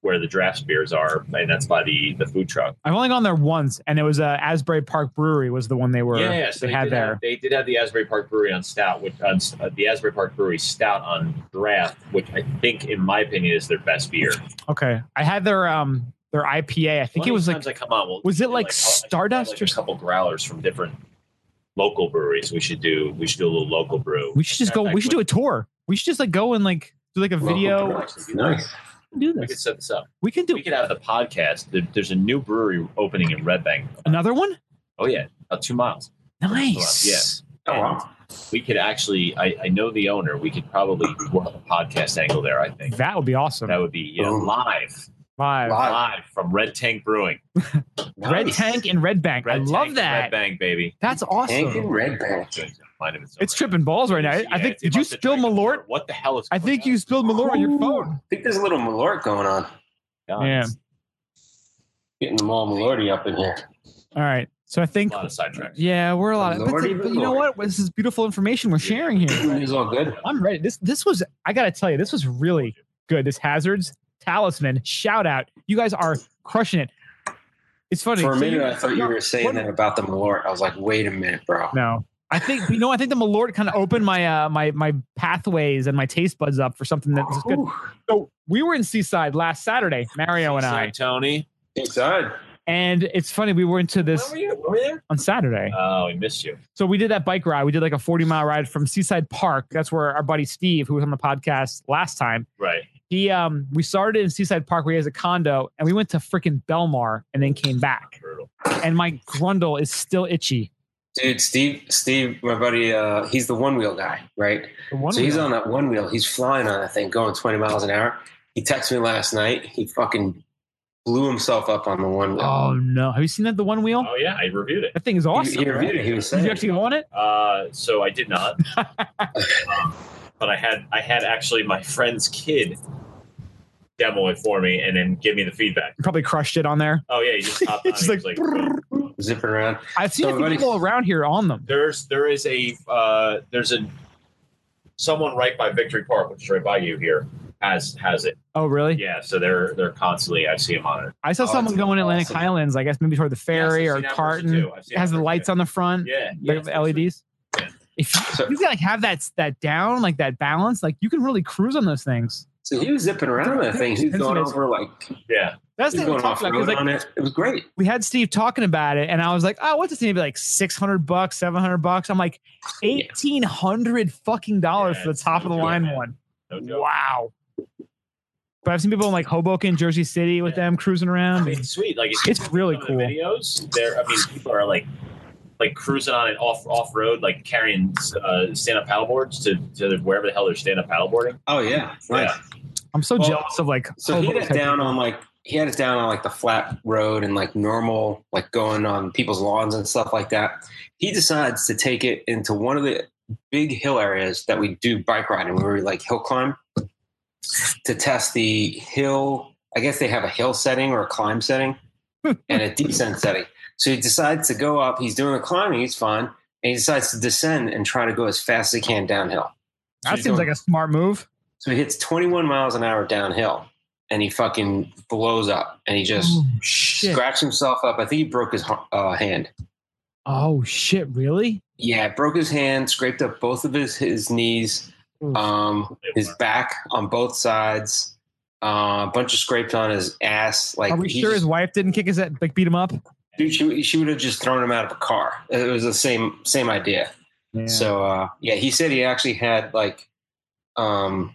where the draft beers are, and that's by the the food truck.
I've only gone there once, and it was uh, Asbury Park Brewery was the one they were
yeah, yeah,
they
so they,
had
did
there.
Have, they did have the Asbury Park Brewery on stout, which on, s- uh, the Asbury Park Brewery stout on draft, which I think, in my opinion, is their best beer.
okay, I had their um their IPA. I think
One
it
of
was
these
like
times I come on. We'll
was it
do,
like
I'll- I should have,
Stardust
like,
or
a couple growlers from different local breweries? We should do. We should do a little local brew.
we should just go. We should do a tour. We should just like go and like do like a
Local
video.
brewery. Nice.
Do
We could
this.
set this up.
We can
We
do
could have the podcast. There- There's a new brewery opening in Red Bank.
another one.
Oh yeah, about two miles.
Nice.
Yeah.
Oh wow.
We could actually. I, I know the owner. We could probably work a podcast angle there. I think
That would be awesome.
that would be yeah,
Boom.
live,
Live.
Live.
live from Red Tank Brewing.
Red
Nice.
Tank and Red Bank.
Red
I
Tank
love
and Red
that.
Bank baby.
That's
Tank and
awesome.
Red Bank.
Find him in some-
It's tripping balls right now. I- I
Yeah,
think
it's-
did
it
you
must have
spill
drank a
Malort?
beer. What the hell is?
I
going
think
on?
you spilled Malort on your phone.
I think there's a little malort going on.
God,
Yeah.
it's
Getting them all malorty up in here.
All right. So I
A
think
lot of sidetracks.
yeah, we're a lot of but,
Lordy
but you know
Lord.
what? This is beautiful information we're sharing here.
it's all good.
I'm ready. This this was I gotta tell you, this was really good. This hazards talisman shout out. You guys are crushing it. It's funny.
For a
So
minute,
you-
I thought you were saying that about the malort. I was like, wait a minute, bro.
No. I think you know. I think the Malort kind of opened my uh, my my pathways and my taste buds up for something that was good.
Oh.
Ooh,
So we were in Seaside last Saturday, Mario and I,
Seaside, Tony.
Inside.
and it's funny we were into this
When were you? When were you
on Saturday.
there? Oh, we missed you.
So we did that bike ride. We did like a forty mile ride from Seaside Park. That's where our buddy Steve, who was on the podcast last time,
Right.
he um we started in Seaside Park where he has a condo and we went to freaking Belmar and then came back.
Brutal.
And my grundle is still itchy.
Dude, Steve, Steve, my buddy, uh, he's the one wheel guy, right?
The one
so he's
wheel.
on that one wheel. He's flying on that thing, going 20 miles an hour. He texted me last night. He fucking blew himself up on the one wheel.
Oh no. Have you seen that the one wheel?
Oh yeah, I reviewed it.
That thing is Oh, awesome.
he, he reviewed it. He was
Did
saying,
you actually go on it?
Uh, so I did not. Um, but I had I had actually my friend's kid demo it for me and then give me the feedback.
You Probably crushed it on there.
Oh yeah, he just hopped on.
It's
he was
like,
zipping around.
I've seen
So
a few
everybody-
people around here on them.
there's there is a uh, there's a someone right by Victory Park, which is right by you here, has has it.
Oh really?
Yeah, so they're they're constantly I see him on it.
I saw
Oh,
someone
it's
going Atlantic
awesome.
Highlands, I guess maybe toward the ferry
Yes,
or
I've seen that person,
Carton.
too. I've seen
It has
that
the
person.
lights on the front.
Yeah, yeah,
like
it's pretty sweet.
LEDs.
Yeah.
E If
So-
you like have that that down, like that balance, like you can really cruise on those things.
So he was zipping around on that thing. He was going over like,
Yeah,
That's
he
the thing we
was going
talked
off
about. 'cause,
road
Like,
on it. It was great.
we had Steve talking about it, and I was like, "Oh, what's this? Maybe like six hundred bucks, seven hundred bucks." I'm like, eighteen hundred fucking dollars
Yeah,
for the
it's
top of the
really
line
bad.
one.
no joke.
Wow. But I've seen people in like Hoboken, Jersey City with
Yeah.
them cruising
I
around.
mean, sweet. Like if you
It's
look at
really
some of
cool.
The videos there. I mean, people are like like cruising on it off off road, like carrying uh, stand up paddleboards to, to wherever the hell they're stand up paddleboarding.
Oh, yeah. Nice.
Yeah.
I'm so
Well,
jealous of like
So he had it
Hoboken.
down on like he had it down on like the flat road and like normal, like going on people's lawns and stuff like that. He decides to take it into one of the big hill areas that we do bike riding where we like hill climb to test the hill. I guess they have a hill setting or a climb setting and a descent setting. So he decides to go up. He's doing the climbing. He's fine. And he decides to descend and try to go as fast as he can downhill. So
That
he's
seems
going-
like a smart move.
so he hits 21 miles an hour downhill and he fucking blows up and he just
Oh shit!
scratched himself up. I think he broke his uh, hand.
Oh shit! Really?
Yeah, broke his hand, scraped up both of his, his knees,
Oof.
um, his back on both sides, uh, a bunch of scrapes on his ass. Like,
Are we
he
sure
just-
his wife didn't kick his like beat him up?
dude, she, she would have just thrown him out of a car. It was the same same idea. So uh, yeah, he said he actually had like, um,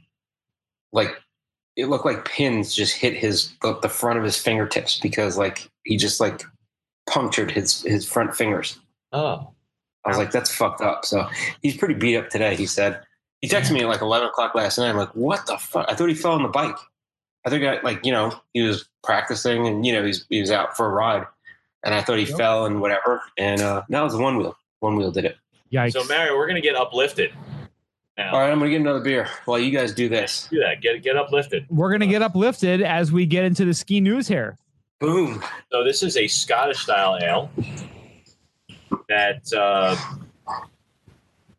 like it looked like pins just hit his the, the front of his fingertips because like he just like punctured his his front fingers.
Oh,
I was like, that's fucked up. So he's pretty beat up today. He said he texted me at like eleven o'clock last night. I'm like, what the fuck? I thought he fell on the bike. I think I like you know he was practicing and you know he's he was out for a ride, and I thought he
Yep.
fell and whatever. And uh, that was one wheel. One wheel did it.
Yikes!
so Mario, we're gonna get uplifted. Now,
All right, I'm gonna get another beer while you guys do this.
do that. Get get uplifted.
We're gonna get uplifted as we get into the ski news here.
Boom.
So this is a Scottish style ale that uh,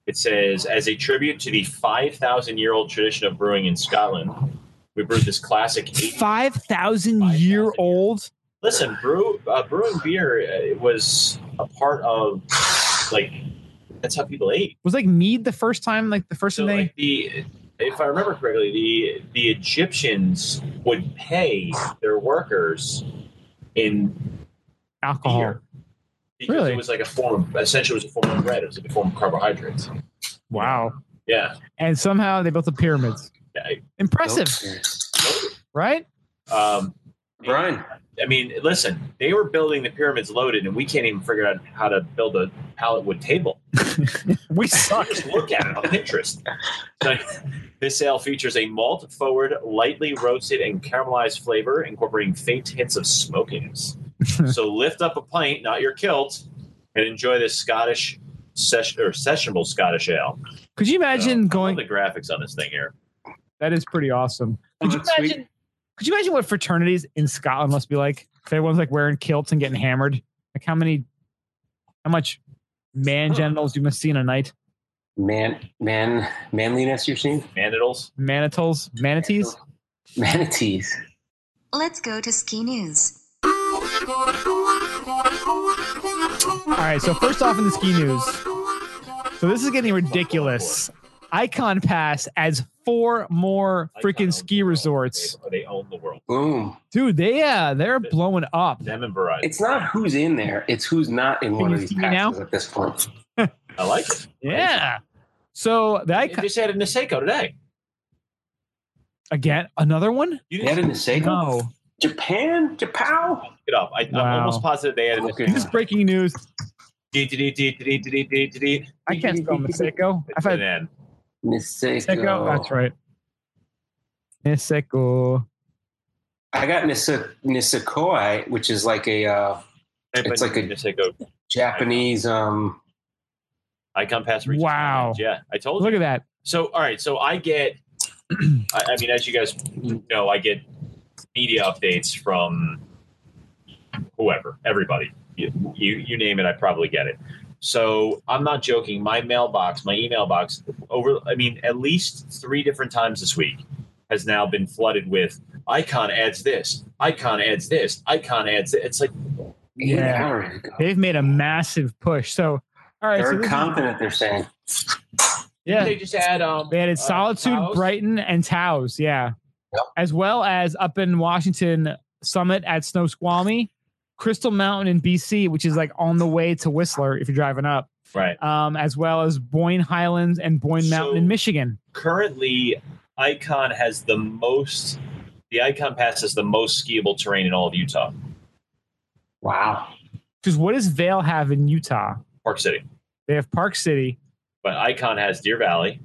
it says as a tribute to the 5,000 year old tradition of brewing in Scotland. We brewed this classic 80s
Five thousand
5,000
year
year.
old.
Listen, brew uh, brewing beer uh, it was a part of like that's how people ate.
Was like mead the first time, like the first
So
thing they.
like the if I remember correctly, the the Egyptians would pay their workers in
alcohol.
beer. Because
Really?
it was like a form of essentially it was a form of bread, it was like a form of carbohydrates.
Wow.
Yeah.
And somehow they built the pyramids.
Yeah.
Nope.
Impressive, right?
Um
Brian,
I mean, listen, they were building the pyramids loaded and we can't even figure out how to build a pallet wood table.
We
You
suck.
just look at it on Pinterest. So, this ale features a malt forward, lightly roasted and caramelized flavor, incorporating faint hints of smokiness. so lift up a pint, not your kilt, and enjoy this Scottish sesh- or sessionable Scottish ale.
Could you
So, I
imagine
love
going?
the graphics on this thing here.
That is pretty awesome. Could you
That's sweet.
imagine? Could you imagine what fraternities in Scotland must be like? If everyone's like wearing kilts and getting hammered. Like how many, how much man genitals you must see in a night?
man, man, manliness you've seen?
Mandibles.
Manitals, manatees.
Manatees.
Let's go to ski news.
All right. So first off, in the ski news. So this is getting ridiculous. Icon Pass adds four more freaking ski resorts.
They, they own the world.
Boom.
Dude, they uh, they're blowing up.
Them and Verizon.
It's not who's in there; it's who's not in
Can
one
you
of these
see me now?
passes at this point.
I like it.
Yeah. So the
I
icon
just added Niseko today.
again, another one?
You
They added Niseko.
No.
Japan, Japan.
look it up. I,
Wow.
I'm almost positive they added
Okay.
This is breaking news.
Niseko.
I can't spell Niseko. I've had
And then
Niseko.
Niseko. That's right. Niseko.
I got Nise- Nisekoi, which is like a uh, It's like a-
Niseko
Japanese. Um,
icon pass. reaches
Wow.
my age. Yeah, I told you.
Look at that.
So, all right. So I get. I, I mean, as you guys know, I get media updates from whoever, everybody. You, you you name it, I probably get it. So I'm not joking. My mailbox, my email box, over. I mean, at least three different times this week has now been flooded with icon adds this, icon adds this, icon adds. This. It's like
yeah.
Yeah.
hours ago.
They've made a massive push. So all right, so
Third
this is-
continent. They're saying
yeah.
they just add um.
They added
uh,
Solitude,
Taos.
Brighton, and Taos, yeah.
Yep.
As well as up in Washington Summit at Snow Squammy, Crystal Mountain in BC, which is like on the way to Whistler if you're driving up,
Right.
um, as well as Boyne Highlands and Boyne Mountain in
So-
Michigan.
currently icon has the most the icon pass has the most skiable terrain in all of utah
Wow.
Because what does Vale have in Utah?
park city
They have Park City,
but icon has deer valley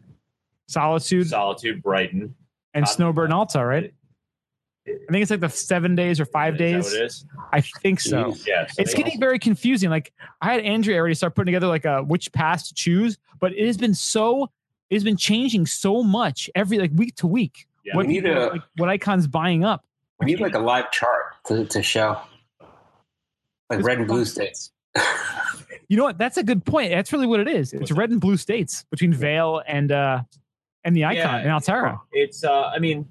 Solitude,
solitude brighton
and Snowbird and Alta, right? I think it's like the seven days or five
Is that
days.
what it is?
I think so.
Jeez.
yeah so
It's
they-
getting very confusing. Like I had Andrea already start putting together like a which pass to choose, but it has been so it has been changing so much every like week to week.
Yeah.
what
We need
people-
a-
like, what icons buying up?
We need like a live chart to, to show, like red and blue states.
You know what? That's a good point. That's really what it is. It's red and blue states between Vale and uh and the icon
Yeah.
and Altera.
it's uh i mean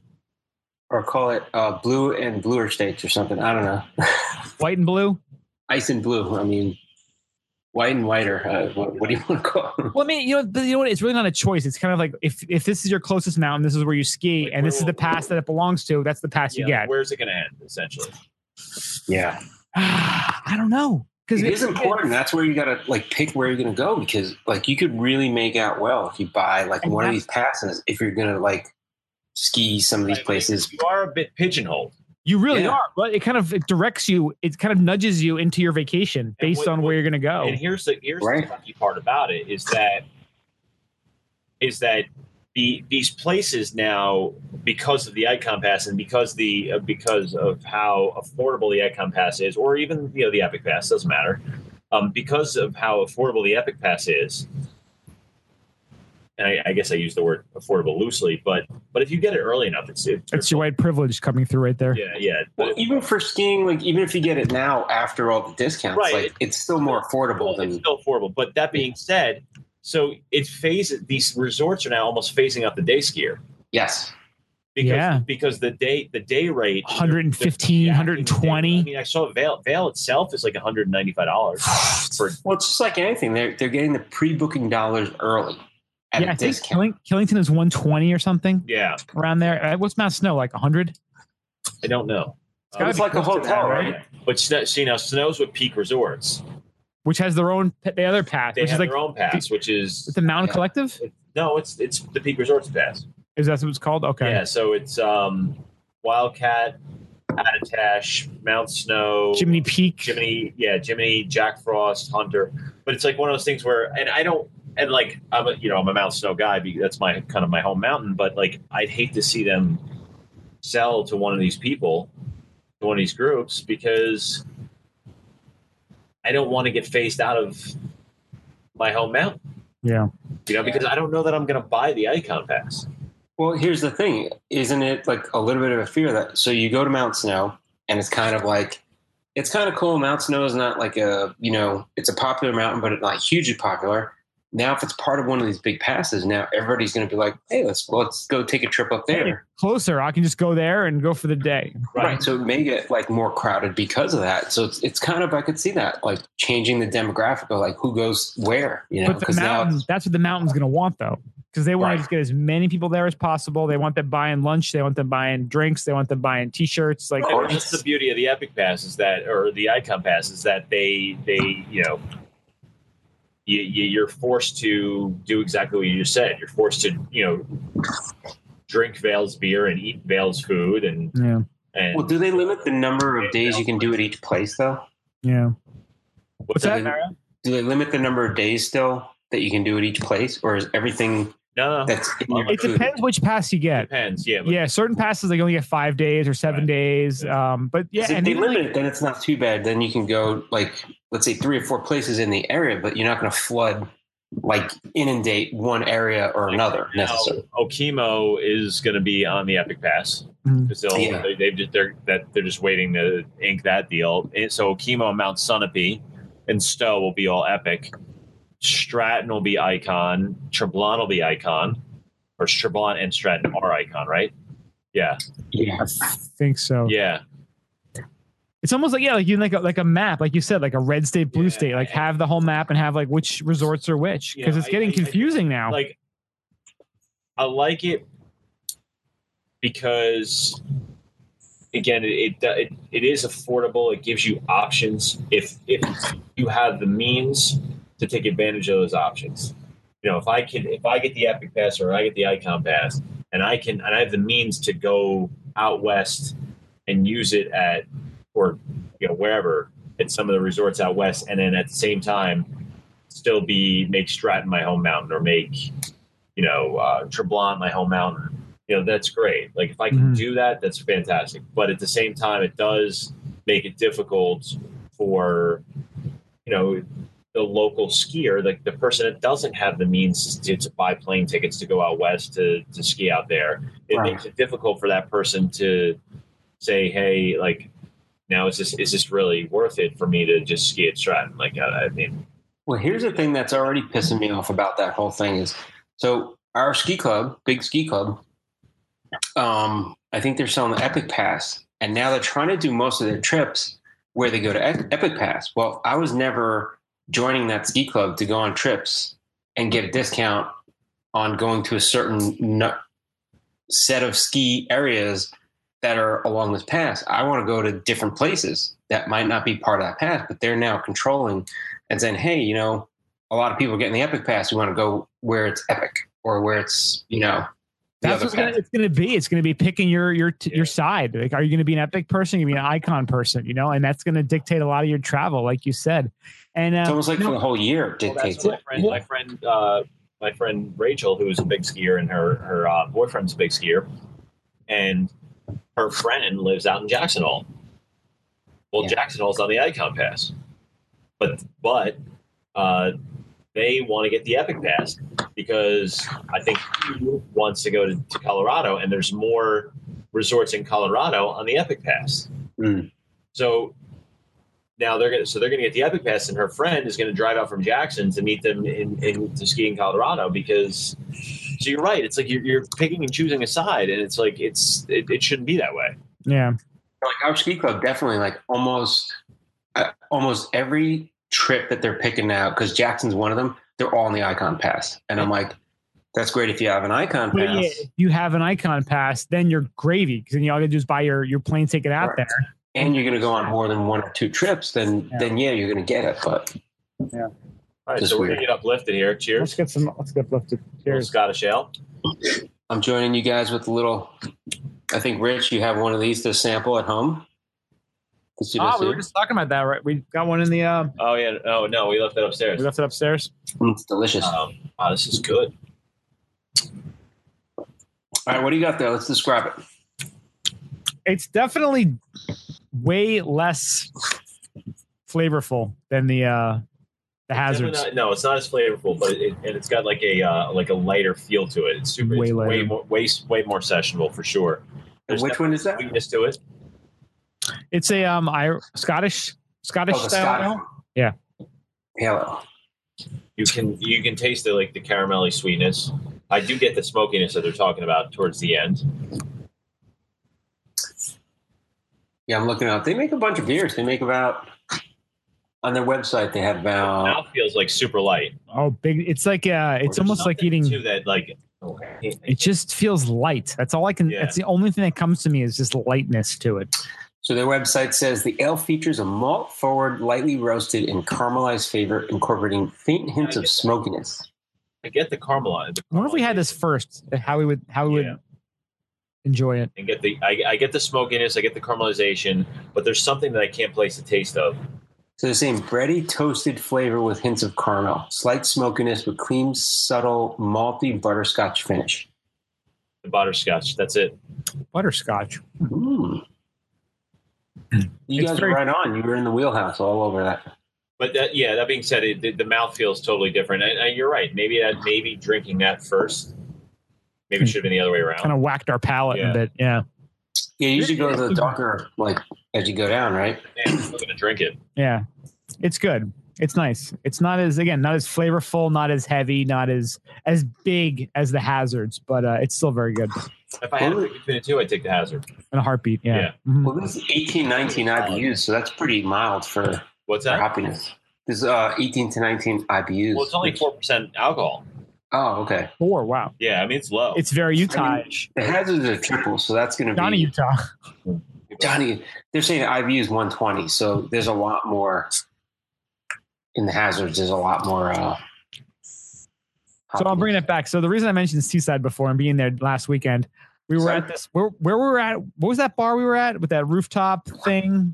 or call it uh, blue and bluer states or something. I don't know.
White and blue.
Ice and blue. I mean, white and whiter. Uh, what, what do you want to call it?
Well, I mean, you know, but you know what? It's really not a choice. It's kind of like if if this is your closest mountain, this is where you ski,
Like,
and this
where
is the
will-
pass that it belongs to. That's the pass
yeah,
you get.
where's it gonna end essentially
Yeah,
I don't know because
it is important. That's where you got to like pick where you're going to go because like you could really make out well if you buy like
And
one of
that's-
these passes if you're going to like ski some of these
Like,
places.
you are a bit pigeonholed
You really
Yeah.
are. But it kind of it directs you. It kind of nudges you into your vacation based
what-
on where
what-
you're going to go.
and here's the here's
Right.
the funky part about it is that is that the these places now because of the icon pass and because the uh, because of how affordable the icon pass is or even you know the epic pass doesn't matter um, because of how affordable the epic pass is and I, I guess I use the word affordable loosely but but if you get it early enough it's it's
That's your white privilege coming through right there.
yeah yeah
Well, even for skiing, like even if you get it now after all the discounts,
Right.
like it's still more affordable
Well, it's
than
still affordable. But that being said, so it phases these resorts are now almost phasing out the day skier.
yes.
because
Yeah.
because the day the day rate
115,
Yeah,
120.
I mean, I saw Veil Veil itself is like one hundred ninety five dollars for
Well, it's just like anything. They're they're getting the pre-booking dollars early at
yeah,
a
I think
discount.
Killing, Killington is 120 or something
yeah.
around there. Uh, What's Mount Snow like 100?
I don't know, Um,
It's gotta
It's
be
like a
close to
hotel,
that,
right?
but Snow, see now Snow's with Peak Resorts.
Which has their own the other path,
They
which is
have
like
their own pass, which is
the Mountain
Yeah.
Collective.
no, it's it's the Peak Resorts pass.
Is that what it's called? Okay.
Yeah, so it's um, Wildcat, Attatash, Mount Snow,
Jiminy Peak.
Jiminy, yeah, Jiminy, Jack Frost, Hunter. But it's like one of those things where, and I don't, and like I'm, a, you know, I'm a Mount Snow guy because that's my kind of my home mountain. But like, I'd hate to see them sell to one of these people, to one of these groups, because I don't want to get phased out of my home mountain.
Yeah.
You know, because I don't know that I'm going to buy the icon pass.
Well, here's the thing, isn't it like a little bit of a fear that so you go to Mount Snow and it's kind of like it's kind of cool. Mount Snow is not like a you know it's a popular mountain, but it's not hugely popular. Now, if it's part of one of these big passes, now everybody's going to be like, "Hey, let's let's go take a trip up there."
Closer. I can just go there and go for the day.
Right. So it may get like more crowded because of that. So it's it's kind of I could see that like changing the demographic of like who goes where, you know?
but the
Because now
mountain,
it's-
that's what the mountain's going to want, though, because they want
Right.
to just get as many people there as possible. They want them buying lunch. They want them buying drinks. They want them buying T-shirts. Like,
And that's the beauty of the Epic Pass is that, or the Icon Pass is that they they you know you, you you're forced to do exactly what you just said. You're forced to you know drink Vale's beer and eat Vale's food and
yeah,
and
well, do they limit the number of days you can do at each place though?
yeah.
what's
that,
do they-
Mario?
do they limit the number of days still that you can do at each place, or is everything
No, no,
that's in your
It
food?
depends which pass you get.
depends. Yeah, but
Yeah, certain passes they only get five days or seven
Right.
days. Um, but yeah,
'Cause if
and
they
even,
limit
like,
it, then it's not too bad. Then you can go like let's say three or four places in the area, but you're not going to flood like inundate one area or another
Now,
necessarily.
Okemo is going to be on the Epic Pass
Mhm.
because they'll
Yeah.
they, they've just, they're that they're just waiting to ink that deal. And so Okemo, Mount Sunapee, and Stowe will be all Epic. Stratton will be Icon. Treblon will be Icon, or Treblon and Stratton are Icon, right? Yeah,
Yeah,
I think so.
yeah.
It's almost like yeah, like you like a, like a map, like you said, like a red state, blue
Yeah,
state. Like
I-
have the whole map and have like which resorts are which because
Yeah,
it's
I-
getting
I- I-
confusing now.
Like, I like it because, again, it, it it it is affordable. It gives you options if if you have the means to take advantage of those options. You know, if I can, if I get the Epic Pass or I get the Icon Pass, and I can, and I have the means to go out west and use it at or you know wherever at some of the resorts out west, and then at the same time still be make Stratton my home mountain or make you know uh, Treblon my home mountain. You know that's great. Like if I can
Mhm.
do that, that's fantastic. But at the same time, it does make it difficult for you know the local skier, like the person that doesn't have the means to, to buy plane tickets to go out west to to ski out there. It
Right.
makes it difficult for that person to say, hey, like. Now is this is this really worth it for me to just ski at Stratton? Like I, I mean,
Well, here's the thing that's already pissing me off about that whole thing is so our ski club, big ski club, um, I think they're selling the Epic Pass, and now they're trying to do most of their trips where they go to Ep- Epic Pass. Well, I was never joining that ski club to go on trips and get a discount on going to a certain nu- set of ski areas that are along this pass. I want to go to different places that might not be part of that pass, but they're now controlling and saying, hey, you know, a lot of people are getting the Epic Pass. We want to go where it's epic or where it's, you know, the
That's
other
what's gonna,
path.
it's going to be. It's going to be picking your your t-
Yeah.
your side. Like, are you going to be an epic person? Are you going to be an icon person? You know, and that's going to dictate a lot of your travel, like you said. And uh,
It's almost like
no, Oh,
for the whole year it
Well, that's
dictates
what my
it.
friend, my friend, uh, my friend Rachel, who's a big skier, and her her uh, boyfriend's a big skier, and her friend lives out in Jackson Hole. Well,
Yeah.
Jackson Hole's on the Icon Pass, but but uh, they want to get the Epic Pass because I think Hugh wants to go to, to Colorado, and there's more resorts in Colorado on the Epic Pass.
Mm.
So now they're gonna so they're gonna get the Epic Pass, and her friend is gonna drive out from Jackson to meet them in, in to ski in Colorado because
So you're right. It's like you're, you're picking and choosing a side, and it's like it's it, it shouldn't be that way.
Yeah.
like Couch Ski Club, definitely like almost uh, almost every trip that they're picking out because Jackson's one of them. They're all in the Icon Pass, and I'm like, that's great if you have an Icon
But
Pass.
yeah, if you have an icon pass, then you're gravy because then you all you gotta do is buy your, your plane ticket out
Right.
there.
and you're going to go on more than one or two trips, then
Yeah.
then yeah, you're going to get it. But
All right,
Just
so we're
weird.
gonna get uplifted here.
Let's
Cheers,
get some. Let's get lifted.
Little
Cheers.
Scottish ale.
I'm joining you guys with a little. I think Rich, you have one of these to sample at home. Did you
Ah,
just
we
do
were
it?
just talking about that, right? We got one in the. Uh,
Oh yeah, no, no, we left it upstairs.
we left it upstairs.
Mm, it's delicious.
Uh,
Um, wow, this is good.
All right, what do you got there? Let's describe it.
It's definitely way less flavorful than the uh, the hazards.
Definitely not- no, it's not as flavorful, but it, and it's got like a uh, like a lighter feel to it. It's super,
Way
way, it's way
lighter.
more, way, way more sessionable for sure.
And
There's
which one is that?
Weakness to it.
It's a um, I, Scottish Scottish
Oh, the
style.
Scottish.
ale. Yeah.
Hello.
You can you can taste the like the caramelly sweetness. I do get the smokiness that they're talking about towards the end.
Yeah, I'm looking up. They make a bunch of beers. They make about on their website. They have about
Now feels like super light.
Oh, big! It's like uh, it's
There's
almost like
something
eating.
to that like.
It just feels light. That's all I can.
Yeah.
That's the only thing that comes to me is just lightness to it.
So their website says the ale features a malt forward, lightly roasted and caramelized flavor, incorporating faint hints of smokiness.
I get the caramel. the
I wonder if we had this
caramelization.
first, uh, how we would how we
Oh, Yeah.
would enjoy it.
and get the I, I get the smokiness, I get the caramelization, but there's something that I can't place the taste of.
So they're saying bready, toasted flavor with hints of caramel, slight smokiness with clean, subtle, malty butterscotch finish.
The butterscotch. That's it.
Butterscotch.
Mm. You
It's
guys
very-
are right on. You were in the wheelhouse all over that.
But that, yeah, that being said, it, the, the mouth feels totally different. And, and you're right. Maybe that maybe drinking that first, maybe
Hmm.
it should have been the other way around.
Kind of whacked our palate
Yeah.
a bit. Yeah.
Yeah, you usually go to the darker, like as you go down, right?
Man, I'm going to drink it.
Yeah. It's good. It's nice. It's not as again, not as flavorful, not as heavy, not as as big as the hazards, but uh, it's still very good.
If I had to pick between the two, I'd take the hazard.
In a heartbeat. Yeah.
Yeah.
Mhm.
Well, this is 18, 19 IBUs, so that's pretty mild for,
What's
for
that?
happiness. This is uh, 18 to 19 IBUs.
Well, it's only four percent alcohol.
Oh, okay.
Four. Wow.
Yeah, I mean it's low.
It's very Utah.
The hazards are triple, so that's going to be
Johnny Utah.
Johnny, they're saying IVU is 120, so there's a lot more in the hazards. There's a lot more. Uh,
So I'll bring it back. So the reason I mentioned Seaside before and being there last weekend, we were
Sorry.
at this where where we were at. What was that bar we were at with that rooftop thing?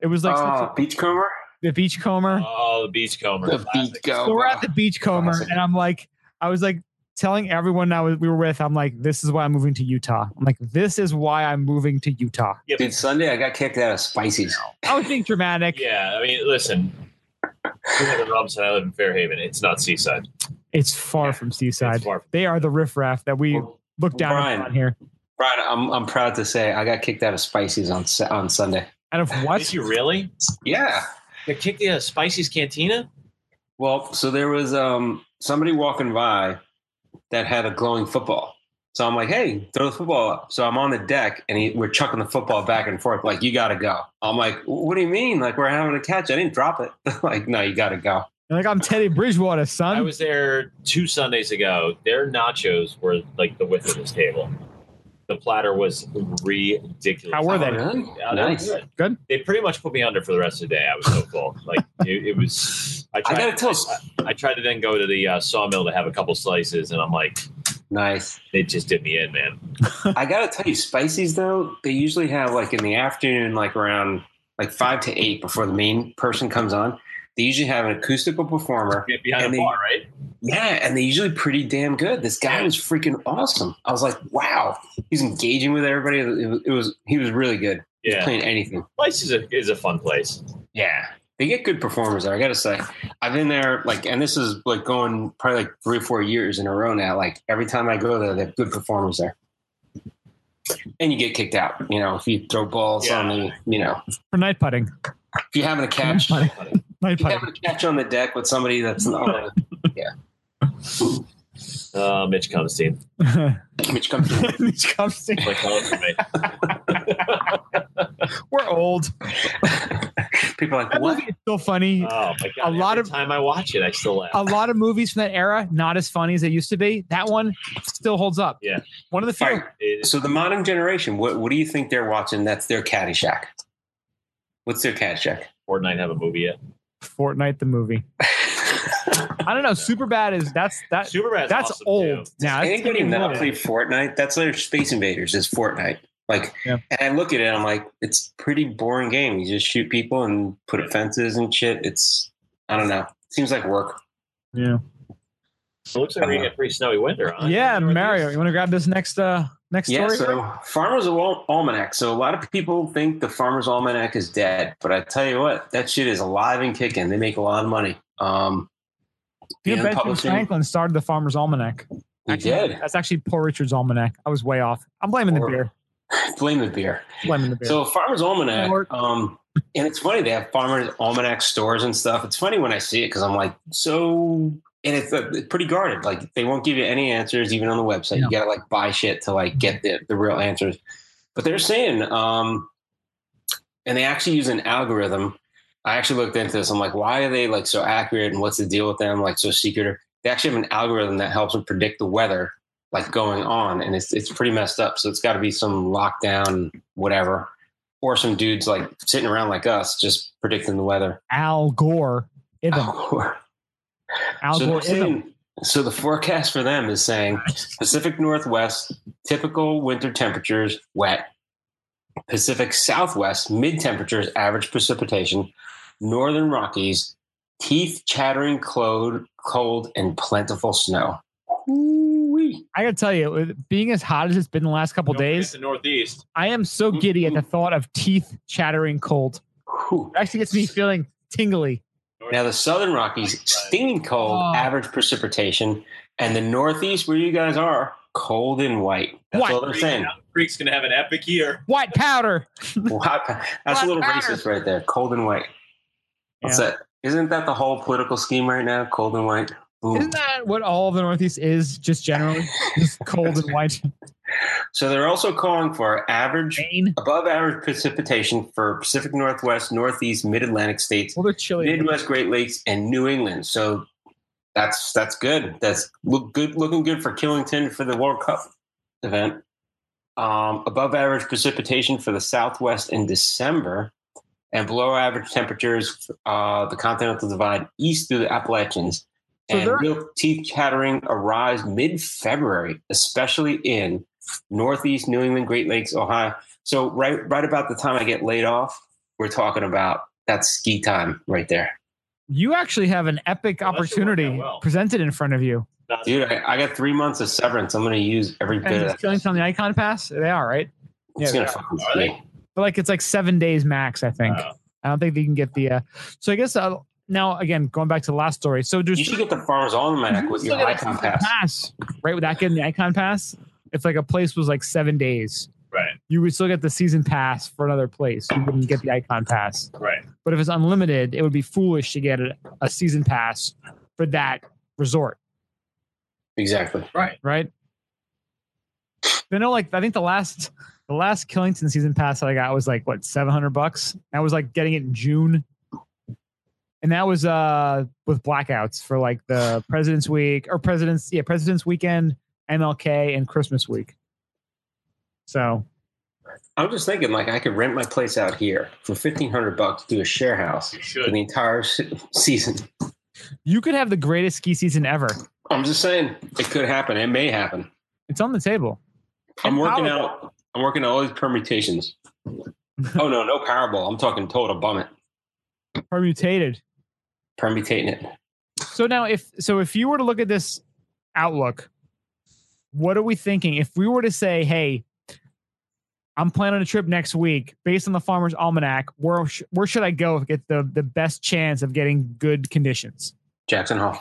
It was like
uh, Beachcomber.
the Beachcomber.
oh, the beachcomber.
The
Classic.
Beachcomber.
so we're at the Beachcomber,
uh, Classic.
and I'm like, I was like telling everyone I was we were with, I'm like, this is why I'm moving to Utah. I'm like, this is why I'm moving to Utah.
Yeah,
Dude, Sunday I got kicked out of Spicy's.
I was being dramatic.
yeah, I mean, listen. I live in Robinson. I live in Fairhaven. It's not seaside.
It's far from Seaside.
It's far
They are the riffraff that we
Well,
look down
Brian.
upon here.
Brian, I'm, I'm proud to say I got kicked out of Spicy's on Sa- on Sunday.
And of
Did
what?
you really?
Yeah.
They kicked you out of Spicy's Cantina?
Well, so there was um somebody walking by that had a glowing football. So I'm like, hey, throw the football up. So I'm on the deck and he, we're chucking the football back and forth. Like, you got to go. I'm like, what do you mean? Like, we're having a catch. I didn't drop it. like, no, you got to go.
You're like I'm Teddy Bridgewater, son.
I was there two Sundays ago. Their nachos were like the width of this table. The platter was ridiculous.
How were they?
Oh, Really?
Yeah, they were
nice.
good.
Good?
They pretty much put me under for the rest of the day. I was so full. Like it, it was. I
I
tried.
got to tell.
I tried to then go to the uh, sawmill to have a couple slices, and I'm like,
Nice.
it just did me in, man.
I got to tell you, Spicy's, though, they usually have like in the afternoon, like around like five to eight before the main person comes on. They usually have an acoustical performer.
Get behind
And
the
they-
bar, right?
Yeah, and they're usually pretty damn good. This guy was freaking awesome. I was like, wow, he's engaging with everybody. It was, it was he was really good. He was
Yeah,
playing anything.
Spice is a is a fun place.
Yeah, they get good performers there. I gotta say, I've been there like, and this is like going probably like three or four years in a row now. Like every time I go there, they have good performers there. And you get kicked out, you know, if you throw balls
Yeah.
on the, you know,
for night putting.
if you're having a catch,
Night
if
putting. Night
you're
putting.
having a catch on the deck with somebody that's not.
Uh, Mitch Cumstein.
Mitch comes in.
Mitch Cumstein.
Like, call it for me.
We're old.
People are like,
That
what?
movie is still funny.
Uh,
Oh my god!
A lot
Every
of- Oh.
time I watch it, I still laugh.
a lot of movies from that era not as funny as they used to be. That one still holds up.
Yeah.
one of the few.
All right,
It is-
So the modern generation, what, what do you think they're watching? That's their Caddyshack. What's their Caddyshack?
Fortnite have a movie yet?
Fortnite the movie. I don't know. Super bad is that's that
Superbad's
that's
awesome,
old
too.
now. That's
Anybody
getting
not
old.
play Fortnite? That's their Space Invaders is Fortnite. Like,
Yeah.
and I look at it, I'm like, it's a pretty boring game. You just shoot people and put up fences and shit. It's, I don't know. Seems like work.
Yeah,
It looks like we're gonna get a pretty snowy winter. Huh?
yeah.
You know what
Mario,
it
you
is?
want to grab this next uh next
Yeah.
story?
So Farmer's Al- Almanac. So a lot of people think the Farmer's Almanac is dead, but I tell you what, that shit is alive and kicking. They make a lot of money. Um,
Peter
yeah,
Benjamin
publishing.
Franklin started the Farmer's Almanac.
we
Actually,
did.
That's actually Poor Richard's Almanac. I was way off. I'm blaming the
Or-
beer.
Blame the beer.
Blaming the beer.
So Farmer's Almanac,
Or-
um, and it's funny they have Farmer's Almanac stores and stuff. It's funny when I see it because I'm like, so, and it's uh, pretty guarded. Like they won't give you any answers even on the website.
No.
You gotta like buy shit to like get the the real answers. But they're saying, um, and they actually use an algorithm. I actually looked into this. I'm like, why are they like so accurate and what's the deal with them? Like so secret. They actually have an algorithm that helps them predict the weather like going on, and it's it's pretty messed up. So it's got to be some lockdown, whatever or some dudes like sitting around like us just predicting the weather.
Al Gore. Idem. Al
Oh, so,
Gore.
they're
Idem.
saying- so the forecast for them is saying Pacific Northwest, typical winter temperatures, wet. Pacific Southwest, mid temperatures, average precipitation. Northern Rockies, teeth chattering, cold, cold and plentiful snow. Ooh-wee.
I gotta tell you, with- being as hot as it's been the last couple
Don't forget
days,
The Northeast.
I am so giddy at the thought of teeth chattering cold.
Whew.
It actually gets me feeling tingly.
Now the Southern Rockies, stinging cold,
Oh.
average precipitation, and the Northeast, where you guys are, cold and white. That's
White.
all they're saying.
Creek's gonna have an epic year.
White powder.
Wow. That's a little racist right there. Cold and white. What's
Yeah.
that? Isn't that the whole political scheme right now? Cold and white. Boom.
Isn't that what all of the Northeast is, just generally? Just cold and white.
so they're also calling for average,
Maine.
above average precipitation for Pacific Northwest, Northeast, Mid Atlantic states,
Well, they're chilly.
Midwest Great Lakes, and New England. So. That's that's good. That's look good looking good for Killington for the World Cup event. Um, above average precipitation for the Southwest in December, and below average temperatures uh, the continental divide east through the Appalachians.
So
and
they're-
real teeth chattering arrives mid February, especially in Northeast New England, Great Lakes, Ohio. So right right about the time I get laid off, we're talking about that's ski time right there,
You actually have an epic
Well, that should work out
opportunity
well.
presented in front of you.
Uh,
Not-
dude. I, I got three months of severance. I'm going to use every bit
And
of
it's
that.
killing on the icon pass. They are, right?
It's
yeah,
gonna fucking
Are they?
suck.
But like it's like seven days max, I think.
Uh.
Wow.
I don't think they can get the. Uh, so I guess uh, now, again, going back to the last story. So there's
You should get the farmers almanac with your
Still get a
icon pass.
pass, right? Without getting the icon pass, if like a place was like seven days,
Right.
you would still get the season pass for another place. You wouldn't get the icon pass.
Right.
But if it's unlimited, it would be foolish to get a, a season pass for that resort,
Exactly.
Right.
right? I know, like I think the last the last Killington season pass that I got was like what seven hundred bucks. I was like getting it in June, and that was uh with blackouts for like the President's Week or President's yeah President's Weekend, MLK, and Christmas week. So
I'm just thinking, like, I could rent my place out here for fifteen hundred bucks, do a share house
You
for
should.
the entire se- season.
you could have the greatest ski season ever.
I'm just saying, it could happen. It may happen.
It's on the table.
I'm
And
working
Powerball.
out. I'm working out all these permutations. oh no, no Powerball. I'm talking total bum it,
Permutated.
permutating it.
So now, if so, if you were to look at this outlook, what are we thinking? If we were to say, "Hey, I'm planning a trip next week based on the Farmer's Almanac," where sh- where should I go to get the the best chance of getting good conditions?
Jackson Hole.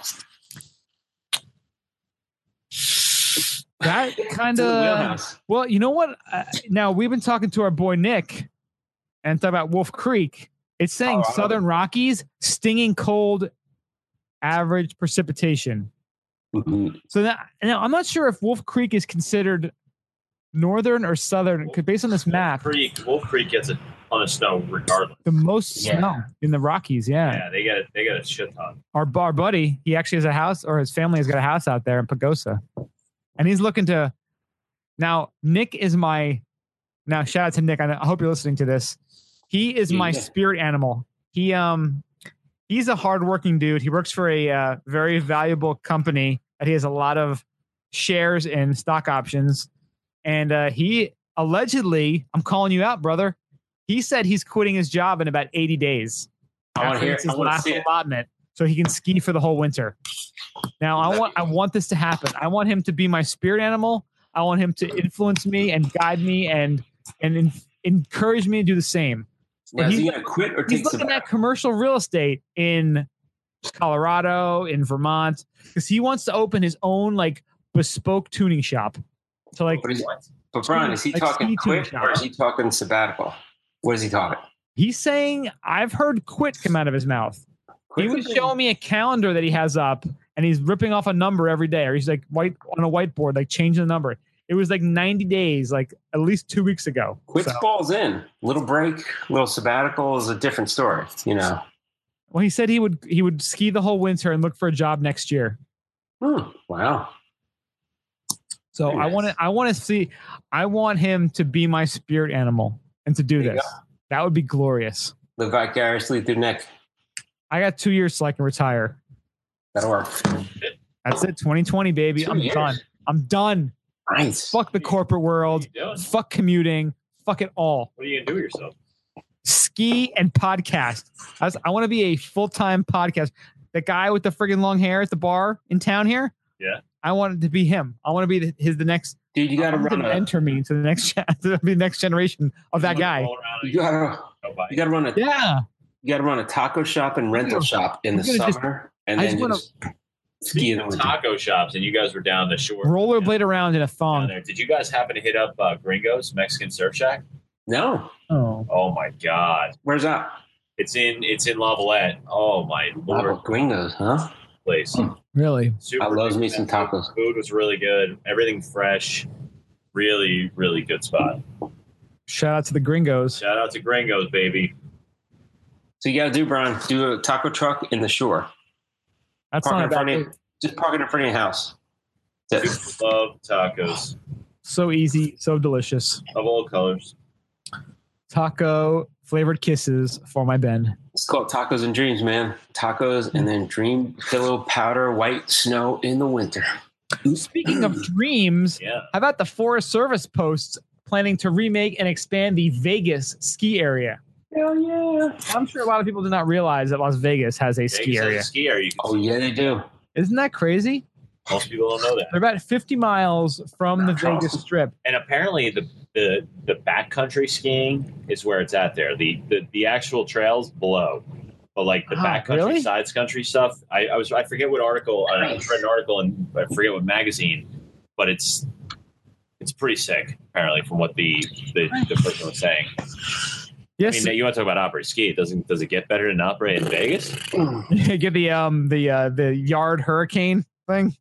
That kind
It's in the
of
wheelhouse.
well, you know what? Uh, now we've been talking to our boy Nick and talk about Wolf Creek. It's
Oh,
saying
Colorado.
Southern Rockies, stinging cold, average precipitation.
Mhm.
So now, now I'm not sure if Wolf Creek is considered northern or southern because based on this map,
Creek Wolf Creek gets a ton of snow regardless.
the most
Yeah.
snow in the Rockies. Yeah.
Yeah, they got they got a shit ton.
Our, our buddy, he actually has a house or his family has got a house out there in Pagosa. And he's looking to. Now, Nick is my. Now, shout out to Nick. I know- I hope you're listening to this. He is
Yeah,
my
yeah.
spirit animal. He um he's a hardworking dude. He works for a uh, very valuable company that he has a lot of shares and stock options. And uh, he allegedly, I'm calling you out, brother. He said he's quitting his job in about 80 days.
I wanna
After
hear-
it's his
I wanna
last
see it.
allotment, so he can ski for the whole winter. Now, I want I want this to happen. I want him to be my spirit animal. I want him to influence me and guide me and and en- encourage me to do the same.
Now, is
He-
he going to quit or
He's
take some?
looking at commercial real estate in Colorado, in Vermont, because he wants to open his own like bespoke tuning shop. So like
But, is,
What?
but Brian, is he
Like
talking
ski tuning
quit or is he talking sabbatical? What is he talking?
he's saying, I've heard quit come out of his mouth. He
Quit
was
could be-
showing me a calendar that he has up, and he's ripping off a number every day, or he's like white on a whiteboard, like changing the number. It was like 90 days, like at least two weeks ago.
Quits
So-
balls in. Little break, little sabbatical is a different story. You know.
well, he said he would he would ski the whole winter and look for a job next year.
Hmm, wow.
So
Very
I want
nice.
to I want to see I want him to be my spirit animal and to do
There you
this. That would be glorious.
Live vicariously through Nick.
I got two years till I can retire.
That'll work.
That's it. 2020, baby.
Two
I'm
years.
done. I'm done.
Nice.
Fuck the corporate
What are
world.
you doing?
Fuck commuting. Fuck it all.
What are you gonna do with yourself?
Ski and podcast. I, was- I want to be a full time podcast. The guy with the friggin' long hair at the bar in town here.
Yeah.
I wanted to be him. I want to be the, his the next.
Dude, you got to
I want him
run
to
a.
mentor me to the next gen- to the next generation of Oh, that
You wanna
guy.
roll around and
You got to.
go by.
You got to run a.
Yeah.
You got to run a taco shop and
Yeah.
rental shop in
I'm
the
gonna just-
summer, and
I
then
just
just ski in the winter.
taco shops, and you guys were down the shore.
rollerblade around in a
down
thong.
there. Did you guys happen to hit up uh, Gringo's Mexican Surf Shack?
No,
Oh.
Oh my god,
where's that?
it's in it's in Lavalette. Oh my lord,
Taco Gringos, huh?
place.
Really?
Super
Hmm. I love me
good.
some tacos.
Food was really good. Everything fresh. Really, really good spot.
Shout out to the gringos.
Shout out to Gringo's, baby.
So you got to do, Brian, do a taco truck in the shore.
That's not a
Park it in
bad
front of you. Just park it in front of your house. That's it.
Super love tacos
So easy, so delicious.
of all colors.
Taco flavored kisses for my Ben.
It's called tacos and dreams, man. Tacos and then dream pillow powder, white snow in the winter.
Speaking of dreams,
Yeah.
how about the Forest Service posts planning to remake and expand the Vegas ski area?
Hell yeah!
I'm sure a lot of people do not realize that Las Vegas has a ski
Vegas has a
area.
Ski area. You can
Oh yeah, they do.
Isn't that crazy?
Most people don't know that.
They're about 50 miles from the
Not Charles.
Vegas Strip.
And apparently, the the the backcountry skiing is where it's at. There, the the, the actual trails below, but like the
Ah,
backcountry
really?
sides country stuff. I, I was I forget what article uh, I read an article and I forget what magazine, but it's it's pretty sick. Apparently, from what the the, the person was saying. I
Yes,
mean, you want to talk about opera ski? It doesn't does it get better than opera in Vegas?
get the um the uh, the yard hurricane thing.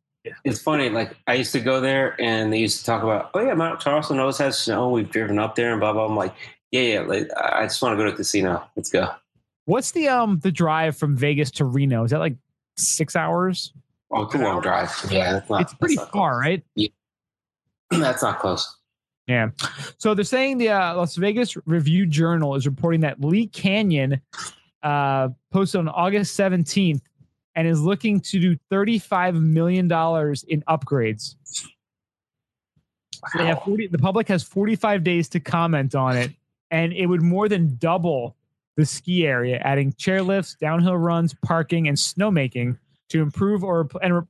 It's funny. Like I used to go there, and they used to talk about, oh yeah, Mount Charleston always has snow. We've driven up there, and blah blah. I'm like, yeah, yeah. Like, I I just want to go to a casino. Let's go.
What's the um the drive from Vegas to Reno? Is that like six hours?
Oh, it's a long drive. Yeah, that's not,
it's pretty
that's not
far, right?
Close. That's not close.
So they're saying the uh, Las Vegas Review Journal is reporting that Lee Canyon uh, posted on August 17th and is looking to do 35 million dollars in upgrades. They have 40, the public has 45 days to comment on it, and it would more than double the ski area, adding chairlifts, downhill runs, parking, and snowmaking to improve or repl- and re-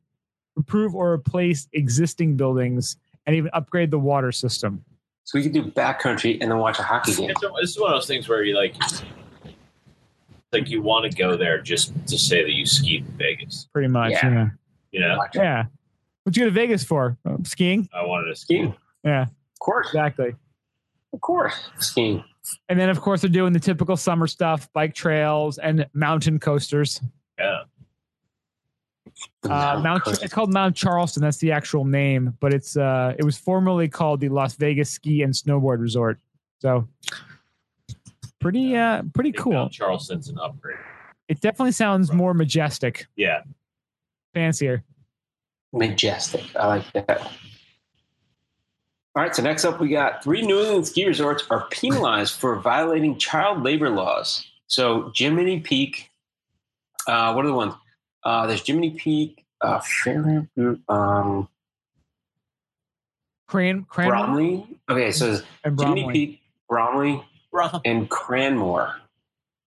improve or replace existing buildings and even upgrade the water system.
So we could do backcountry and then watch a hockey game.
It's, it's one of those things where you like. Like you want to go there just to say that you skied in Vegas,
Pretty much,
Yeah.
yeah.
you know?
yeah. What you go to Vegas for? Uh, skiing?
I wanted to ski.
Skiing.
Yeah,
Of course.
exactly.
Of course. Skiing.
And then of course they're doing the typical summer stuff, bike trails and mountain coasters.
Yeah.
Uh, Mount it's called Mount Charleston. That's the actual name, but it's uh, it was formerly called the Las Vegas Ski and Snowboard Resort. So pretty uh, pretty
I think Mount
cool.
Charleston's an upgrade.
It definitely sounds more majestic,
Yeah.
fancier.
Majestic. I like that. All right, so next up, we got three New England ski resorts are penalized for violating child labor laws. So, Jiminy Peak, uh, what are the ones? Uh, there's Jiminy Peak, uh, Fairmount, um,
Cran, Cranmore
Bromley. Okay, so there's
and
Jiminy
Bromley.
Peak, Bromley, and Cranmore.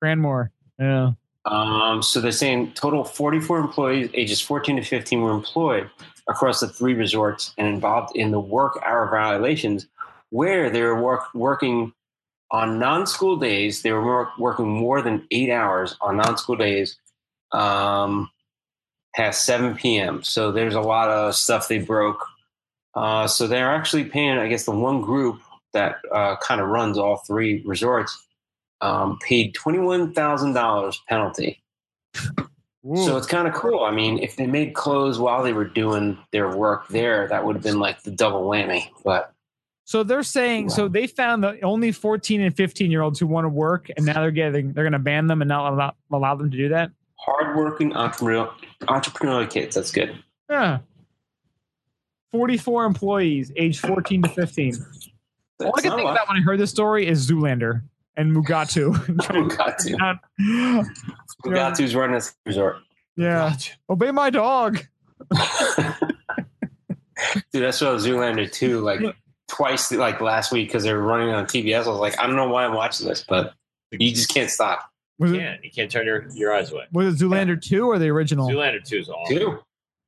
Cranmore. Yeah.
Um, so they're saying total 44 employees, ages 14 to 15, were employed across the three resorts and involved in the work hour violations, where they were work, working on non-school days. They were wor- working more than eight hours on non-school days um, past 7 p.m. So there's a lot of stuff they broke. Uh, so they're actually paying, I guess, the one group that uh, kind of runs all three resorts um, paid twenty-one thousand dollars penalty. So
Woo.
it's kind of cool. I mean, if they made clothes while they were doing their work there, that would have been like the double whammy. But
So they're saying so
Wow.
they found the only 14 and 15 year olds who want to work, and now they're getting they're going to ban them and not allow, allow them to do that.
hardworking entrepreneurial entrepreneurial kids, that's good.
Yeah. 44 employees, age 14 to 15. All I
That's
could
not
think
a lot.
about when I heard this story is Zoolander and Mugatu.
Mugatu. Mugatu's running this resort.
yeah. Obey my dog.
Dude, that's what Zoolander too. Like twice, like last week, because they were running on TBS. I was like, I don't know why I'm watching this, but you just can't stop.
Was
You
it,
can't. You can't turn your, your eyes away.
was it Zoolander 2 or the original?
Zoolander 2 is awesome.
Two.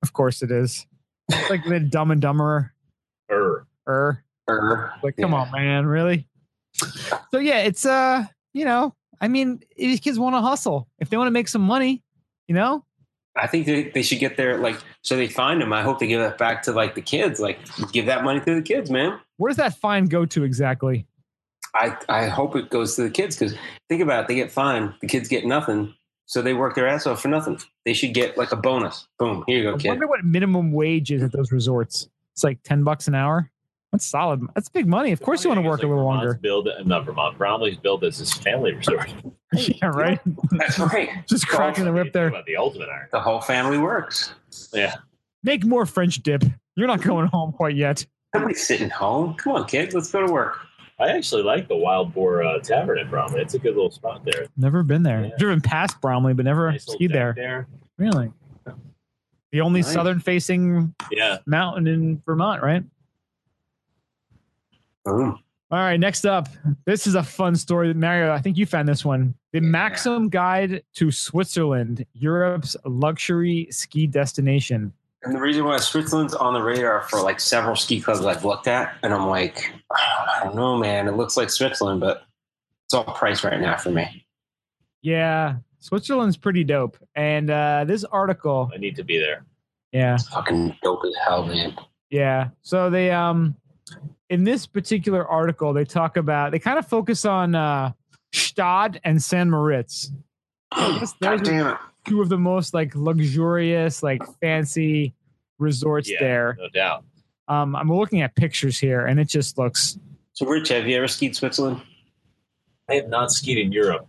Of course it is. It's like the Dumb and Dumberer.
Err.
Er.
Er,
Like, come
yeah.
on, man, really? So yeah, it's uh, you know, I mean, these kids want to hustle. If they want to make some money, you know,
I think they, they should get their like so they find them. I hope they give that back to like the kids. Like give that money to the kids, man.
where does that fine go to exactly?
I I hope it goes to the kids because think about it, they get fined, the kids get nothing, so they work their ass off for nothing. They should get like a bonus. Boom, here you go,
I
kid.
wonder what minimum wage is at those resorts. It's like ten bucks an hour. That's solid. That's big money. Of course, you want to work a little longer.
Build uh, not Vermont. Bromley's build as his family resort.
yeah, right.
That's right.
Just cracking the whip there.
About the ultimate iron.
The whole family works.
Make more French dip. You're not going home quite yet.
Nobody's sitting home. Come on, kids, let's go to work.
I actually like the Wild Boar uh, Tavern in Bromley. It's a good little spot there.
Never been there.
Yeah.
Driven past Bromley, but never
Nice little
skied
deck
there. Really. The only
Nice.
southern-facing
Yeah.
mountain in Vermont, right?
Boom.
All right, next up. This is a fun story. Mario, I think you found this one. The
Yeah.
Maxim Guide to Switzerland, Europe's luxury ski destination.
And the reason why Switzerland's on the radar for like several ski clubs I've looked at, and I'm like, "Oh, I don't know, man. It looks like Switzerland, but it's all price right now for me.
Yeah, Switzerland's pretty dope. And uh, this article,
I need to be there.
yeah,
Fucking dope as hell, man.
yeah. So they um, in this particular article, they talk about they kind of focus on uh, Stade and San Moritz,
God
those are-
damn it.
two of the most like luxurious, like fancy resorts
Yeah.
there.
No doubt.
Um, I'm looking at pictures here, and it just looks
So, Rich, have you ever skied Switzerland?
I have not skied in Europe.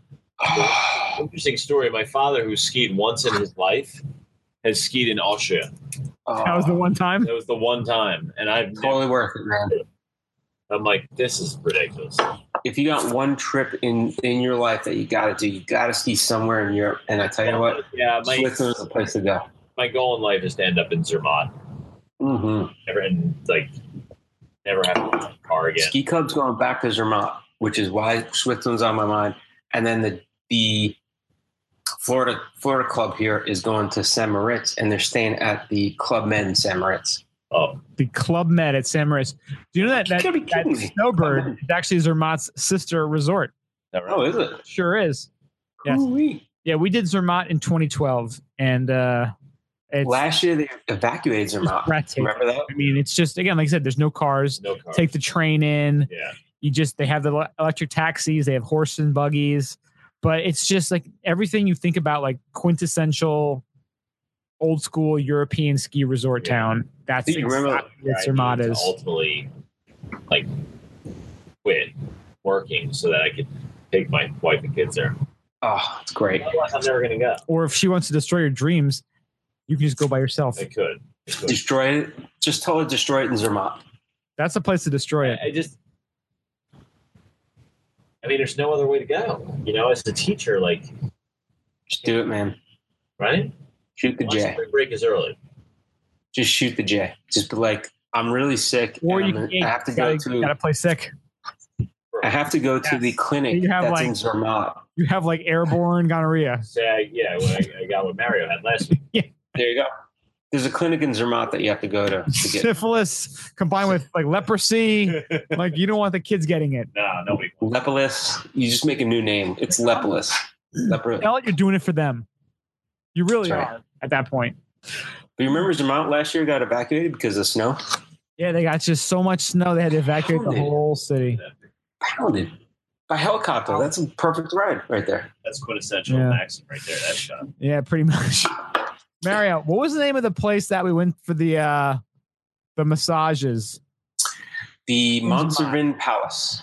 Interesting story. My father, who skied once in his life, has skied in Austria.
that was the one time.
That was the one time, and I've. Never,
Totally worth it, man.
I'm like, this is ridiculous.
If you got one trip in in your life that you got to do, you got to ski somewhere in Europe. And I tell you what,
Yeah, my
Switzerland's the place to go.
my goal in life is to end up in Zermatt.
Mm-hmm.
Never and like, never have to own a car again.
Ski Club's going back to Zermatt, which is why Switzerland's on my mind. And then the the Florida Florida club here is going to St. Moritz, and they're staying at the Club Med in St. Moritz.
Oh,
The Club Med at San Maris. Do you know that
You
that,
gotta be
that
kidding me. Club
Snowbird
Med.
is actually Zermatt's sister resort?
that right?
Oh, is it?
Sure is. Yes.
Ooh-wee.
Yeah, we did Zermatt in 2012, and uh, it's
Last year they evacuated
just
Zermatt.
breathtaking.
Remember that?
I mean, it's just again, like I said, there's no cars.
no car.
Take the train in.
yeah.
you just they have the le- electric taxis they have horse and buggies but it's just like everything you think about like quintessential old school European ski resort
Yeah.
town. That's
Do you remember-
exactly what
I need
Zermatt
to
is.
ultimately like quit working so that I could take my wife and kids there.
Oh, it's great.
Otherwise, I'm never going to go.
Or if she wants to destroy your dreams, you can just go by yourself.
I could. I, could.
Destroy it. Just totally destroy it in Zermatt.
That's a place to destroy it.
I, I just. I mean, there's no other way to go. You know, as a teacher, like,
Just do it, man.
right?
Shoot the
My
J.
spring break is early.
Just shoot the J. Just be like, I'm really sick.
Or
and
you
I'm
can
gonna- I have to
you
go
gotta, you gotta
to.
play sick.
I have to go to the clinic
You have,
that's
like-
in Zermatt.
You have like airborne gonorrhea.
So, I, yeah, well, I, I got what Mario had last week.
There you go. There's a clinic in Zermatt that you have to go to to get
Syphilis combined with like leprosy. like you don't want the kids getting it.
No, nobody.
Lepolis. You just make a new name. It's Lepolis. Lepro-
Tell it you're doing it for them. You really
That's right.
are at that point.
Do you remember Zermatt last year got evacuated because of snow?
Yeah, they got just so much snow they had to evacuate the
Pounded.
whole city.
Pounded by helicopter. That's a perfect ride right there.
That's quintessential
Yeah.
maxim right there. That shot.
Yeah, pretty much. Mario, what was the name of the place that we went for the uh the massages?
The
Zermatt.
Montservin Palace.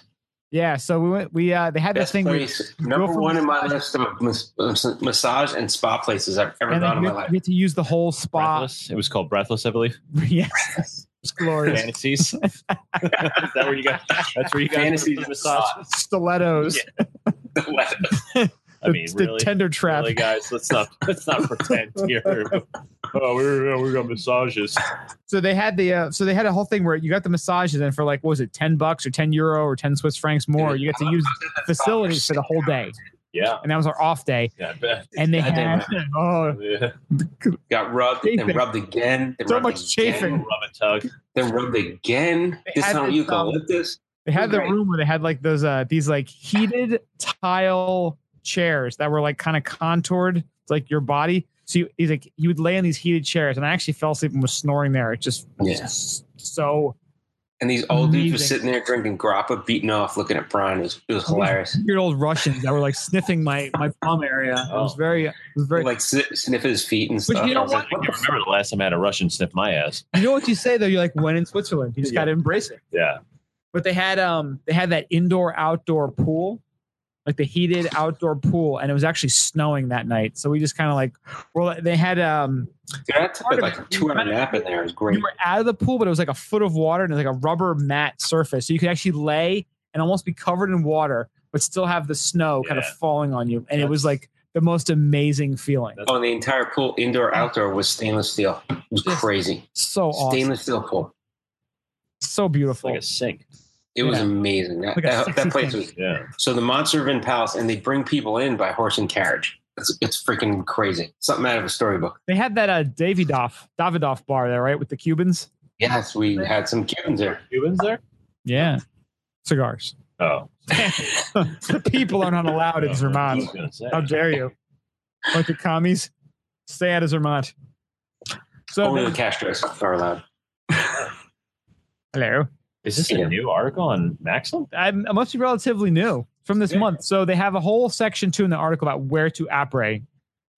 Yeah, so we went we uh they had this
Best
thing where
place. Number
go for
one in my
massage.
list of mas- mas- massage and spa places I've ever
and
gone
then
in
you
my
had,
life.
you had to use the whole spa.
Breathless. It was called Breathless, I believe.
yes, it's glorious.
Fantasies. is that where you got? That's where you got
Fantasies
the massage.
Stilettos,
I mean,
the,
really,
the tender trap.
really, guys. Let's not let's not pretend here. oh, we're we got massages.
so they had the uh, so they had a whole thing where you got the massage and then for like what was it, ten bucks or ten euro or ten Swiss francs more, you got to use the facility for the whole day,
Yeah,
and that was our off day.
yeah, I bet.
And they
Goddamn
had oh
Yeah.
Got rubbed, then
Chafing.
rubbed again. Then
So
rubbed
much
again,
chafing.
Rub and tug.
Then rubbed again.
They
This
had
time
this, um,
eucalyptus.
They had the
Right.
room where they had like those uh these like heated tile chairs that were like kind of contoured it's like your body. So you, he's like you would lay in these heated chairs, and I actually fell asleep and was snoring there. It just
Yeah.
s- so
And these old dudes were
Amazing.
sitting there drinking grappa, beating off, looking at Brian. It was, it was hilarious.
weird old Russians that were like sniffing my my palm area. It was
Oh.
very it was very.
Like sniff sniff his feet and stuff.
you know
I was
what?
like,
I
what the
can't remember the last time I had a Russian sniff my ass.
You know what you say though? You're like when in Switzerland, you just
Yeah.
got to embrace it.
Yeah,
But they had um they had that indoor outdoor pool, like the heated outdoor pool, and it was actually snowing that night. So we just kind of like well they had um
Dude, I took like a two hour nap in there. It was great.
you were out of the pool, but it was like a foot of water and it was like a rubber mat surface. So you could actually lay and almost be covered in water, but still have the snow kind of
Yeah.
falling on you. And it was like the most amazing feeling.
That's-
Oh, and the entire pool, indoor, outdoor, was stainless steel. It was crazy.
So awesome.
Stainless steel pool.
So
it's
beautiful.
like a sink.
It was
Yeah.
amazing. That,
Like a
that,
sexy
that place
thing.
was
Yeah,
so the Montservin Palace, and they bring people in by horse and carriage. It's, it's freaking crazy. Something out of a storybook.
They had that uh, Davidoff, Davidoff bar there, right? With the Cubans.
Yes, we had some Cubans there.
Cubans there.
Yeah. Cigars.
Oh,
the people are not allowed in
I
Zermatt.
was gonna say.
How dare you? Like the commies, stay out of Zermatt. So,
Only the
there-
Castros are allowed.
hello.
Is this a new article on Maxim?
I'm, it must be relatively new from this
Yeah.
month. So they have a whole section too in the article about where to après,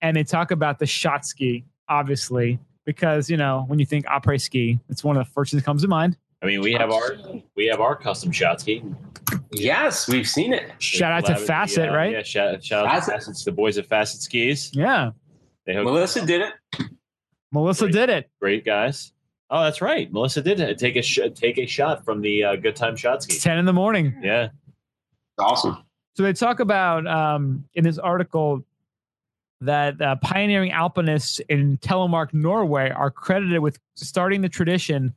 and they talk about the shot ski, obviously, because you know when you think après ski, it's one of the first things that comes to mind.
I mean, we have our we have our custom shot ski.
Yes, we've seen it.
Shout out to
Collaborated-
Facet,
yeah,
right?
uh, Yeah, shout, shout out to
Facet.
Facet's the boys at Facet Skis.
Yeah,
They hooked
Melissa did it.
Melissa
Great.
did it.
great guys. Oh, that's right. Melissa did take a sh- take a shot from the uh, Good Time Shot
It's
Ski.
ten in the morning.
Yeah,
Awesome.
So they talk about um, in this article that uh, pioneering alpinists in Telemark, Norway, are credited with starting the tradition,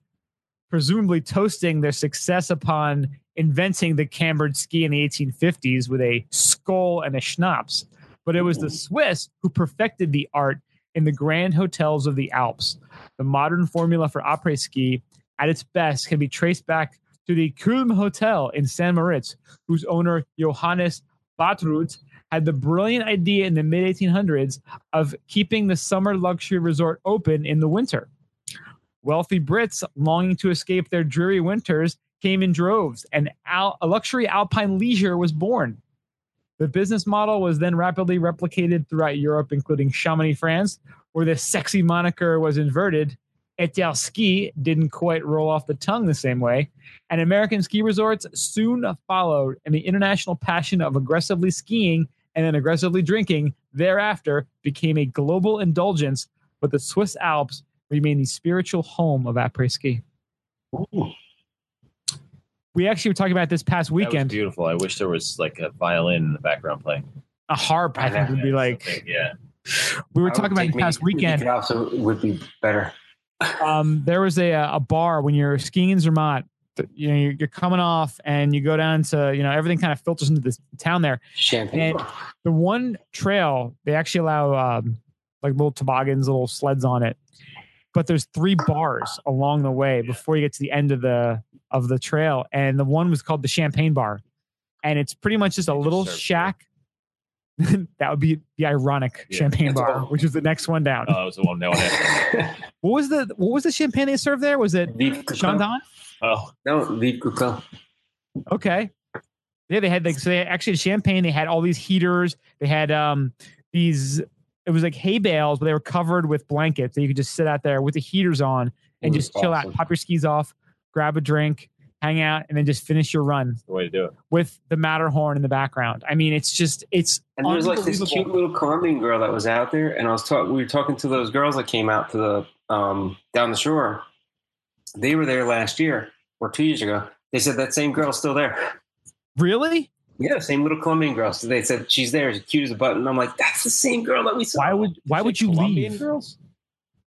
presumably toasting their success upon inventing the cambered ski in the 1850s with a skull and a schnapps. But it was the Swiss who perfected the art in the grand hotels of the Alps. The modern formula for après ski, at its best, can be traced back to the Kulm Hotel in St. Moritz, whose owner Johannes Batrut had the brilliant idea in the mid 1800s of keeping the summer luxury resort open in the winter. Wealthy Brits longing to escape their dreary winters came in droves, and al- a luxury alpine leisure was born. The business model was then rapidly replicated throughout Europe, including Chamonix, France, where the sexy moniker was inverted, Etyalski didn't quite roll off the tongue the same way, and American ski resorts soon followed, and the international passion of aggressively skiing and then aggressively drinking thereafter became a global indulgence, but the Swiss Alps remain the spiritual home of après ski. We actually were talking about this past
That was
weekend.
beautiful. I wish there was like a violin in the background playing.
A harp, I think, would be
Yeah,
like
something, yeah.
we
I
were
would
talking about
take
this past
maybe
weekend.
It off, so it would be better.
um, there was a a bar when you're skiing in Zermatt. th- You know, you're, you're coming off, and you go down to you know everything kind of filters into this town there.
Champagne.
And- The one trail they actually allow um, like little toboggans, little sleds on it, but there's three bars along the way before you get to the end of the of the trail, and the one was called the Champagne Bar, and it's pretty much just a little
serve beer.
shack. that would be the ironic
Yeah.
champagne
That's
bar,
awful.
which is the next one down.
Oh, it was the one that one. had-
what was the what was the champagne they served there? Was it
Vive Coco.
Chandon?
Oh,
No, Vive Coco.
Okay. Yeah, they had like so they actually had champagne. They had all these heaters. They had um these. It was like hay bales, but they were covered with blankets. So you could just sit out there with the heaters on and
Ooh,
just chill out,
awesome.
pop your skis off, grab a drink, hang out, and then just finish your run
the way to do it.
with the Matterhorn in the background. I mean, it's just it's
And there was like this cute
unbelievable.
little Colombian girl that was out there, and I was talking. We were talking to those girls that came out to the um, down the shore. They were there last year or two years ago. They said that same girl's still there.
Really?
Yeah, same little Colombian girl. So they said she's there, she's cute as a button. I'm like, that's the same girl that we saw.
Why would why would you
Colombian
leave?
girls?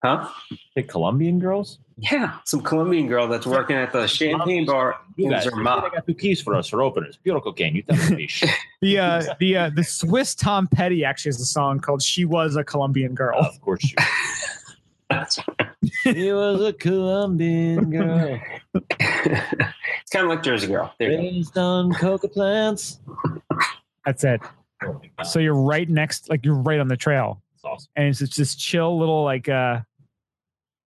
Huh?
Hey, Colombian girls?
Yeah, some Colombian girl that's working at the champagne bar
You
in
guys, they
Zermatt.
got two keys for us for openers. Beautiful game. You tell me. shit.
The uh, the uh, the Swiss Tom Petty actually has a song called "She Was a Colombian Girl."
Of course you. He was a Colombian girl
it's kind of like Jersey Girl. There you go.
raised on coca plants.
That's it.
Oh my God,
So you're right next, like you're right on the trail.
that's awesome.
and it's, it's this chill little like uh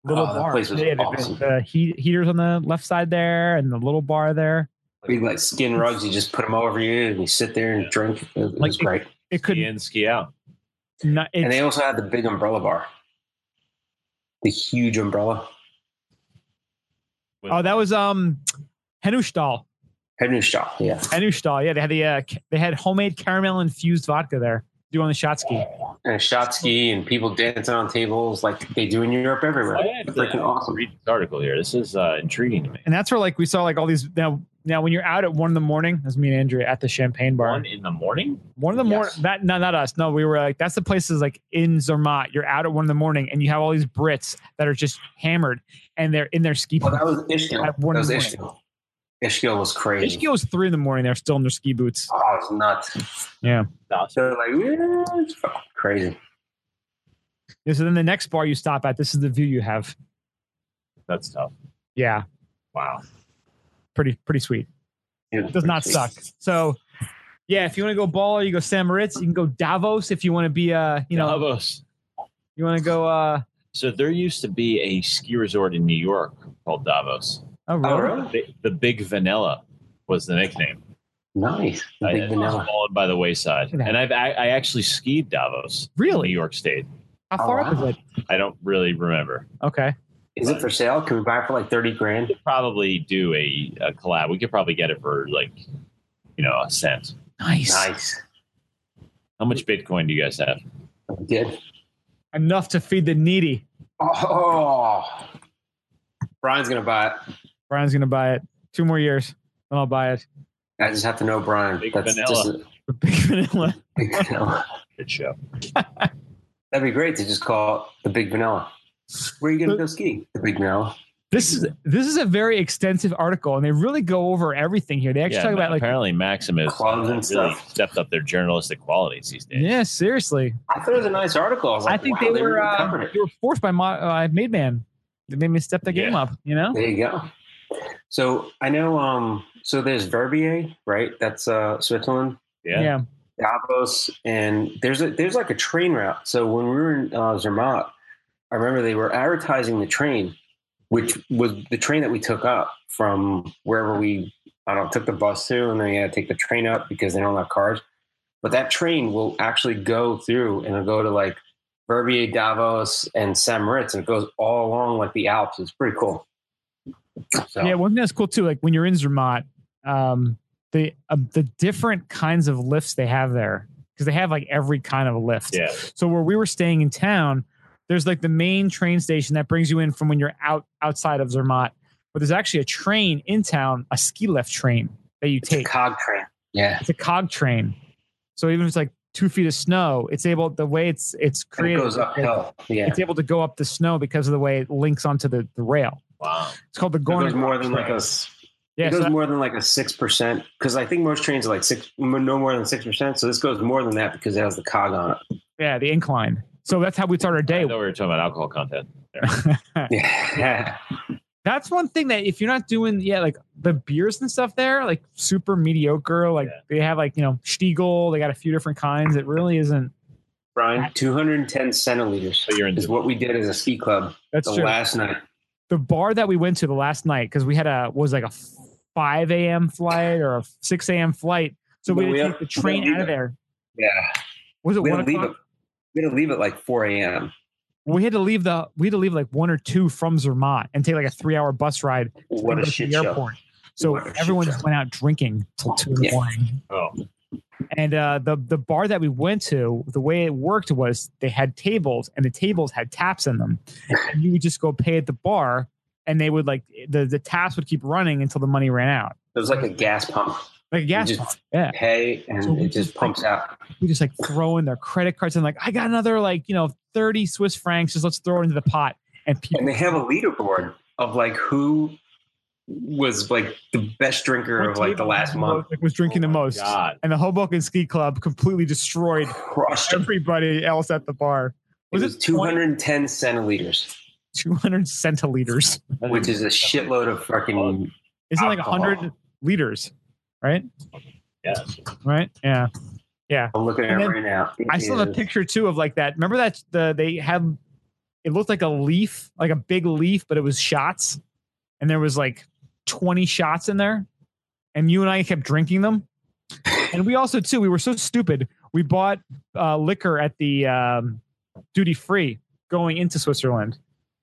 little
Oh, that
bar.
place was
Yeah, the-
awesome.
the heat, heaters on the left side there, and the little bar there.
We like skin rugs. You just put them over you, and you sit there and drink. It was
Like-
great.
It could
Ski in, ski out.
not.
And they
It's,
also had the big umbrella bar, the huge umbrella.
oh, that was um, Henustal.
Henustal, yeah.
Henustal. Yeah, they had the uh, ca- they had homemade caramel infused vodka there. Do on the shot ski.
And a shot ski and people dancing on tables like they do in Europe everywhere.
Oh,
I have to-
Freaking awesome.
Read this article here. This is uh, intriguing to me.
And that's where like we saw like all these now. Now, when you're out at one in the morning, that's me and Andrea at the Champagne Bar.
One in the morning.
One in the morning.
Yes.
That no, not us. No, we were like that's the places like in Zermatt. You're out at one in the morning, and you have all these Brits that are just hammered, and they're in their ski.
Well,
boots.
that was Ishkill.
At
That
one
was
point.
Ishkill. Ishkill was crazy.
Ishki was three in the morning. They're still in their ski boots.
Oh, it was nuts.
That's-
So like, yeah, it's fucking crazy.
Yeah, So then the next bar you stop at, this is the view you have.
That's tough.
Yeah,
Wow.
pretty pretty sweet.
It was
Does not
crazy.
suck. So yeah, if you want to go baller, you go San Moritz. You can go Davos if you want to be uh you know
Davos.
you want to go uh
So there used to be a ski resort in New York called Davos.
oh,
Oh,
really?
really?
The, the Big Vanilla was the nickname.
Nice. The
I-
Big
it was
vanilla.
fallen by the wayside,
Look at that.
and I've I, I actually skied Davos, New
really?
York State.
How
Oh,
far up is
wow.
it?
I don't really remember.
Okay,
Is it for sale? Can we buy it for like 30 grand?
Probably do a, a collab. We could probably get it for like, you know, a cent.
nice.
Nice.
How much Bitcoin do you guys have?
Good.
Enough to feed the needy.
Oh. Brian's going to buy it.
Brian's gonna buy it. Two more years, then I'll buy it.
I just have to know Brian.
Big
That's
vanilla.
just a-
The big vanilla.
big vanilla.
Good show.
That'd be great to just call it the Big Vanilla. Where are you going to go ski? The Big Vanilla.
This is this is a very extensive article, and they really go over everything here. They actually
Yeah,
talk about like
apparently Maximus
Clubs and
really
stuff.
stepped up their journalistic qualities these days.
yeah, seriously.
I thought it was a nice article. I was like,
I think
wow,
they were
really
uh,
covered it.
they were forced by my uh, Made Man. They made me step the game
Yeah.
up. You know,
There you go. So I know. Um, so there's Verbier, right? That's uh, Switzerland,
Yeah.
Davos, and there's a there's like a train route. So when we were in uh, Zermatt, I remember they were advertising the train, which was the train that we took up from wherever we I don't know, took the bus to, and then you got to take the train up because they don't have cars. But that train will actually go through and it'll go to like Verbier, Davos, and St. Moritz, and it goes all along like the Alps. It's pretty cool. So,
Yeah, one thing that's cool too, like when you're in Zermatt, um, the uh, the different kinds of lifts they have there because they have like every kind of lift.
Yeah.
So where we were staying in town, there's like the main train station that brings you in from when you're out outside of Zermatt, but there's actually a train in town, a ski lift train that you
it's a
take.
cog train. Yeah.
It's a cog train, so even if it's like two feet of snow, it's able the way it's it's
And it
created.
goes
it's-
uphill. Yeah.
It's able to go up the snow because of the way it links onto the, the rail.
Wow.
It's called the
It
Gorner.
goes more than like a
yeah,
it
so
goes
that-
more than like a six percent because I think most trains are like six, m- no more than six percent. So this goes more than that because it has the cog on it.
yeah, the incline. So that's how we start our
I
day.
know we were talking about alcohol content.
Yeah,
That's one thing that if you're not doing, yeah, like the beers and stuff there, like super mediocre. Like
Yeah.
they have like you know Stiegel. They got a few different kinds. It really isn't.
Brian, two hundred and ten centiliters
But you're in
is what we did as a ski club
That's
the
true.
last night.
the bar that we went to the last night because we had a was like a five a.m. flight or a six a.m. flight. So we
No,
had
we
to
had-
take the train
we had
out of there.
Yeah,
Was it
we
one
had to leave
o'clock?
it. We had to leave at like four a.m.
we had to leave the we had to leave like one or two from Zermatt and take like a three hour bus ride
What a
to
shit
the
show!
airport. So
What a shit
everyone
show.
just went out drinking till two in the
Yeah.
morning.
Oh.
And uh, the the bar that we went to, the way it worked was they had tables and the tables had taps in them. And you would just go pay at the bar and they would like the, the taps would keep running until the money ran out.
It was like a gas pump.
Like a gas
just-
pump. Yeah.
Pay and
So we
it just
just-
pumps out.
We just like throw in their credit cards and like, I got another like, you know, 30 Swiss francs, just let's throw it into the pot. And people
And they have a leaderboard of like who was like the best drinker of like the last month.
was drinking the
Oh my
most.
God.
and the Hoboken Ski Club completely destroyed
Crushed it.
everybody else at the bar.
It
Was
was
it
210 centiliters,
200 centiliters?
which is a shitload of fucking.
Isn't it like
Alcohol.
100 liters, right?
Yeah.
Right? Yeah.
I'm looking at
And
it
then
right now.
I still have a picture too of like that. Remember that the they had it looked like a leaf, like a big leaf, but it was shots, and there was like 20 shots in there, and you and I kept drinking them, and we also too we were so stupid we bought uh, liquor at the um, duty free going into Switzerland,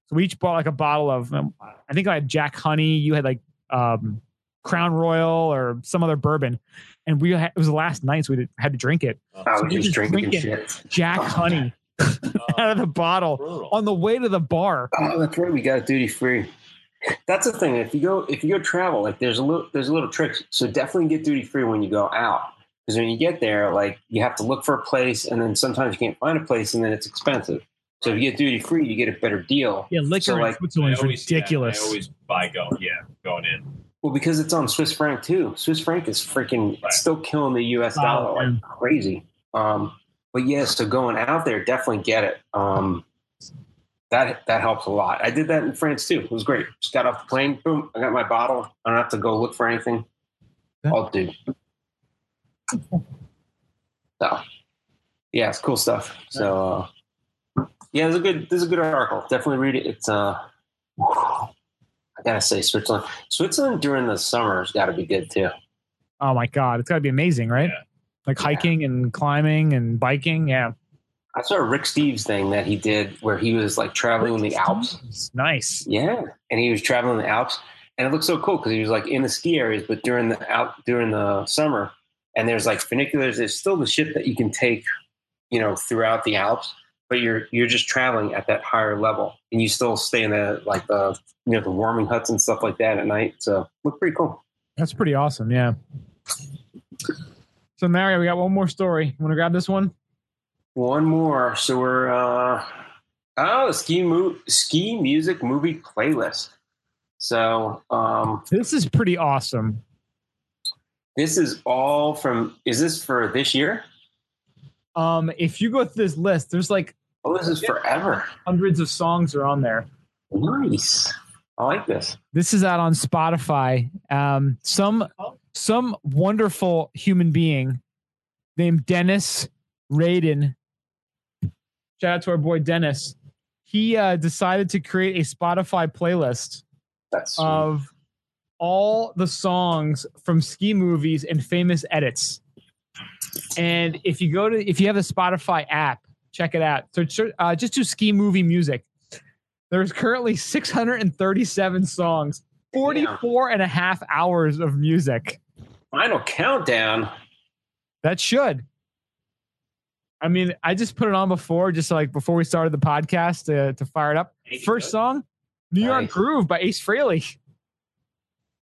so we each bought like a bottle of um, I think I had Jack Honey, you had like um, Crown Royal or some other bourbon, and we had, it was the last night so we had to drink it.
I
So you're
was Oh, just
just
drinking,
drinking.
shit.
Jack
Oh,
Honey
Oh,
out of the bottle
brutal.
on the way to the bar.
Oh, that's right. We got it duty free. That's the thing. If you go, if you go travel, like there's a little, there's a little trick. So definitely get duty free when you go out, because when you get there, like you have to look for a place, and then sometimes you can't find a place, and then it's expensive. So if you get duty free, you get a better deal.
Yeah, liquor
So,
in
like,
Switzerland is
I always- yeah,
ridiculous.
I always buy going. Yeah, going in.
Well, because it's on Swiss franc too. Swiss franc is freaking
Right.
it's still killing the U.S.
Oh,
dollar like
man.
crazy. Um, but yeah, so going out there, definitely get it. Um, that that helps a lot. I did that in France too. It was great. Just got off the plane, boom, I got my bottle. I don't have to go look for anything.
Yeah.
I'll do. So, yeah, it's cool stuff. So, uh, yeah, there's a good there's a good article. Definitely read it. It's uh, I gotta say Switzerland. Switzerland during the summer has got to be good too.
oh my god, it's got to be amazing, right?
Yeah.
Like hiking and climbing and biking. Yeah,
I saw a Rick Steves thing that he did where he was like traveling in the Alps.
It's nice.
Yeah, and he was traveling the Alps, and it looked so cool because he was like in the ski areas, but during the out during the summer, and there's like funiculars. There's still the shit that you can take, you know, throughout the Alps, but you're you're just traveling at that higher level, and you still stay in the like the you know the warming huts and stuff like that at night. So looked pretty cool.
That's pretty awesome. Yeah. So Mario, we got one more story. You want to grab this one?
One more, so we're uh oh ski mo- ski music movie playlist. So um
This is pretty awesome.
This is all from. Is this for this year?
Um, if you go through this list, there's like
Oh, this is forever.
hundreds of songs are on there.
Nice. I like this.
This is out on Spotify. Um, some some wonderful human being named Dennis Radin. Shout out to our boy Dennis. He uh, decided to create a Spotify playlist
That's sweet.
of all the songs from ski movies and famous edits. And if you go to if you have the Spotify app, Check it out. So sure, uh, just do ski movie music. There's currently 637 songs, 44 and a half hours of music.
Final countdown.
That should. I mean, I just put it on before, just like before we started the podcast to, to fire it up. First song, New York
Nice.
Groove by Ace Frehley.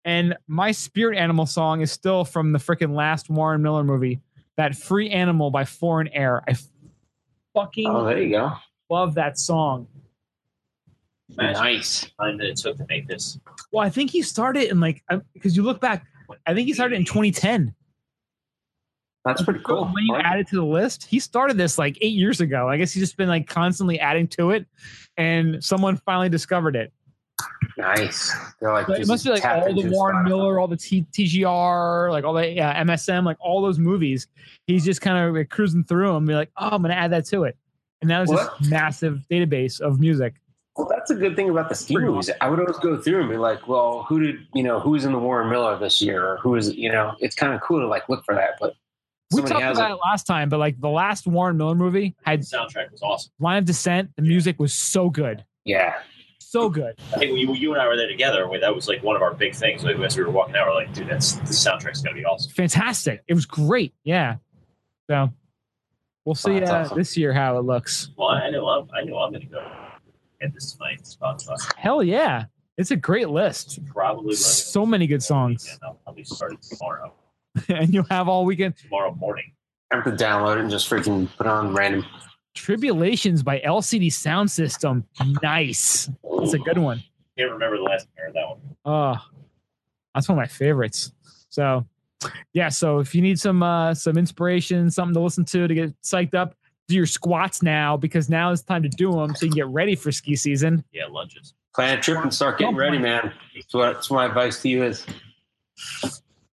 And my spirit animal song is still from the freaking last Warren Miller movie, that Free Animal by Foreign Air. I fucking
Oh, there you go.
love that song.
Imagine
Nice.
the time that it took to make this.
Well, I think he started in like because you look back, I think he started in 2010.
That's pretty
So
cool.
When you add it to the list, he started this like eight years ago. I guess he's just been like constantly adding to it, and someone finally discovered it.
Nice. They're like,
So it
just
must be like
tapped
all the
into
Warren
Spotify.
Miller, all the T- TGR, like all the uh, MSM, like all those movies. He's just kind of like, cruising through them, be like, oh, I'm going to add that to it. And now there's
What?
this massive database of music.
Well, that's a good thing about the ski movies. I would always go through and be like, well, who did you know who's in the Warren Miller this year, or who is you know? It's kind of cool to like look for that, but
We
somebody
talked
has
about it last time, but like the last Warren Miller movie
The
had
soundtrack was awesome.
Line of Descent. The music was so good.
Yeah,
So good.
I think you, you and I were there together. We, that was like one of our big things. Like as we were walking out, we're like, dude, that's the soundtrack's gonna be awesome.
Fantastic. It was great. Yeah. So we'll see
that's
uh,
awesome.
this year how it looks.
Well, I know I'm, I know I'm gonna go get this tonight. Spotify
Hell yeah. It's a great list.
probably
So many good songs.
I'll probably start it tomorrow.
and you'll have all weekend.
Tomorrow morning.
I have to download it and just freaking put on random.
Tribulations by LCD Sound System. Nice. That's a good one.
Can't remember the last pair of that one.
Oh, that's one of my favorites. So, yeah. So if you need some uh, some inspiration, something to listen to to get psyched up, do your squats now because now it's time to do them so you can get ready for ski season.
Yeah, lunches.
Plan a trip and start getting ready, man. That's what, that's what my advice to you is: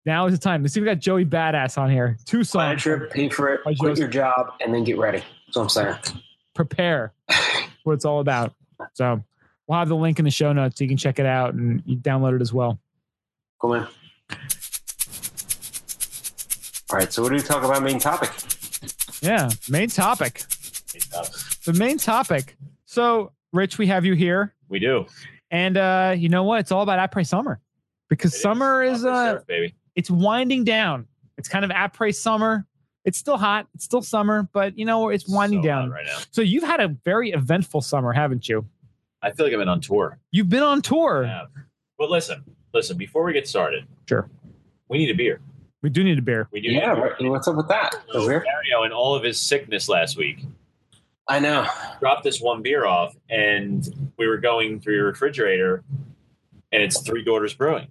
Now is the time. Let's see. if We got Joey Badass on here. Two
plan a
songs.
trip, pay for it,
I
quit
just-
your job, and then get ready. That's what I'm saying.
Prepare. That's what it's all about. So we'll have the link in the show notes so you can check it out and you download it as well.
Cool, man. All right, so what do we talk about? Main topic.
Yeah. Main topic. the main topic. So, Rich, we have you here,
We do.
and uh, you know what? It's all about après summer because
It
summer is,
Upper
uh,
surf, baby.
it's winding down. It's kind of après summer. It's still hot. It's still summer, but you know it's winding
So
down.
hot right now.
So you've had a very eventful summer, haven't you?
I feel like I've been on tour.
You've been on tour.
Yeah. But listen, listen. Before we get started,
Sure.
We need a beer.
We do need a beer.
We do.
Yeah,
need a
right. what's up with that? Over
beer.
here?
Mario, in all of his sickness last week,
I know.
dropped this one beer off, and we were going through your refrigerator, and it's Three Daughters Brewing,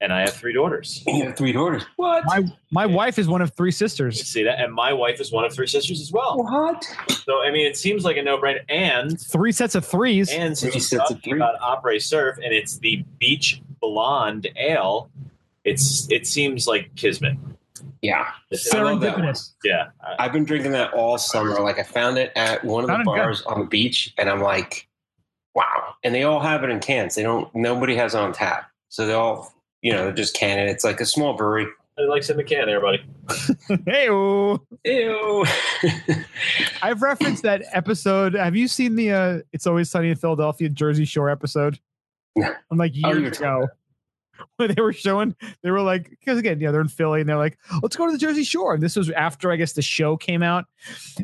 and I have three daughters.
You have three daughters. What?
My my
Yeah.
wife is one of three sisters.
See that? And my wife is one of three sisters as well.
What?
So I mean, it seems like a no-brainer. And
Three sets of threes.
and since
Three
you're
sets of
talking
three.
about Opry Surf, and it's the Beach Blonde Ale, it's it seems like kismet.
Yeah. I love that one.
Serendipitous.
Yeah, I-
I've been drinking that all summer. Like I found it at one of the
Sounded good.
bars on the beach, and I'm like, wow. And they all have it in cans. They don't. Nobody has it on tap, so they all, you know, they're just canning. It's like a small brewery.
I like some can there, buddy.
Hey,
Ew.
I've referenced that episode. Have you seen the uh It's Always Sunny in Philadelphia Jersey Shore episode?
No.
I'm like
Oh,
years
you're talking
ago. When they were showing, they were like, because again, yeah, they're in Philly and they're like, let's go to the Jersey Shore. And this was after I guess the show came out.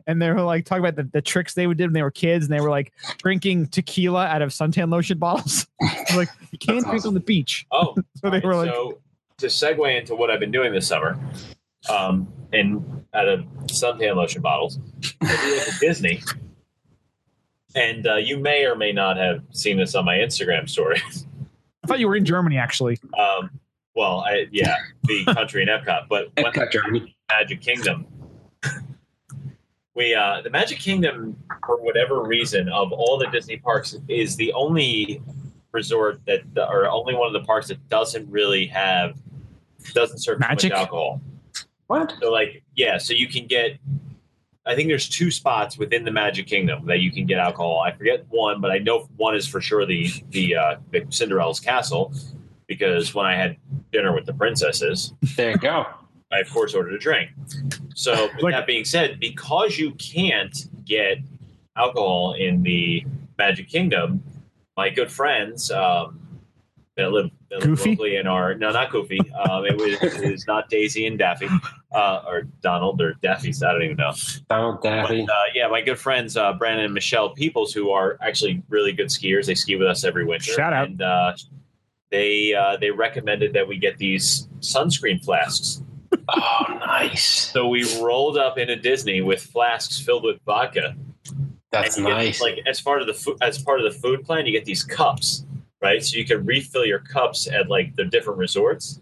And they were like talking about the, the tricks they would do when they were kids, and they were like drinking tequila out of suntan lotion bottles. They're like, you can't drink
awesome.
on the beach.
Oh,
So they were like,
so to segue into what I've been doing this summer, um, and out of suntan lotion bottles, I do like a Disney. And uh, you may or may not have seen this on my Instagram story.
I thought you were in Germany actually.
Um, well, I, yeah, the country in Epcot, but when
Epcot, Germany.
Magic Kingdom. We uh, the Magic Kingdom, for whatever reason, of all the Disney parks, is the only resort that, or only one of the parks that doesn't really have, doesn't serve too
Magic?
much alcohol.
What?
So, like, yeah, so you can get. I think there's two spots within the Magic Kingdom that you can get alcohol. I forget one, but I know one is for sure the the, uh, the Cinderella's Castle, because when I had dinner with the princesses,
There you go.
I of course ordered a drink. So with
Like-
that being said, because you can't get alcohol in the Magic Kingdom, my good friends um, that live, that live
Goofy?
locally in our no, not Goofy. Um, it, was, it was not Daisy and Daffy uh, or Donald or Daffy's. I don't even know.
Donald Daffy.
But, uh, yeah, my good friends uh, Brandon and Michelle Peoples, who are actually really good skiers. They ski with us every winter.
Shout out.
And uh, they uh, they recommended that we get these sunscreen flasks.
Oh, nice.
So we rolled up into Disney with flasks filled with vodka.
That's
And you get,
nice.
Like as part of the food, as part of the food plan, you get these cups, right? So you can refill your cups at like the different resorts.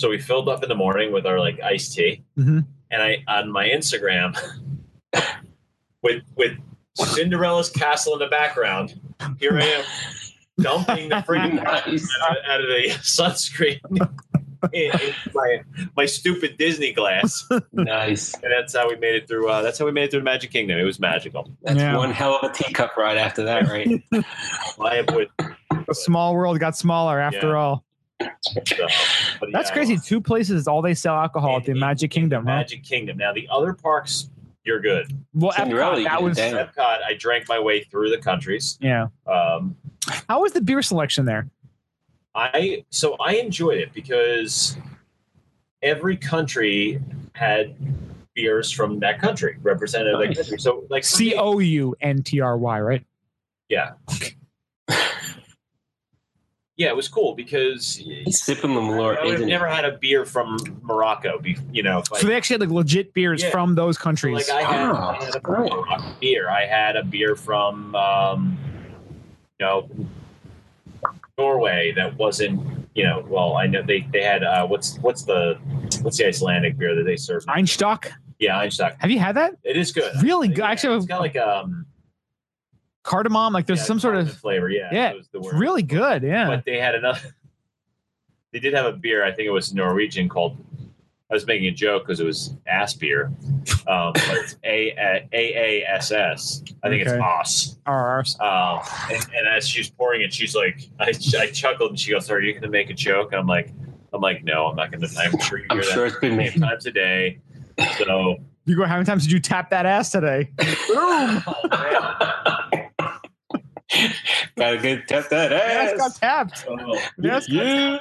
So we filled up in the morning with our like iced tea,
Mhm.
and I on my Instagram with with Cinderella's castle in the background. Here I am dumping the freaking
nice.
out, out of the sunscreen in, in my my stupid Disney glass, and
Nice.
that's how we made it through. Uh, that's how we made it through the Magic Kingdom. It was magical.
That's
Yeah.
one hell of a teacup ride after that, right?
I would.
A small world got smaller after
Yeah.
all.
So, but
That's
yeah,
crazy. Two places all they sell alcohol at the
In- in-
Magic Kingdom, huh?
Magic Kingdom. Now the other parks, you're good.
Well,
Cinderella,
Epcot,
you
that
get
was
down.
Epcot, I drank my way through the countries.
yeah.
Um,
How was the beer selection there?
I so I enjoyed it because every country had beers from that country represented. That
Nice.
country. So like for me,
C O U N T R Y, right?
Yeah. yeah, it was cool because
He's sipping the
I
Malort,
would have
isn't
never had a beer from Morocco. Be, you know, if I-
so they actually had like legit beers
Yeah.
from those countries.
like I had,
Ah,
I had a
great.
Morocco beer. I had a beer from um, you know Norway that wasn't you know. Well, I know they they had uh, what's what's the what's the Icelandic beer that they serve?
Einstock.
Yeah, Einstock.
Have you had that?
It is good.
Really good.
Yeah,
Actually,
it's got like um,
Cardamom, like there's
yeah,
some sort
cardamom
of
flavor. Yeah,
yeah,
that was the word.
really good. Yeah.
but they had another. They did have a beer. I think it was Norwegian called. I was making a joke because it was ass beer, um, but it's A A A S S. I think
Okay.
it's Oss.
Or-
Um, and, and as she's pouring it, she's like, I, I chuckled and she goes, "Are you going to make a joke?" And I'm like, I'm like, no, I'm not going to. I'm sure you
I'm
hear
sure
that
it's been
many
made.
times a day. So,
You go, how many times did you tap that ass today? Boom.
oh, man.
Gotta get tap that
Ass got
ass.
tapped.
Oh.
Yes, got
yeah.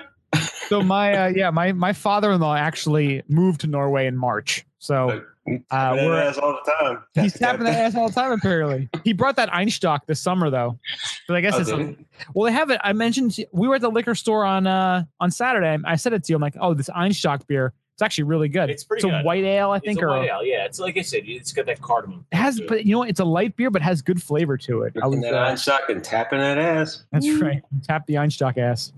So my uh, yeah, my my father-in-law actually moved to Norway in March. So uh,
That
we're,
ass all the time.
he's tapping that ass all the time. Apparently, he brought that Einstock this summer though. But I guess
Oh,
it's
did it?
Well, they have it. I mentioned to- we were at the liquor store on uh on Saturday. I said it to you. I'm like, oh, this Einstock beer. It's actually really good.
It's pretty
a
good.
white ale, I
It's
think,
a
or
white ale. yeah, it's like I said, it's got that cardamom.
it has. But you know, what? it's a light beer, but has good flavor to it. I
Drinking
was,
that
uh,
Einstock and tapping that ass.
that's right. Tap the Einstock ass.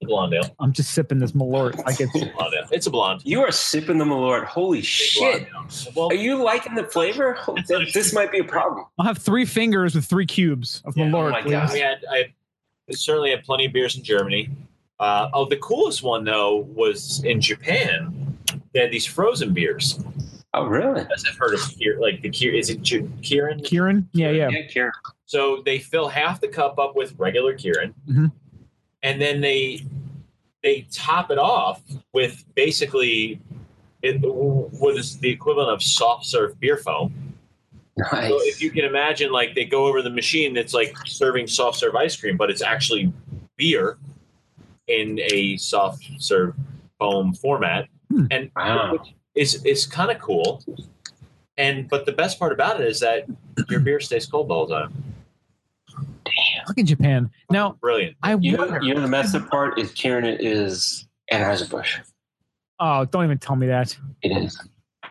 blonde ale.
I'm just sipping this Malort. Like it's
Blonde ale. It's a blonde.
You are sipping the Malort. Holy
Blonde
shit.
ale. Well,
Are you liking the flavor? Oh, th- This might be a problem.
I'll have three fingers with three cubes of
Yeah, oh
Malort.
my
please.
God.
we had I certainly had plenty of beers in Germany. Uh, oh, the coolest one though was in Japan. They had these frozen beers.
Oh, really?
As I've heard of here, like the Kier, is it Ju- Kirin?
Kieran, yeah, yeah.
Kieran.
So they fill half the cup up with regular Kirin,
Mhm.
and then they they top it off with basically it, what is the equivalent of soft serve beer foam.
Nice.
So if you can imagine, like they go over the machine that's like serving soft serve ice cream, but it's actually beer in a soft serve foam format,
Hmm.
and
Wow.
it's it's kind of cool. And but the best part about it is that your beer stays cold the whole time.
Look at Japan. Now
Brilliant.
I
You know,
wonder.
you know the messed up part is Kieran is Anheuser-Busch.
Oh, don't even tell me that.
It is.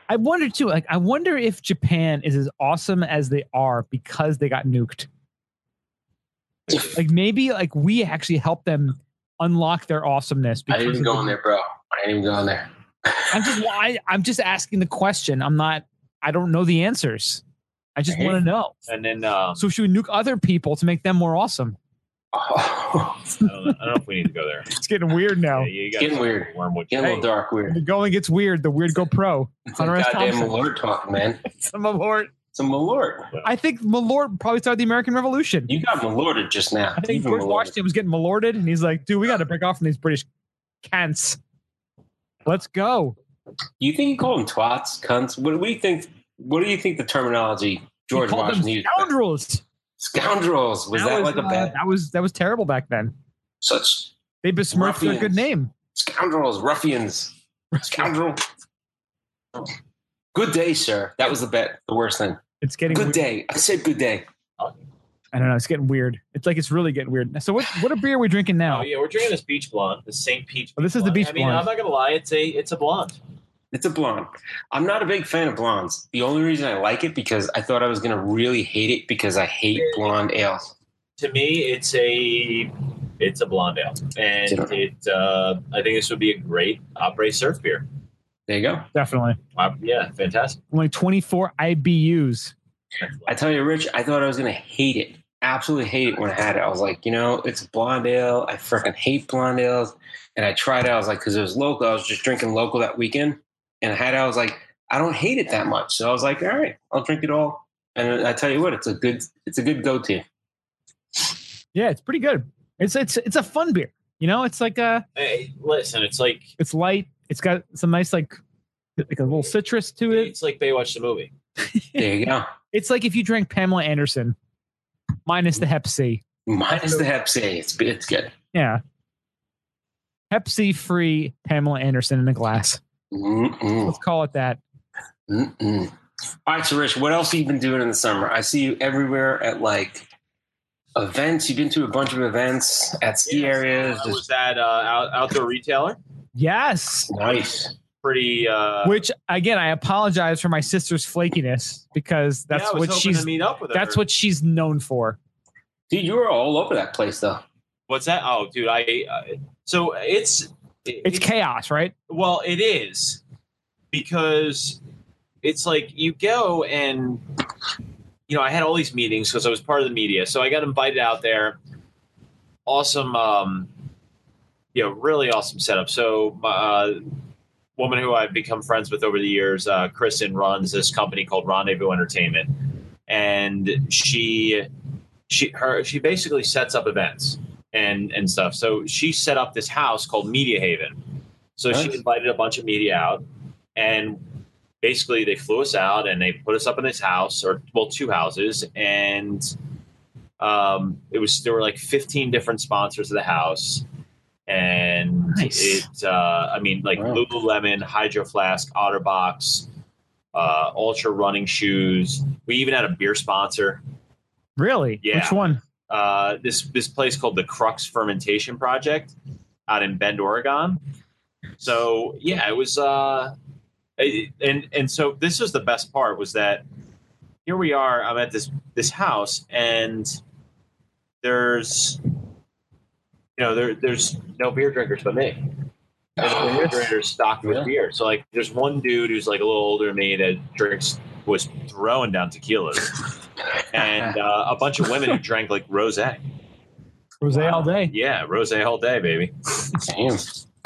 I wonder too. Like, I wonder if Japan is as awesome as they are because they got nuked. like maybe like we actually helped them unlock their awesomeness.
I didn't
because
even
of
go
the-
in there, bro. I didn't even go in there.
I'm just well, I, I'm just asking the question. I'm not. I don't know the answers. I just
Right.
want to know.
And then um,
So should we nuke other people to make them more awesome?
Oh,
I, don't know, I don't know if we need to go there.
It's getting weird now.
Yeah, you got
Getting weird.
Wormwood.
getting a little dark weird.
The going gets weird. The weird go pro.
It's like
Hunter S.
goddamn
Thompson.
Malort talk, man.
Some Malort.
It's a Malort.
I think Malort probably started the American Revolution.
You got Malorted just now.
I think
Even
George
Malorted.
Washington was getting malorted, and he's like, "Dude, we got to break off from these British cants. Let's go."
You think you call them twats, cunts? What do we think What do you think the terminology
he
George
called
Washington
them
used?
scoundrels.
Scoundrels. Was that, like a
uh,
bad
That was that was terrible back then.
such
They besmirched their good
Ruffians.
name.
scoundrels, ruffians, scoundrel? Good day, sir. That was the bet. The worst thing.
It's getting
Good
weird.
day. I said good day.
I don't know. It's getting weird. It's like it's really getting weird. So what what a beer are we drinking now?
Oh yeah, we're drinking this beach blonde, the Saint Peach.
Oh, this is the beach
I mean,
blonde.
I'm not gonna lie, it's a it's a blonde.
It's a blonde. I'm not a big fan of blondes. The only reason I like it because I thought I was gonna really hate it because I hate blonde ales.
To me, it's a it's a blonde ale, and
Sure.
it uh, I think this would be a great opera surf beer.
There you go.
Definitely.
Wow, yeah, fantastic.
Only 24 IBUs.
I tell you, Rich, I thought I was gonna hate it. Absolutely hate it when I had it. I was like, you know, it's blonde ale. I freaking hate blonde ales. And I tried it. I was like, because it was local. I was just drinking local that weekend, and I had it. I was like, I don't hate it that much. So I was like, all right, I'll drink it all. And I tell you what, it's a good, it's a good go-to.
Yeah, it's pretty good. It's it's it's a fun beer. You know, it's like uh
Hey, listen, it's like
it's light. It's got some nice like like a little citrus to it.
it's like Baywatch the movie.
There you go.
It's like if you drank Pamela Anderson minus the Hep C.
Minus the Hep C. It's it's good.
Yeah. Hep C free Pamela Anderson in a glass.
Mm-mm.
Let's call it that.
Mm-mm. All right, so Rich, what else have you been doing in the summer? I see you everywhere at like events. You've been to a bunch of events at ski
Yeah, so
areas.
I was
Just
that uh, out, outdoor retailer.
Yes.
nice.
Pretty. Uh,
Which again, I apologize for my sister's flakiness because
yeah, I
that's
was
what
hoping
she's
to meet up with.
that's
her.
what she's known for.
Dude, you were all over that place though.
What's that? Oh, dude, I. I so it's
It's chaos, right?
Well, it is because it's like you go and you know I had all these meetings because I was part of the media, so I got invited out there. Awesome, um, you know, really awesome setup. So, uh, woman who I've become friends with over the years, uh, Kristen runs this company called Rendezvous Entertainment, and she she her she basically sets up events and and stuff. So she set up this house called Media Haven. So she
Nice.
invited a bunch of media out, and basically they flew us out and they put us up in this house or well two houses and um it was there were like 15 different sponsors of the house and
Nice.
it uh i mean like
Wow.
lululemon hydro flask otterbox uh ultra running shoes we even had a beer sponsor
Really?
Yeah.
Which one?
uh, this this place called the Crux Fermentation Project out in Bend, Oregon. So yeah, it was, uh, it- and and so this was the best part was that here we are. I'm at this this house, and there's you know there there's no beer drinkers but me. And the refrigerator's stocked with
Yeah.
beer. So like, there's one dude who's like a little older than me that drinks was throwing down tequilas, and uh, a bunch of women who drank like rosé.
Rose all day.
Yeah, rosé all day, baby.
Damn.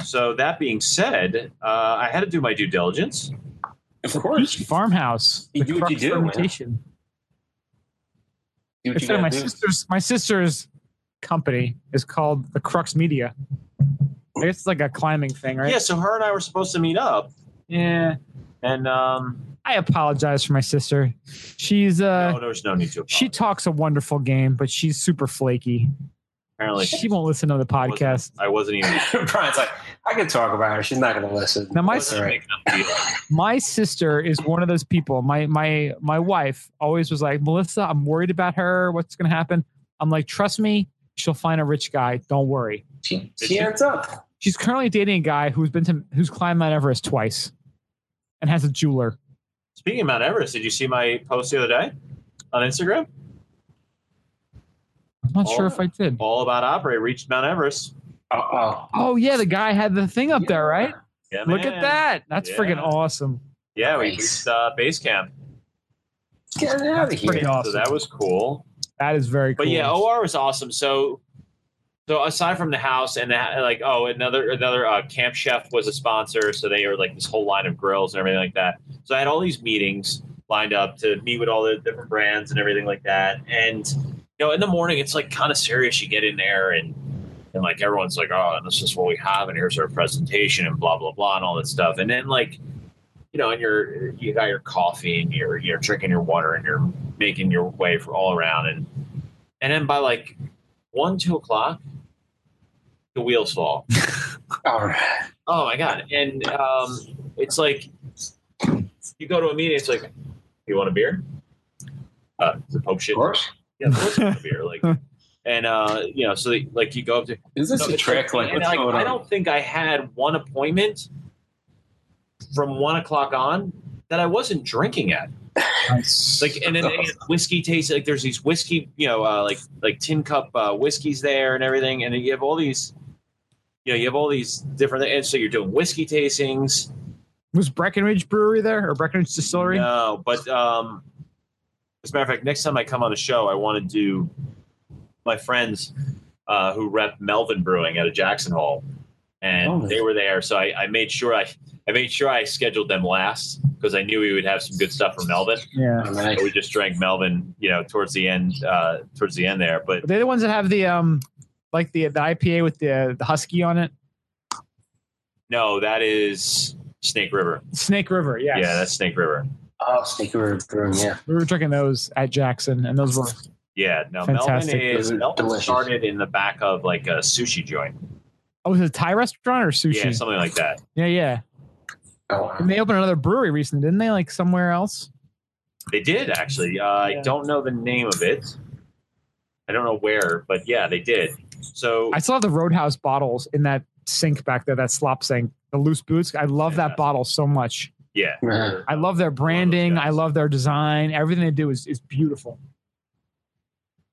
So that being said, uh, I had to do my due diligence.
Of
The
course.
Peach Farmhouse.
You
The
do what you
Crux
do, man.
fermentation.
Do what you
Instead of my
gotta do.
sister's my sister's company is called the Crux Media. I guess it's like a climbing thing, right?
Yeah, so her and I were supposed to meet up,
Yeah.
and um,
I apologize for my sister. She's uh
no, there's no need to. Apologize.
she talks a wonderful game, but she's super flaky.
apparently
she won't listen to the podcast.
I wasn't even.
Brian's like, I could talk about her. She's not gonna listen.
Now my
That's all
wasn't
right.
making up deals.
my sister is one of those people. My my my wife always was like, Melissa, I'm worried about her. What's gonna happen? I'm like, trust me, she'll find a rich guy. Don't worry.
She, she ends up.
She's currently dating a guy who's been to who's climbed Mount Everest twice, and has a jeweler.
Speaking of Mount Everest, did you see my post the other day on Instagram?
I'm not
Oh.
sure if I did.
All about Opry reached Mount Everest.
Uh oh.
Oh yeah, the guy had the thing up there, right?
Yeah,
Look at
man.
that. That's
Yeah.
freaking awesome.
Yeah, we
Nice.
reached uh, base camp,
Get out of
Pretty
here.
awesome.
so that was cool.
that is very cool.
But yeah, OR was awesome. So, so aside from the house and that, like, oh, another another uh, camp chef was a sponsor, so they were like this whole line of grills and everything like that. So I had all these meetings lined up to meet with all the different brands and everything like that. And you know, in the morning, it's like kind of serious. You get in there and and like everyone's like, oh, and this is what we have, and here's our presentation, and blah blah blah, and all that stuff. And then like you know, and you're you got your coffee and you're you're drinking your water and you're making your way for all around and and then by like one two o'clock, the wheels fall.
All right.
Oh my god! And um, it's like you go to a meeting. It's like, you want a beer? Uh, it's a Pope
Of
shit.
course.
Yeah, of course I want a beer. Like, and uh, you know, so they, like you go up to
Is this
no,
a
it's
trick? Like,
and,
what's
like,
going
I
on?
don't think I had one appointment from one o'clock on that I wasn't drinking at. Like, and then they had whiskey tastes like there's these whiskey, you know, uh, like like tin cup uh, whiskeys there and everything, and then you have all these, you know, you have all these different, and so you're doing whiskey tastings.
Was Breckenridge Brewery there or Breckenridge Distillery?
No, but um, as a matter of fact, next time I come on the show, I want to do my friends uh, who rep Melvin Brewing out of Jackson Hole, and
Oh.
they were there, so I, I made sure I I made sure I scheduled them last because I knew we would have some good stuff from Melvin.
Yeah.
Oh,
So
nice.
we just drank Melvin, you know, towards the end, uh, towards the end there. But
They're the ones that have the um, like the the IPA with the the husky on it.
no, that is Snake River.
Snake River. Yes.
Yeah, that's Snake River.
Oh, sneaker room, yeah.
we were drinking those at Jackson, and those were
Yeah, no,
Fantastic.
Melvin is
Those are
Melvin
delicious.
started in the back of like a sushi joint.
oh, was it a Thai restaurant or sushi?
Yeah, something like that.
yeah, yeah.
Oh, wow.
And they opened another brewery recently, didn't they? Like somewhere else.
They did actually. Uh,
Yeah.
I don't know the name of it. I don't know where, but yeah, they did. So
I still have the Roadhouse bottles in that sink back there, that slop sink, the loose boots. I love
Yeah.
that bottle so much.
yeah,
Man.
I love their branding.
guys.
I love their design. Everything they do is, is beautiful.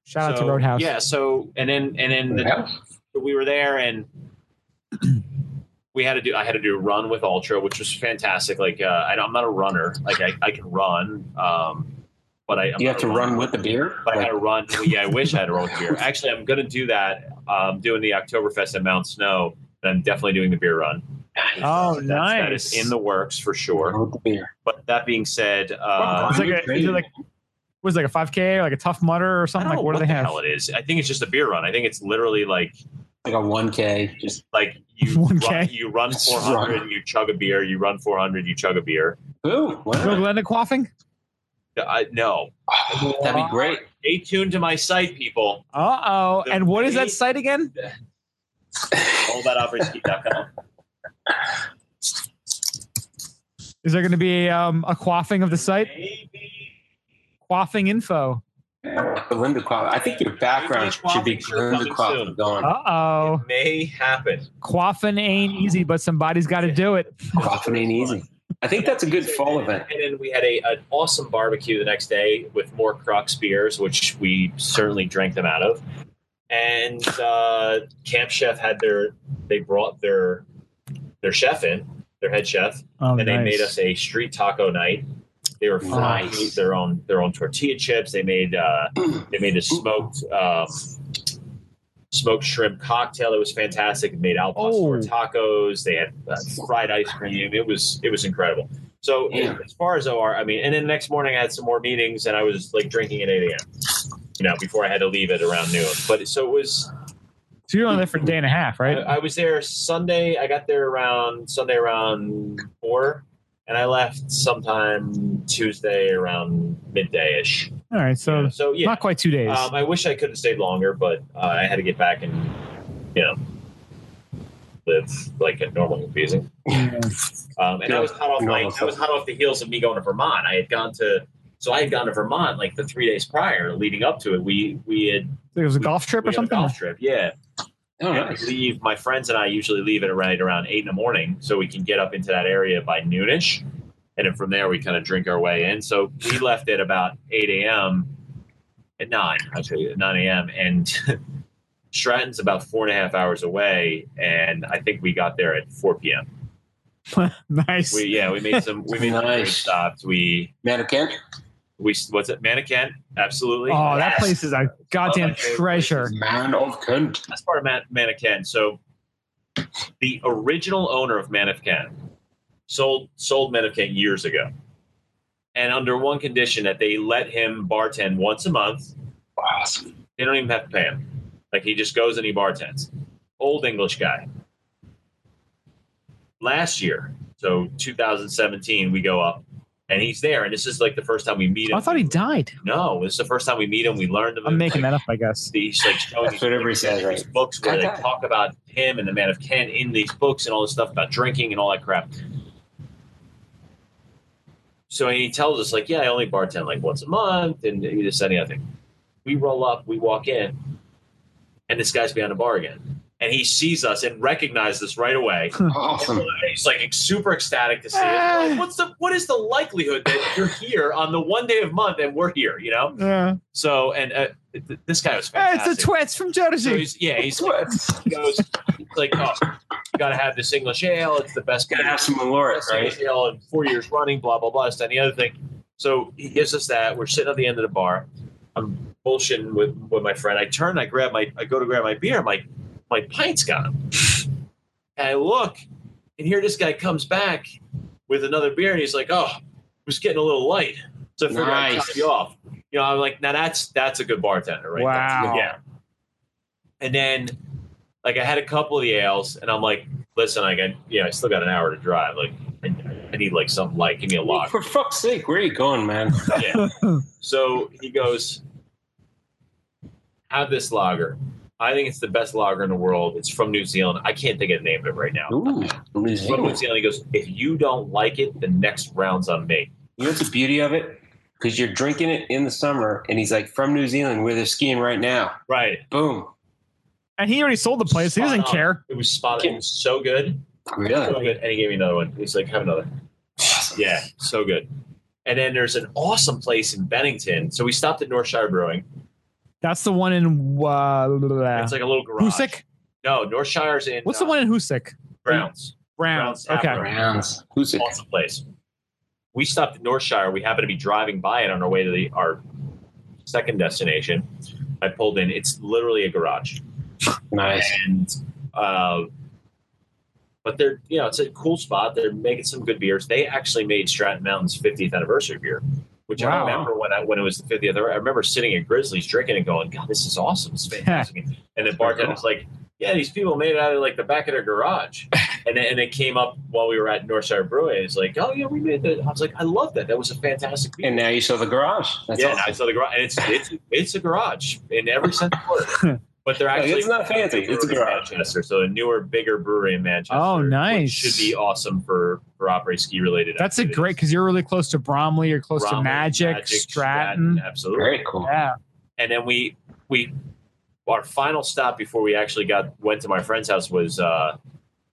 Shout out to
So,
Roadhouse.
Yeah. So and then and then the,
Yeah.
we were there and we had to do i had to do a run with ultra which was fantastic like uh, I, i'm not a runner like i, I can run um, but i I'm
You
not
have to
a runner.
run with the beer?
but i had to run yeah i wish i had a run with beer actually i'm going to do that um, doing the oktoberfest at mount snow and i'm definitely doing the beer run
Oh,
That's-
nice.
that is in the works for sure
with the beer.
but that being said uh,
It's like a- is it like- was it like a 5K, or like a Tough Mudder or
I don't
something. Like,
know
what,
what
do they
the
have?
hell it is. I think it's just a beer run. I think it's literally like
like a 1K. Just
like you
1K.
run, you run
It's
400
wrong.
you chug a beer you run 400 you chug a beer
ooh,
Bill
wow.
Glendick quaffing?
I, no
Oh, that'd be great.
stay tuned to my site people
Uh oh.
The
And what is that
main-
site again?
allaboutoperisky.com
Is there going to be um, a quaffing of the site?
Maybe-
Quaffing info.
Belinda Quaff. I think your background
Belinda
should be
Quaff is
Belinda
coming soon.
Quaff going.
Uh oh.
it may happen
Quaffing ain't easy, but somebody's got to do it.
Quaffing ain't easy. I think that's a good fall event.
and then we had a, an awesome barbecue the next day with more crux beers which we certainly drank them out of and uh, camp chef had their they brought their their chef in their head chef
Oh,
and they made us a street taco night. They were frying
Nice.
their own their own tortilla chips. They made uh, they made a smoked um, smoked shrimp cocktail that was fantastic. They made al pastor
Oh.
tacos. They had uh, fried ice cream. It was it was incredible. So
Yeah.
as far as OR, I mean, and then the next morning I had some more meetings and I was like drinking at eight a.m. You know, before I had to leave at around noon. But so it was
So you're only there for a day and a half, right?
I, I was there Sunday. I got there around Sunday around four, and I left sometime Tuesday around midday ish.
All right. So
So yeah,
not quite two days.
um, I wish I could have stayed longer, but uh, I had to get back and you know live like a normal season.
Yeah.
Um, and I was hot off my, I was hot off the heels of me going to Vermont. I had gone to so I had gone to Vermont like the three days prior, leading up to it. We we had
it was a golf trip
we
or
had a
something?
golf trip, yeah.
Oh,
And we
nice.
leave. My friends and I usually leave at around around eight in the morning, so we can get up into that area by noonish, and then from there we kind of drink our way in. So we left at about eight a.m. at nine, actually at nine a.m. and Stratton's about four and a half hours away, and I think we got there at four p.m.
nice.
We yeah, we made some we made some great
Nice.
stops. We
Mannequin?
we what's it Mannequin? Absolutely.
oh, that
Yes.
place is a
One
goddamn
of my favorite
treasure.
Man of cunt.
that's part of Man- Mannequin. So the original owner of Mannequin sold sold Mannequin years ago, and under one condition that they let him bartend once a month.
Awesome.
They don't even have to pay him; like he just goes and he bartends. Old English guy. Last year, so So 2017, we go up, and he's there. And this is like the first time we meet him.
I thought he died.
No, this is the first time we meet him. We learned him.
I'm making that up, I guess.
He's like showing
That's
these
what everybody
pictures
says,
in these
right?
books where
I
they
got it.
talk about him and the Man of Ken in these books and all this stuff about drinking and all that crap. So he tells us like, yeah, I only bartend like once a month, and he just said anything. We roll up, we walk in, and this guy's behind the bar again, and he sees us and recognizes us right away.
Awesome.
He's like super ecstatic to see
Ah.
us. Like, What's the what is the likelihood that you're here on the one day of month and we're here? You know.
Yeah.
So and uh, th- this guy was
Hey,
fantastic.
it's the twits from
So
Jersey.
he's, yeah, he's, he goes he's like, oh, you gotta have this English ale. It's the best
Gotta have some
best
Malort,
English
right?
ale in four years running. Blah blah blah. This that, and the other thing. So he gives us that. We're sitting at the end of the bar. I'm bullshitting with with my friend. I turn. I grab my. I go to grab my beer. My my pint's gone. And I look, and here this guy comes back with another beer, and he's like, "Oh, it was getting a little light." So I figured I'd
Nice.
cut you off. You know, I'm like, "Now that's that's a good bartender, right?" That's a good-
Wow.
yeah. And then, like, I had a couple of the ales, and I'm like, "Listen, I got you know, I still got an hour to drive. Like, I, I need like something light. Give me a lock."
For fuck's sake, where are you going, man?
yeah. So he goes, have this lager. I think it's the best lager in the world. It's from New Zealand. I can't think of the name of it right now.
Ooh, New
It's from New
Zealand.
Zealand. He goes, if you don't like it, the next round's on me.
You know what's the beauty of it? Because you're drinking it in the summer, and he's like, from New Zealand, where they're skiing right now.
Right.
Boom.
And he already sold the place. He doesn't
Spot on.
care.
It was spot on. It was so good. So
Really?
good. And he gave me another one. He's like, have another. Yeah, so good. And then there's an awesome place in Bennington. So we stopped at North Shire Brewing.
That's the one in uh,
It's like a little garage.
Hoosick.
No, North Shire's in
What's
uh,
the one in Hoosick?
Browns.
Browns.
Browns Tavern.
Okay.
Rounds. Who's it?
awesome place. We stopped at Northshire. We happened to be driving by it on our way to the, our second destination. I pulled in. It's literally a garage,
Nice.
and uh, but they're you know it's a cool spot. They're making some good beers. They actually made Stratton Mountain's 50th anniversary beer, which I
Wow.
remember when I when it was the 50th. I remember sitting at Grizzlies drinking and going, "God, this is awesome! It's fantastic!" and the bartender's like, "Yeah, these people made it out of like the back of their garage." and then, and it came up while we were at Northside Brewing. It's like, "Oh yeah, we made that." I was like, "I love that. That was a fantastic beer."
And now you saw the garage. That's
yeah,
awesome.
and I saw the garage, and it's it's it's a garage in every sense of the word. But they're
Like,
actually
it's not fancy. It's a
brewery in
garage.
Manchester, so a newer, bigger brewery in Manchester.
Oh,
which
nice.
Should be awesome for for operate ski related.
That's a great because you're really close to Bromley. You're close to Magic, Stratton.
absolutely.
Very cool.
Yeah.
And then we we our final stop before we actually got went to my friend's house was uh,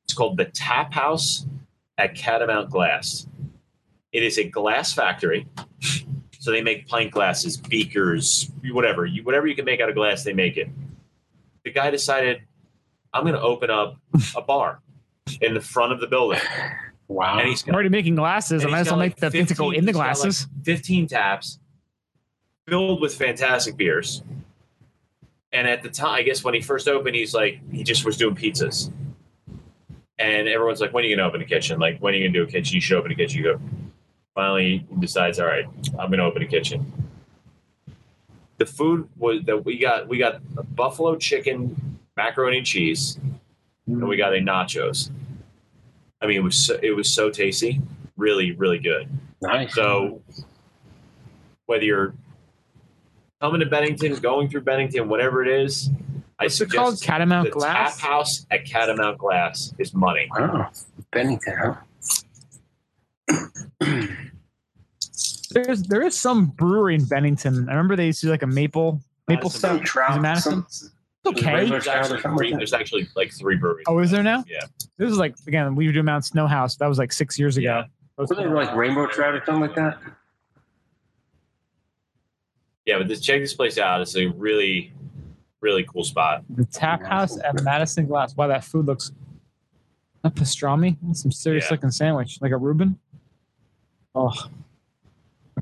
it's called the Tap House at Catamount Glass. It is a glass factory. So they make pint glasses, beakers, whatever you whatever you can make out of glass, they make it. The guy decided, I'm going to open up a bar in the front of the building,
Wow.
and he's
I'm
got
already making glasses. I
And
might
he's
as well
got,
make
like,
the thing to go
15
in the
he's got, like,
glasses.
15 taps filled with fantastic beers. And at the time, I guess when he first opened, he's like, he just was doing pizzas. And everyone's like, when are you going to open a kitchen? Like, when are you going to do a kitchen? You should open a kitchen. You go. Finally, he decides, all right, I'm going to open a kitchen. The food was that we got, we got a buffalo chicken, macaroni and cheese, and we got a nachos. I mean, it was so, it was so tasty, really, really good.
nice.
So whether you're coming to Bennington, going through Bennington, whatever it is, I
What's it
suggest
called? Catamount
the
Glass.
tap house at Catamount Glass is money.
Wow. Bennington, huh?
There's there is some brewery in Bennington. I remember they used to do like a maple maple
Madison
stuff.
Brewery.
Trout.
Madison?
some-
It's okay.
Regular-
There's actually, three, there's actually like three breweries.
Oh, is there now?
Yeah.
This is like again we were doing Mount Snow House. That was like six years ago.
Wasn't it like rainbow trout or something like that?
Yeah, but this, check this place out. It's a really, really cool spot.
The tap house at Madison Glass. Wow, that food looks. That pastrami. That's some serious
Yeah.
looking sandwich, like a Reuben. Oh,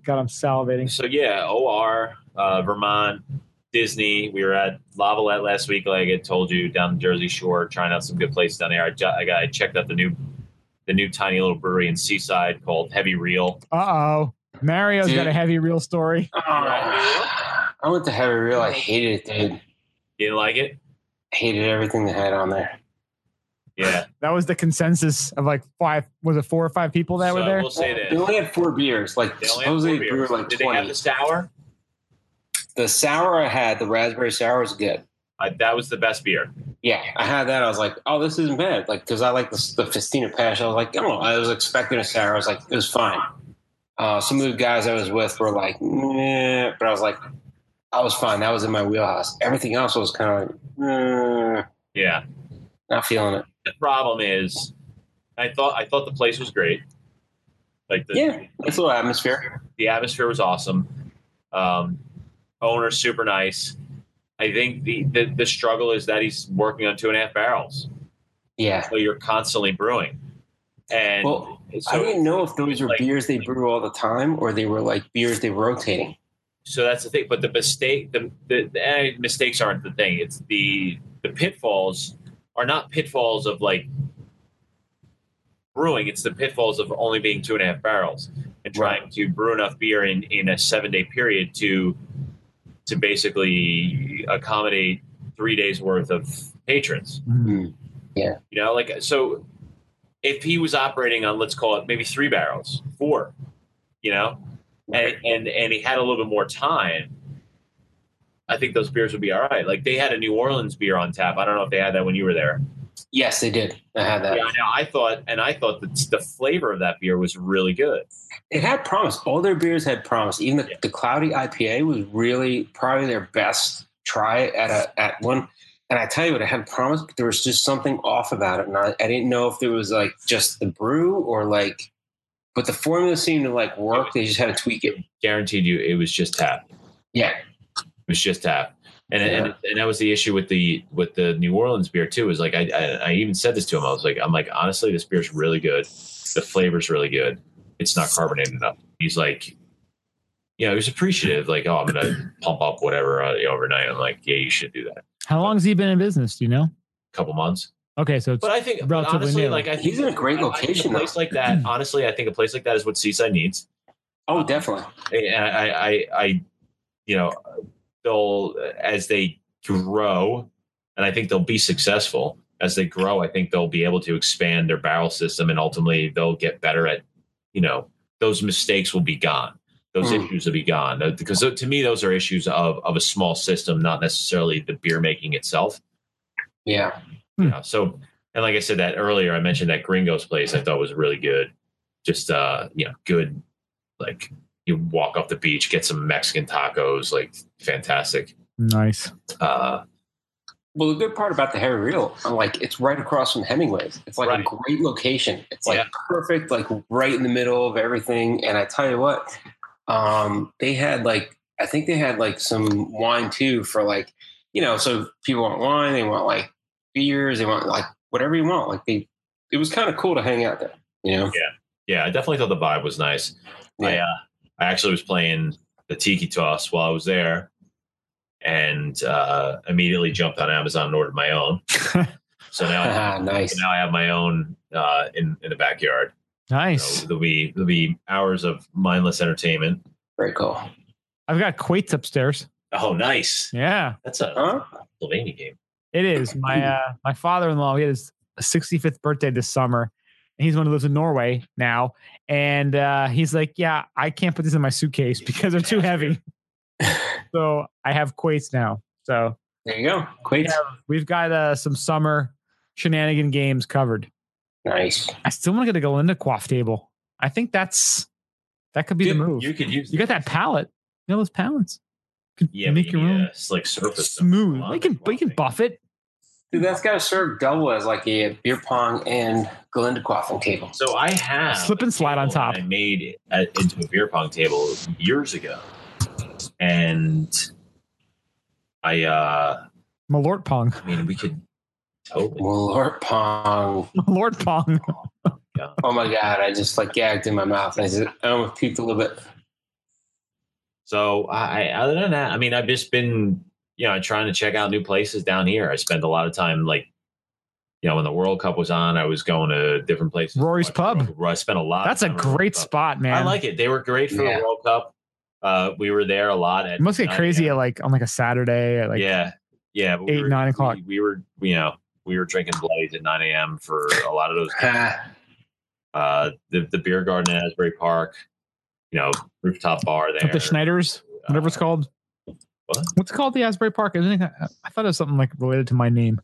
God, I'm salivating.
So yeah, OR, uh, Vermont, Disney. We were at Lavalette last week, like I told you, down the Jersey Shore, trying out some good places down there. I, ju- I, got, I checked out the new, the new tiny little brewery in Seaside called Heavy Reel.
Uh oh, Mario's got a
Dude.
heavy real story.
Oh,
Ah, I went to Heavy Real. I hated it, dude.
You didn't like it?
Hated everything they had on there.
Yeah.
That was the consensus of like five. Was it four or five people that
so
were there?
We'll say
They
this.
only had four beers. Like
They only have four
supposedly they
beers.
brewed like
Did they have
twenty.
the sour?
the sour I had, the raspberry sour was good.
I, that was the best beer.
Yeah, I had that. I was like, oh, this isn't bad. Like because I like the, the Festina Pash. I was like, I don't know. I was expecting a sour. I was like, it was fine. Uh, some of the guys I was with were like, Meh, but I was like, I was fine. That was in my wheelhouse. Everything else was kind of like, eh,
Yeah.
not feeling it.
The problem is, I thought I thought the place was great. Like the
Yeah, it's a little atmosphere.
the atmosphere was awesome. Um, owner's super nice. I think the, the the struggle is that he's working on two and a half barrels,
Yeah.
so you're constantly brewing. And
Well,
so,
I didn't know if those were
like-
beers they brew all the time or they were like beers they were rotating.
so that's the thing. But the mistake, the, the, the eh, mistakes aren't the thing. It's the the pitfalls are not pitfalls of like brewing. It's the pitfalls of only being two and a half barrels and trying to brew enough beer in in a seven day period to to basically accommodate three days worth of patrons. You know, like so if he was operating on let's call it maybe three barrels, four, you know, and and, and he had a little bit more time, I think those beers would be all right. Like they had a New Orleans beer on tap. I don't know if they had that when you were there.
Yes, they did. I had
Yeah,
that.
I know. I thought and I thought that the flavor of that beer was really good.
It had promise. All their beers had promise. Even the,
Yeah.
the cloudy IPA was really probably their best try at a at one. And I tell you what, it had promise, but there was just something off about it, and I, I didn't know if it was like just the brew or like. But the formula seemed to like work. They just had to tweak it.
Guaranteed you it was just tap.
Yeah,
It was just tap. And,
Yeah.
and and that was the issue with the with the New Orleans beer too. Is like I, I I even said this to him. I was like I'm like honestly this beer's really good. The flavor's really good. It's not carbonated enough. He's like, you know, he was appreciative. Like oh I'm gonna pump up whatever uh, overnight. I'm like yeah you should do that. A
How long has he been in business? Do you know?
couple months.
Okay, so it's
But I think but
Relatively
honestly
new.
like I think
He's in a great
I- I think
location,
a place
though.
like that honestly I think a place like that is what Seaside needs.
Oh, definitely.
and I, I, I, I, you know, they'll as they grow, and I think they'll be successful as they grow. I think they'll be able to expand their barrel system, and ultimately they'll get better at, you know, those mistakes will be gone. Those
Mm.
issues will be gone Uh, because to me those are issues of of a small system, not necessarily the beer making itself.
Yeah,
Yeah. So, and like I said that earlier, I mentioned that Gringo's place I thought was really good. Just, uh, you know, good. Like you walk off the beach, get some Mexican tacos, like fantastic.
nice.
Uh,
Well, the good part about the Harry Real, I'm like, it's right across from Hemingway's. It's like a
Right.
great location. It's like
Yeah.
perfect, like right in the middle of everything. And I tell you what, um, they had like, I think they had like some wine too for like, you know, so people want wine, they want like beers, they want like whatever you want. Like they, it was kind of cool to hang out there, you know?
yeah, I definitely thought the vibe was nice. I,
Yeah.
uh, I actually was playing the Tiki Toss while I was there, and uh, immediately jumped on Amazon and ordered my own. so now, I,
nice.
now I have my own uh, in in the backyard.
Nice.
So there'll be there'll be hours of mindless entertainment.
Very cool.
I've got Quates upstairs.
Oh, nice.
Yeah,
That's a
Huh?
Pennsylvania game.
it is. My uh, my father in law. He had his 65th birthday this summer. And he's one who lives in Norway now, and uh, he's like, "Yeah, I can't put this in my suitcase because they're too heavy." so I have Quates now. So
There you go. Quates.
we've got uh, some summer shenanigan games covered.
Nice.
I still want to get a Galinda quaff table. I think that's that could be the move.
You
You,
could use
got that palette. You know those pallets. You could
yeah,
make your own
It's like surface
smooth.
Well,
We can
well,
we can buff it.
Dude, that's got to serve double as like a beer pong and Galinda Quaffin table.
So I have
Slip and slide on
table
top.
I made it at, into a beer pong table years ago, and I. uh
Malort pong.
I mean, we could totally.
Well, Lord Pong.
Malort pong.
Oh my God. I just like gagged in my mouth. I just, I almost puked a little bit.
So I, I- other than that, I mean, I've just been, you know, trying to check out new places down here. I spend a lot of time, like, you know, when the World Cup was on, I was going to different places.
Rory's Pub.
I spent a lot. of
That's a
time at Rory's
great
Pub.
spot, man.
I like it. They were great for
Yeah.
the World Cup. Uh, we were there a lot. At
It must get
9
crazy
a.m.
at like on like a Saturday at like
yeah, yeah. but
eight,
were-
nine o'clock.
We, we were, you know, we were drinking bloodies at 9 a.m. for a lot of those.
Ah,
Uh, the, the beer garden at Asbury Park, you know, rooftop bar there.
At the Schneiders, whatever it's called.
What?
What's it called the Asbury Park? Isn't it? I thought it was something like related to my name.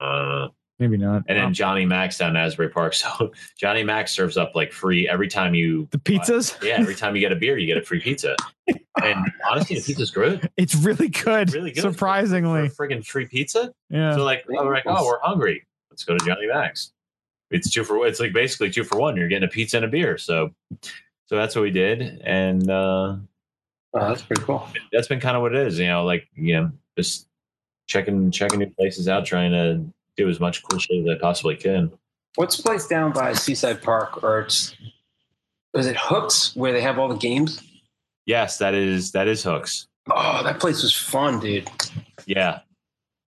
Uh,
Maybe not.
and then
Um,
Johnny Max down in Asbury Park. So Johnny Max serves up like free every time you
the pizzas.
Yeah, every time you get a beer, you get a free pizza. And honestly, the pizza's good.
It's really good.
Really good. For
Surprisingly.
a friggin' free pizza.
Yeah.
So like, we're like, oh, we're hungry. Let's go to Johnny Max. It's two for it's like basically two for one. You're getting a pizza and a beer. So, so that's what we did, and uh,
oh, that's pretty cool.
that's been kind of what it is. You know, like you know, just checking checking new places out, trying to do as much cool shit as I possibly can.
What's the place down by Seaside Park, or it's was it Hooks where they have all the games?
Yes, that is that is hooks.
Oh, that place was fun, dude.
Yeah,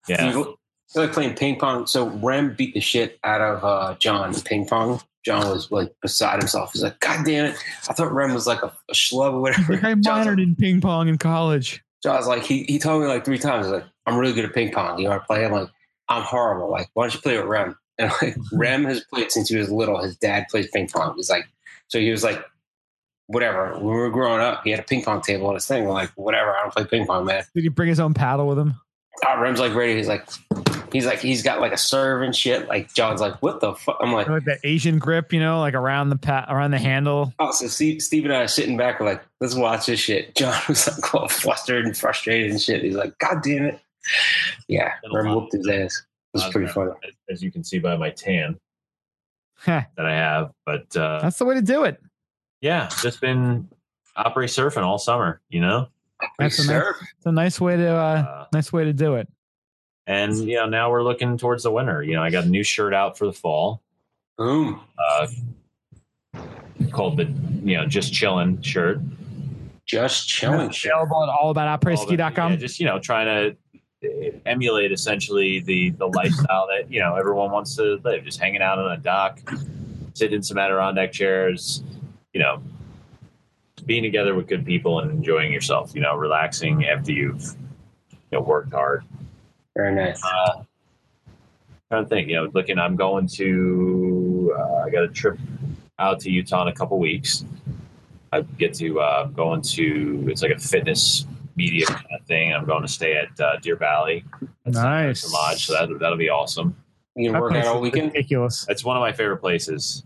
yeah.
You- It's like playing ping pong. So Rem beat the shit out of uh, John in ping pong. John was like beside himself. He's like, God damn it. I thought Rem was like a, a schlub or whatever.
I
John's
minored
like,
in ping pong in college.
John's like he, he told me like three times, he's like, I'm really good at ping pong. You want to play? I'm like, I'm horrible. Like, why don't you play with Rem? And like Rem has played since he was little. His dad plays ping pong. He's like, so he was like, whatever. When we were growing up, he had a ping pong table on his thing. We're like, whatever, I don't play ping pong, man.
Did he bring his own paddle with him?
Ah, Rem's like ready. He's like, he's like, he's got like a serve and shit. Like John's like, what the fuck? I'm like,
Or Like that Asian grip, you know, like around the pat around the handle.
oh, so Steve, Steve and I are sitting back, we're like, let's watch this shit. John was like all flustered and frustrated and shit. He's like, God damn it. Yeah, Rem whooped his ass. It was pretty funny.
as- as you can see by my tan
Heh,
that I have. But uh,
That's the way to do it.
yeah, just been opry surfing all summer, you know.
That's a nice-
Serve?
It's a nice way to uh,
Uh,
nice way to do it.
and you know, now we're looking towards the winter. You know, I got a new shirt out for the fall
Boom.
uh, called the you know just chilling shirt.
Just chilling. shit.
Available at all about
Yeah, just you know, trying to emulate essentially the the lifestyle that you know everyone wants to live. Just hanging out on a dock, sitting in some Adirondack chairs, you know, being together with good people and enjoying yourself. You know, relaxing after you've you know worked hard.
Very nice.
Uh, trying to think, you know, looking. I'm going to. Uh, I got a trip out to Utah in a couple weeks. I get to uh, going to. It's like a fitness media kind of thing. I'm going to stay at uh, Deer Valley. That's
Nice.
the lodge. So that that'll be awesome.
You can
That
work
place
out all
is
weekend?
Ridiculous.
That's one of my favorite places.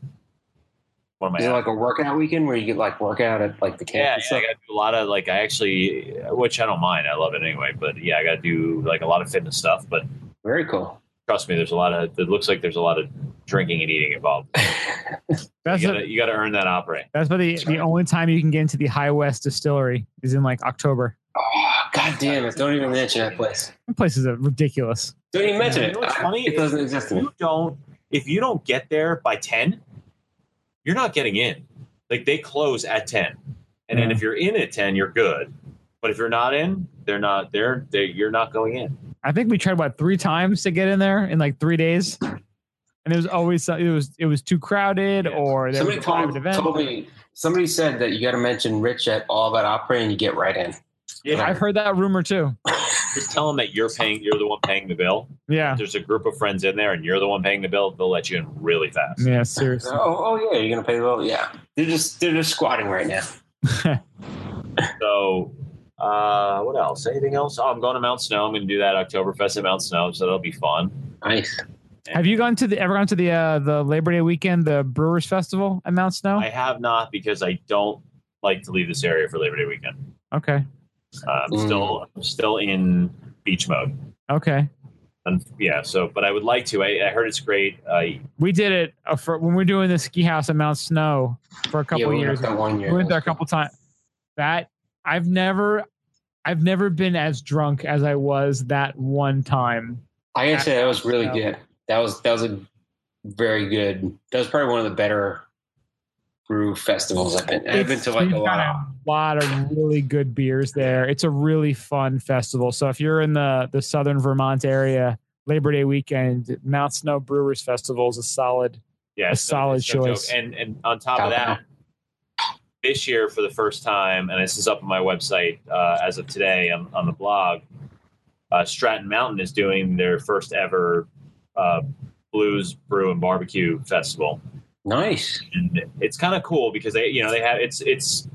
One of
Is it
my
like a workout weekend where you could like work out at like the camp
yeah,
and
yeah, I
stuff?
got to do a lot of like I actually, which I don't mind. I love it anyway. But yeah, I got to do like a lot of fitness stuff. But
Very cool.
trust me, there's a lot of. It looks like there's a lot of drinking and eating involved.
That's
you
a,
gotta, you gotta earn that opera.
that's about the, the only time you can get into the High West Distillery is in like October.
Oh, God damn it. Don't even mention that place.
That place is uh, ridiculous.
Don't even mention
You
it.
know what's
I-
funny?
It doesn't exist
If
to me.
you don't, if you don't get there by ten, you're not getting in. Like they close at ten, and then
Yeah.
if you're in at ten, you're good. But if you're not in, they're not. They're, they you're not going in.
I think we tried what three times to get in there in like three days, and it was always uh, it was it was too crowded
Yeah.
or there was
Somebody
a private
told,
event.
told me. Somebody said that you got to mention Rich at all about opera and you get right in.
I've heard that rumor too.
just tell them that you're paying. You're the one paying the bill.
Yeah,
If there's a group of friends in there, and you're the one paying the bill. They'll let you in really fast.
yeah, seriously.
Oh, oh yeah, you're gonna pay the bill. Yeah, they're just they're just squatting right now.
So, uh, what else? Anything else? Oh, I'm going to Mount Snow. I'm going to do that Oktoberfest at Mount Snow, so that'll be fun.
Nice.
Have you gone to the ever gone to the uh, the Labor Day weekend, the Brewers Festival at Mount Snow?
I have not because I don't like to leave this area for Labor Day weekend.
okay,
I'm
Mm.
Um, still I'm still in beach mode.
okay.
And yeah, so but I would like to. I, I heard it's great. I
We did it uh, for when we were doing the ski house at Mount Snow for a
yeah,
couple
we went
years.
that one
We
year.
went there a couple times. That I've never, I've never been as drunk as I was that one time.
I gotta say that was really
Yeah.
good. That was that was a very good. That was probably one of the better brew festivals I've been. I've been to like
We've
a lot.
got
Of,
a lot of really good beers there. It's a really fun festival. So if you're in the the southern Vermont area, Labor Day weekend, Mount Snow Brewers Festival is a solid.
yeah,
A
it's no-
solid
it's no
choice.
joke. And and on top of
Top
that, this year for the first time, and this is up on my website uh, as of today on, on the blog. Uh, Stratton Mountain is doing their first ever uh, Blues Brew and Barbecue Festival.
Nice.
and it's kind of cool because they you know they have it's it's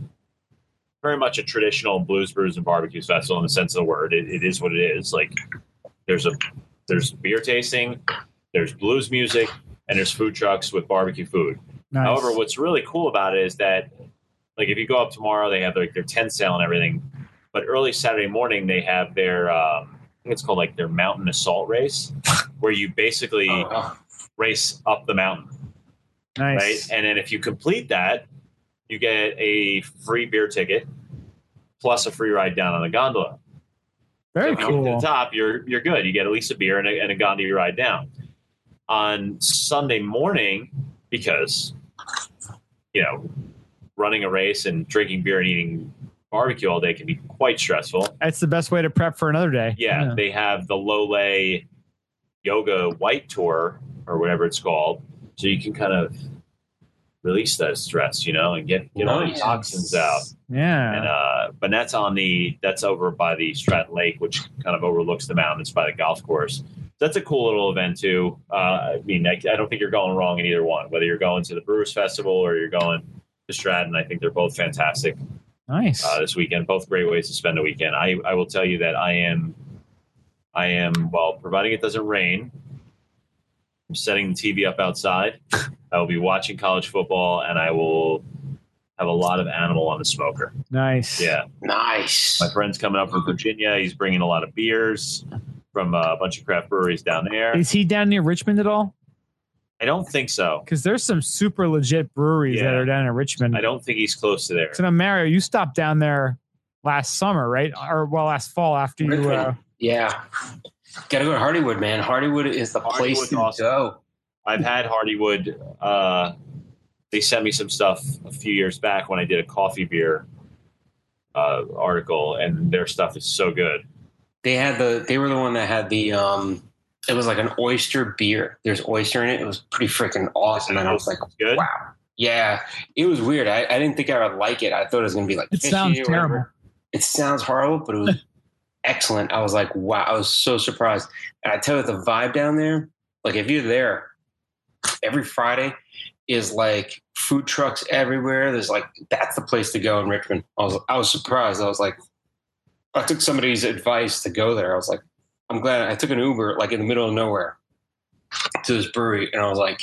very much a traditional blues brews and barbecues festival in the sense of the word it, it is what it is like there's a there's beer tasting there's blues music and there's food trucks with barbecue food
Nice.
however what's really cool about it is that like if you go up tomorrow they have like their tent sale and everything but early saturday morning they have their um, i think it's called like their mountain assault race where you basically
Oh, wow.
race up the mountain
nice.
right? And then if you complete that, you get a free beer ticket plus a free ride down on the gondola.
Very
if you get to
cool.
the top, you're you're good. You get at least a beer and a, and a gondola ride down. On Sunday morning, because you know, running a race and drinking beer and eating barbecue all day can be quite stressful.
That's the best way to prep for another day.
Yeah, they have the low lay yoga white tour or whatever it's called, so you can kind of release that stress, you know, and get get all
Nice.
the toxins out.
Yeah.
And uh, but that's on the that's over by the Stratton Lake, which kind of overlooks the mountains by the golf course. That's a cool little event too. Uh, I mean, I, I don't think you're going wrong in either one. Whether you're going to the Brewers Festival or you're going to Stratton, I think they're both fantastic
nice.
uh, this weekend. Both great ways to spend a weekend. I, I will tell you that I am, I am well, providing it doesn't rain. I'm setting the TV up outside. I will be watching college football, and I will have a lot of animal on the smoker.
nice.
Yeah,
Nice.
my friend's coming up from Virginia. He's bringing a lot of beers from uh, a bunch of craft breweries down there.
Is he down near Richmond at all?
I don't think so.
Because there's some super legit breweries that
Yeah.
are down in Richmond.
I don't think he's close to there.
So now, Mario, you stopped down there last summer, right? Or well, last fall after you. Uh,
Richmond. Yeah. Got to go to Hardywood, man. Hardywood is the place
Hardywood's
to
awesome.
go.
I've had Hardywood. Uh, they sent me some stuff a few years back when I did a coffee beer uh, article, and their stuff is so good.
They had the. They were the one that had the. um It was like an oyster beer. There's oyster in it. It was pretty freaking awesome. And I was like,
It's good.
wow. Yeah, it was weird. I, I didn't think I would like it. I thought it was gonna be like.
it
fishy
sounds
or whatever.
terrible.
It sounds horrible, but it was excellent. I was like, wow. I was so surprised. And I tell you, the vibe down there. Like, if you're there, every Friday is like food trucks everywhere. There's like that's the place to go in Richmond. I was I was surprised. I was like, I took somebody's advice to go there. I was like, I'm glad I took an Uber like in the middle of nowhere to this brewery, and I was like.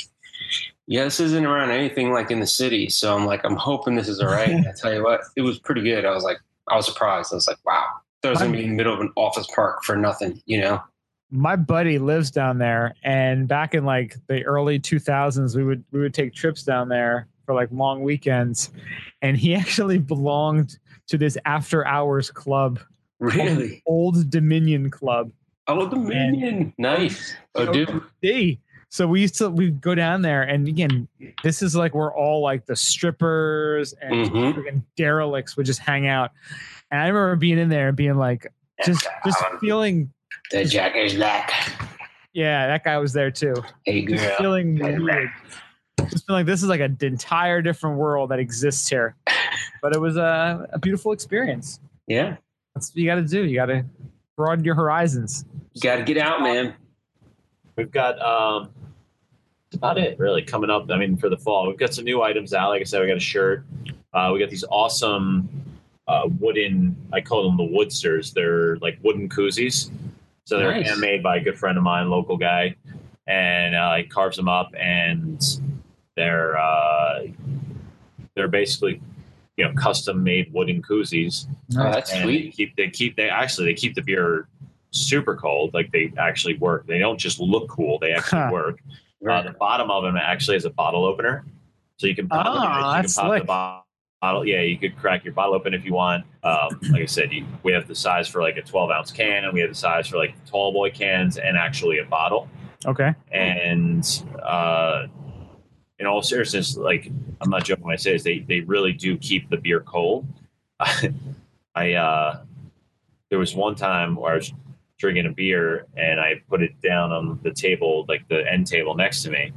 Yeah, this isn't around anything like in the city. So I'm like, I'm hoping this is all right. And I tell you what, it was pretty good. I was like, I was surprised. I was like, wow, that was gonna be in the middle of an office park for nothing, you know?
my buddy lives down there and back in like the early 2000s we would we would take trips down there for like long weekends and he actually belonged to this after hours club
Really?
old dominion club
Oh, the minion. Nice. Oh, dude.
D. so we used to we'd go down there and again this is like where all like the strippers and
Mhm.
freaking derelicts would just hang out and i remember being in there and being like just just feeling
The jack is black.
yeah that guy was there too
Hey,
just
girl.
feeling
Yeah.
weird. Just feeling like this is like an entire different world that exists here. But it was a, a beautiful experience.
Yeah.
That's what you got to do. You got to broaden your horizons.
You got to get out, man.
We've got um, that's about it really coming up. I mean, for the fall, we've got some new items out. Like I said, we got a shirt. Uh, we got these awesome uh, wooden. I call them the woodsters. They're like wooden koozies. So they're
Nice.
handmade by a good friend of mine, local guy, and uh, he carves them up, and they're uh, they're basically you know custom made wooden koozies.
Oh, that's
And They
sweet.
keep they keep they actually they keep the beer super cold. Like they actually work. They don't just look cool. They actually
Huh.
work. Uh, the bottom of them actually is a bottle opener, so you can pop,
Oh,
you can
that's
pop
slick.
the bo- bottle. Yeah, you could crack your bottle open if you want. Um, like I said, you, we have the size for like a 12 ounce can, and we have the size for like tall boy cans, and actually a bottle
Okay.
and uh, in all seriousness, like I'm not joking when I say this, they they really do keep the beer cold. I uh, there was one time where I was drinking a beer and I put it down on the table, like the end table next to me.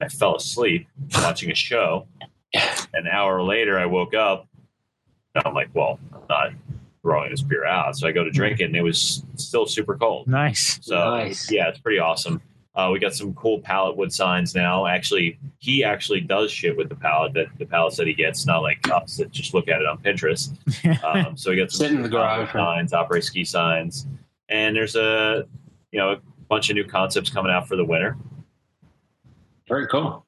I fell asleep watching a show. An hour later, I woke up and I'm like, "Well, I'm not throwing this beer out." So I go to drink it, and it was still super cold.
Nice.
So
Nice.
yeah, it's pretty awesome. Uh, we got some cool pallet wood signs now. Actually, he actually does shit with the pallet that the pallets that he gets, not like us that just look at it on Pinterest. Um, so we got some
Sit in the garage.
signs, opera ski signs, and there's a you know a bunch of new concepts coming out for the winter.
Very cool.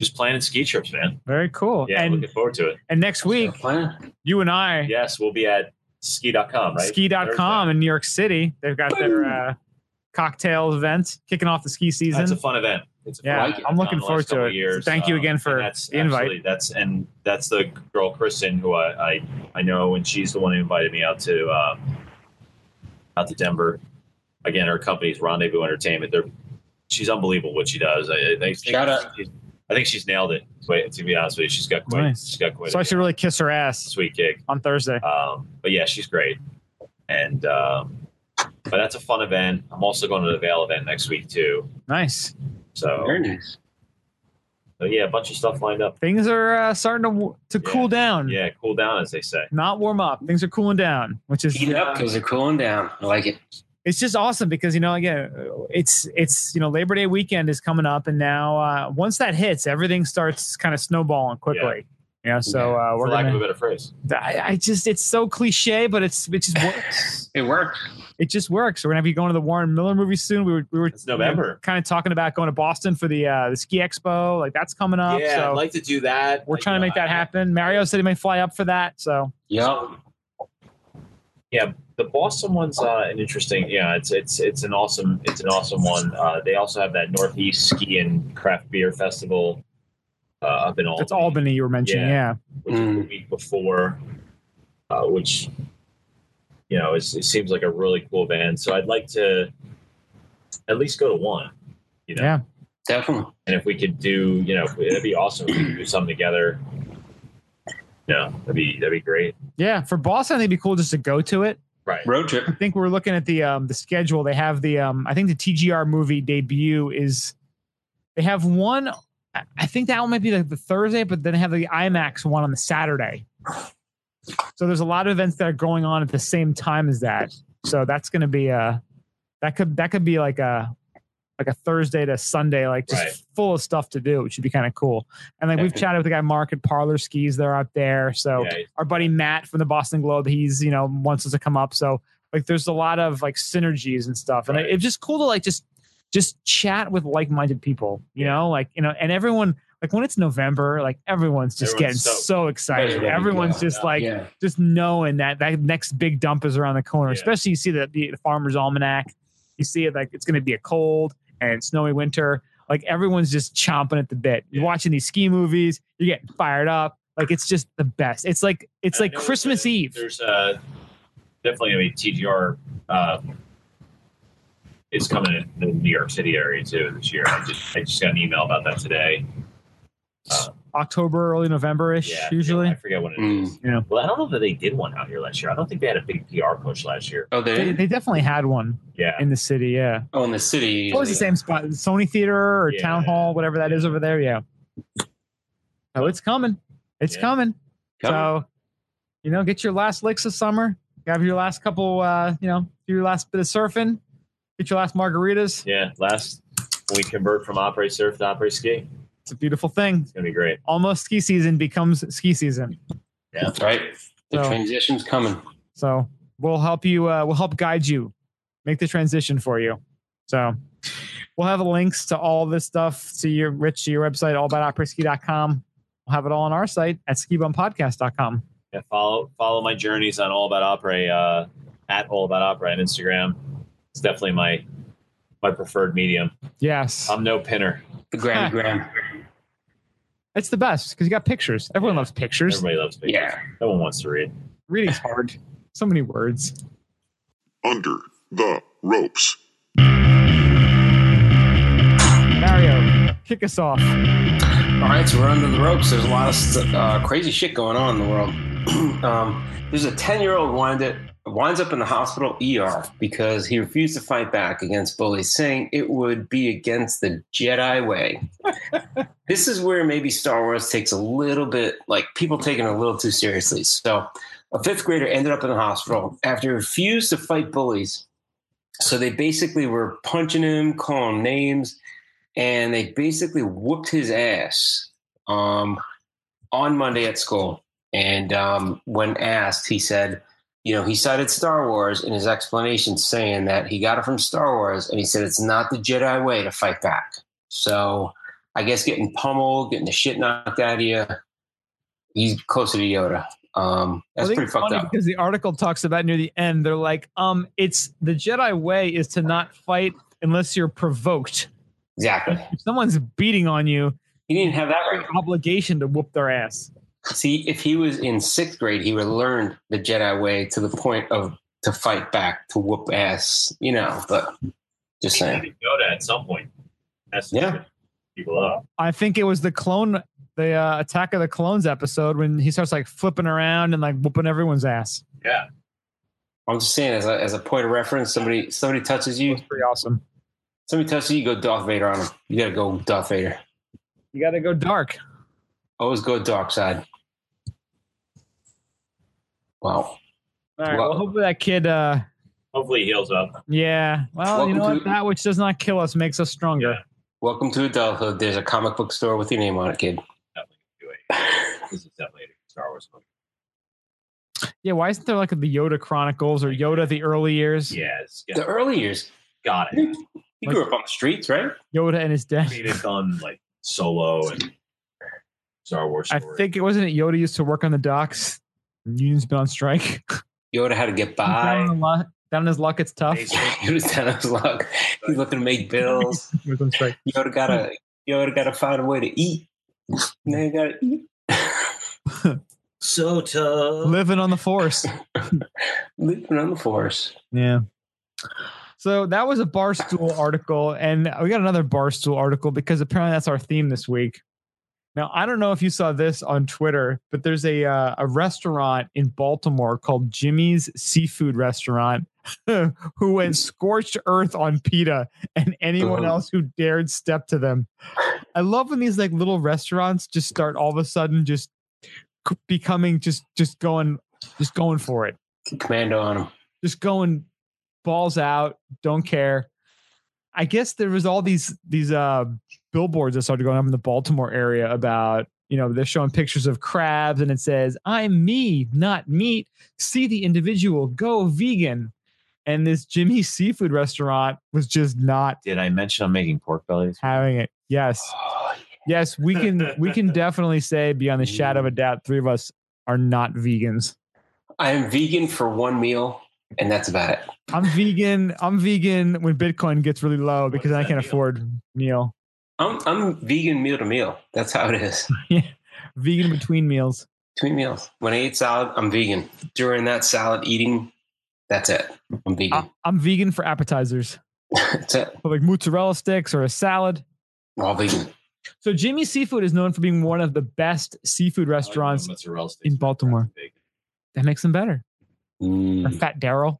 Just planning ski trips, man.
Very cool.
Yeah,
and
looking forward to it.
and next week,
Plan.
you and I,
Yes, we'll be at ski.com, right?
ski.com in New York City, they've got their uh, cocktail event kicking off the ski season.
That's a fun event. It's a fun
Yeah,
event.
I'm looking
Done the
forward
last
to
couple
it.
of
So
years. um,
thank you again
and
for
that's
the invite.
actually- That's and that's the girl Kristen who I, I I know, and she's the one who invited me out to um, out to Denver. Again, her company's Rendezvous Entertainment. They're she's unbelievable what she does. I, I think
Shout out.
she's- I think she's nailed it. Wait, to be honest with you, she's got quite
Nice.
she's got quite
so I
a
should really kiss her ass
sweet gig.
on Thursday.
Um, but yeah, she's great. And um, but that's a fun event. I'm also going to the Vale event next week too.
Nice.
So
Very nice.
So yeah, a bunch of stuff lined up.
Things are uh, starting to w- to
Yeah.
cool down.
Yeah, cool down as they say.
Not warm up. Things are cooling down, which is
Heat it up because they're cooling down. I like it.
it's just awesome because you know again it's it's you know labor day weekend is coming up and now uh, once that hits everything starts kind of snowballing quickly yeah, so uh,
For
we're
lack
gonna
of a better phrase.
I, I just it's so cliche but it's it just works
It worked.
it just works we're gonna be going to the warren miller movie soon we were we were
It's November.
kind of talking about going to boston for the uh the ski expo like that's coming up
yeah,
Uh, so
I'd like to do that.
we're
Like,
trying to
you
make
know,
that happen mario said he may fly up for that so
Yup.
The Boston one's uh, an interesting. Yeah, it's it's it's an awesome it's an awesome one. Uh, they also have that Northeast Ski and Craft Beer Festival uh, up in Albany.
it's albany you were mentioning yeah,
which was the week before, uh, which you know is, it seems like a really cool band. So I'd like to at least go to one. You know,
Yeah.
Definitely.
and if we could do, you know, it'd be awesome if we could do something together. Yeah, that'd be that'd be great.
yeah for boston i think it'd be cool just to go to it
Right.
Road trip.
I think we're looking at the um the schedule. They have the um I think the TGR movie debut is they have one I- I think that one might be the, the Thursday, but then they have the IMAX one on the Saturday. So there's a lot of events that are going on at the same time as that. So that's gonna be uh that could that could be like a like a Thursday to Sunday, like just
Right.
full of stuff to do, which would be kind of cool. And like we've
Definitely.
chatted with the guy Mark at Parlor Skis, they're out there. So
Yeah,
our buddy Matt from the Boston Globe, he's you know wants us to come up. So like, there's a lot of like synergies and stuff, and
Right.
it's just cool to like just just chat with like-minded people, you know, like you know, and everyone like when it's November, like everyone's just
Everyone's
getting so,
stoked.
excited.
Yeah,
everyone's
yeah,
just like
yeah.
just knowing that that next big dump is around the corner.
Yeah.
Especially you see the, the farmer's almanac, you see it like it's going to be a cold and snowy winter. Like everyone's just chomping at the bit. You're
Yeah.
watching these ski movies, you're getting fired up. Like it's just the best. It's like it's
And I
like
know that
Christmas Eve.
There's uh, definitely gonna be TGR uh, is coming in the New York City area too this year. I just I just got an email about that today.
October, early November ish,
Yeah,
usually.
I forget what it is.
Mm.
Yeah.
Well, I don't know that they did one out here last year. I don't think they had a big PR push last year.
Oh, they,
They, they definitely had one
Yeah,
in the city. Yeah.
oh in the city.
It's always the same spot Sony Theater or
Yeah.
Town Hall, whatever that is over there. Yeah. Oh, it's coming. It's
Yeah.
coming.
Come.
So, you know, get your last licks of summer. Have your last couple, uh, you know, do your last bit of surfing. Get your last margaritas.
yeah. Last when we convert from opera surf to opera ski,
It's a beautiful thing.
it's gonna be great.
Almost ski season becomes ski season.
That's right. The
So-
transition's coming.
So we'll help you. Uh, we'll help guide you, make the transition for you. So we'll have links to all this stuff to your Rich to your website, all about operaski.com. We'll have it all on our site at skibumpodcast.com.
Yeah, follow follow my journeys on All About Opera uh, at All About Opera on Instagram. It's definitely my my preferred medium.
Yes,
I'm no pinner.
The Grammy Gram.
it's the best because you got pictures. Everyone loves pictures.
Everybody loves pictures.
Yeah.
No one wants to read.
Reading's hard. So many words.
Under the ropes.
Mario, kick us off.
All right, so we're under the ropes. There's a lot of st- uh, crazy shit going on in the world. um, there's a 10 year old wind it winds up in the hospital ER because he refused to fight back against bullies, saying it would be against the Jedi way. this is where maybe Star Wars takes a little bit, like people taking it a little too seriously. So, a fifth grader ended up in the hospital after he refused to fight bullies So they basically were punching him, calling him names, and they basically whooped his ass um, on Monday at school. And um, when asked, he said, you know, he cited Star Wars in his explanation, saying that he got it from Star Wars, and he said it's not the Jedi way to fight back. So I guess getting pummeled, getting the shit knocked out of you, he's closer to Yoda. Um, that's
I think
pretty
it's
fucked
funny
up.
because the article talks about near the end. They're like, um, it's the Jedi way is to not fight unless you're provoked.
Exactly.
If someone's beating on you,
He didn't have that right.
obligation to whoop their ass.
See, if he was in sixth grade, he would have learned the Jedi way to the point of to fight back, to whoop ass, you know. But just
He
saying,
needed Yoda at some point. That's
Yeah.
People up.
I think it was the clone, the uh, Attack of the Clones episode when he starts like flipping around and like whooping everyone's ass.
I'm just saying as a, as a point of reference, somebody somebody touches you,
Pretty awesome.
somebody touches you, go Darth Vader on him. You gotta go Darth Vader.
You got to go dark.
Always go dark side. Wow.
All right. Well,
Well-
hopefully that kid. uh
Hopefully he heals up.
Yeah. Well, you know
Welcome
what?
to-
That which does not kill us makes us stronger.
Welcome to adulthood. There's a comic book store with your name on it, kid.
Definitely can do it. This is definitely a Star Wars movie.
Yeah. Why isn't there like the Yoda Chronicles or Yoda the early years?
Yeah, it's
The
yeah,
early years.
got it.
You grew up on the streets, right?
Yoda and his dad.
I mean, it's on like Solo and Star Wars.
I
story.
think it wasn't it Yoda used to work on the docks. Union's been on strike.
Yoda had to get
down,
by.
on lu- down on his luck, it's tough.
Amazing.
he was down on his luck. He's looking to make bills.
He was on strike.
Yoda gotta Yoda gotta find a way to eat. Now you gotta eat.
so tough.
Living on the force.
Living on the force.
Yeah. So that was a Barstool article, and we got another Barstool article because apparently that's our theme this week. Now I don't know if you saw this on Twitter, but there's a uh, a restaurant in Baltimore called Jimmy's Seafood Restaurant, who went scorched earth on PETA and anyone
Oh.
else who dared step to them. I love when these like little restaurants just start all of a sudden just c- becoming just just going just going for it
Commando on him.
just going balls out, don't care. I guess there was all these these uh billboards that started going up in the Baltimore area about, you know, they're showing pictures of crabs and it says, I'm me, not meat. See the individual, go vegan. And this Jimmy seafood restaurant was just not
Did I mention I'm making pork bellies?
having it. Yes. Yes, we can we can definitely say beyond the shadow of a doubt, three of us are not vegans.
I am vegan for one meal, and that's about it.
I'm vegan. I'm vegan when Bitcoin gets really low because
does
I
that
can't
mean?
afford meal.
I'm I'm vegan meal to meal. That's how it is.
Vegan between meals.
Between meals. When I eat salad, I'm vegan. During that salad eating, that's it.
I,
I'm vegan.
I'm vegan for appetizers,
that's it.
but like mozzarella sticks or a salad.
We're all vegan.
So Jimmy Seafood is known for being one of the best seafood restaurants.
Mozzarella sticks.
in Baltimore. That makes them better. Or
Mm.
Fat Daryl,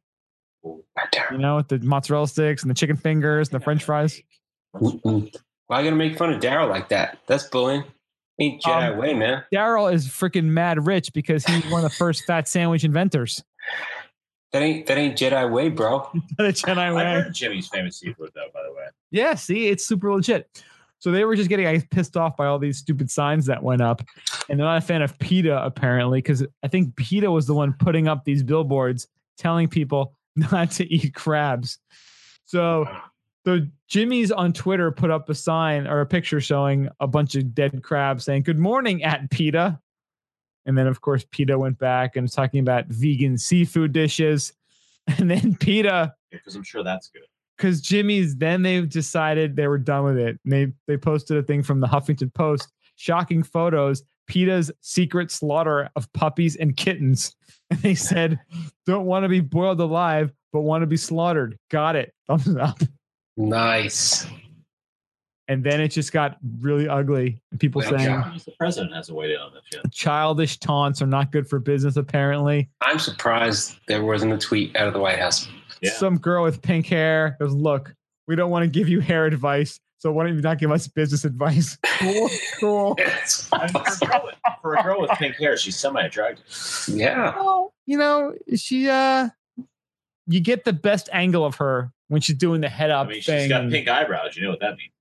Right there.
you know, with the mozzarella sticks and the chicken fingers and the French fries.
Mm-mm. Why you gonna make fun of Daryl like that? That's bullying. Ain't Jedi
Um,
way, man.
Daryl is freaking mad rich because he's one of the first fat sandwich inventors.
That ain't that ain't Jedi way, bro.
the Jedi
I
way.
heard Jimmy's famous seafood though. By the way,
Yeah, see, it's super legit. So they were just getting I pissed off by all these stupid signs that went up, and they're not a fan of PETA apparently because I think PETA was the one putting up these billboards telling people not to eat crabs. So, so Jimmy's on Twitter put up a sign or a picture showing a bunch of dead crabs saying "Good morning at PETA," and then of course PETA went back and was talking about vegan seafood dishes, and then PETA
because I'm sure that's good.
because Jimmy's then they decided they were done with it. And they they posted a thing from the Huffington Post, shocking photos, PETA's secret slaughter of puppies and kittens. And they said, don't want to be boiled alive, but want to be slaughtered. Got it. Thumbs up.
Nice.
And then it just got really ugly. And people
Well,
saying
yeah.
The president hasn't weighed in on this yet.
childish taunts are not good for business, apparently.
I'm surprised there wasn't a tweet out of the White House.
Yeah.
Some girl with pink hair goes, Look, we don't want to give you hair advice. So why don't you not give us business advice? cool, cool.
It's
I mean, for, a girl with, for a girl with pink hair, she's semi-attractive.
yeah.
Well, you know, she uh you get the best angle of her when she's doing the head
I
up
mean, she's
thing.
got pink eyebrows. You know what that means.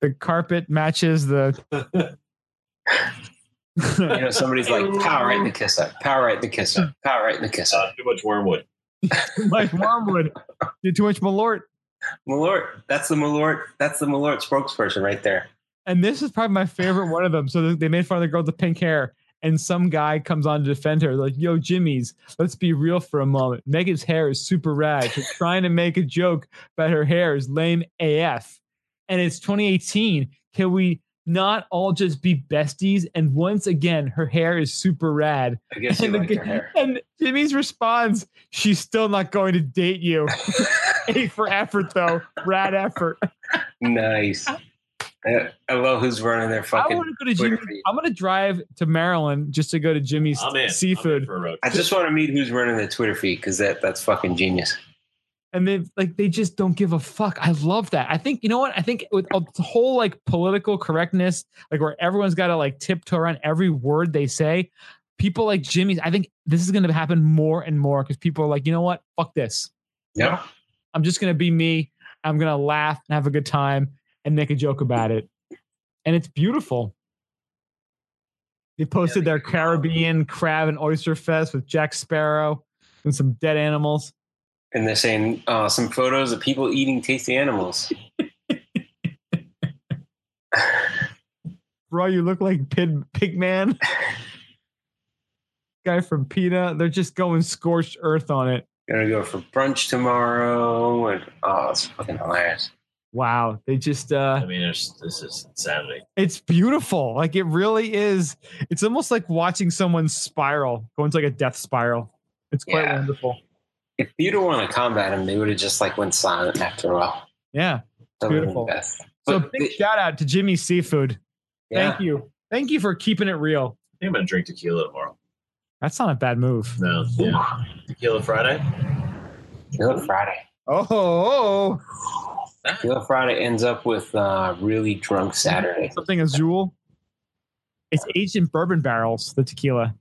The carpet matches the.
You know, somebody's like, power right in the kiss up, power right in the kiss up, power right in the kiss up.
Uh, too much wormwood.
like wormwood. Did too much malort.
Malort, that's the Malort, that's the Malort spokesperson right there.
And this is probably my favorite one of them. So they made fun of the girl with the pink hair, and some guy comes on to defend her, like, "Yo, Jimmy's, let's be real for a moment. Megan's hair is super rad. She's trying to make a joke, but her hair is lame AF. And it's 2018. Can we not all just be besties?" And once again, her hair is super rad.
I guess you
And,
like
the-
her hair.
and Jimmy's response: "She's still not going to date you." A for effort, though. Rad effort.
Nice. I, I love who's running their
I
fucking.
want to go to
Twitter
Jimmy's.
feed.
I'm going to drive to Maryland just to go to Jimmy's
I'm in. I'm in
Seafood,
for a road.
I just want to meet who's running the Twitter feed because that, that's fucking genius.
and they like they just don't give a fuck. I love that. I think you know what? I think with the whole like political correctness, like where everyone's got to like tiptoe around every word they say. People like Jimmy's. I think this is going to happen more and more because people are like, you know what? Fuck this.
No,
I'm just going to be me. I'm going to laugh and have a good time and make a joke about it. And it's beautiful. They posted their Caribbean crab and oyster fest with Jack Sparrow and some dead animals.
and they're saying uh, some photos of people eating tasty animals.
Bro, you look like Pig, pig Man. Guy from PETA. They're just going scorched earth on it.
Gonna go for brunch tomorrow, and oh, it's fucking hilarious.
Wow. They just,
I
uh,
mean, there's, this is insanity.
it's beautiful. Like it really is. It's almost like watching someone spiral, going to like a death spiral. It's quite
Yeah.
wonderful.
If you'd have wanted to combat him, they would have just like went silent after a while.
Yeah.
That would have
Beautiful.
been best.
So
But
big
the-
shout out to Jimmy Seafood.
yeah.
Thank you. Thank you for keeping it real.
I think I'm gonna drink tequila tomorrow.
That's not a bad move.
No, yeah. tequila Friday.
Tequila Friday.
Oh, oh,
Tequila Friday ends up with uh, really drunk
oh.
Saturday.
something Azul. It's aged in bourbon barrels, the tequila.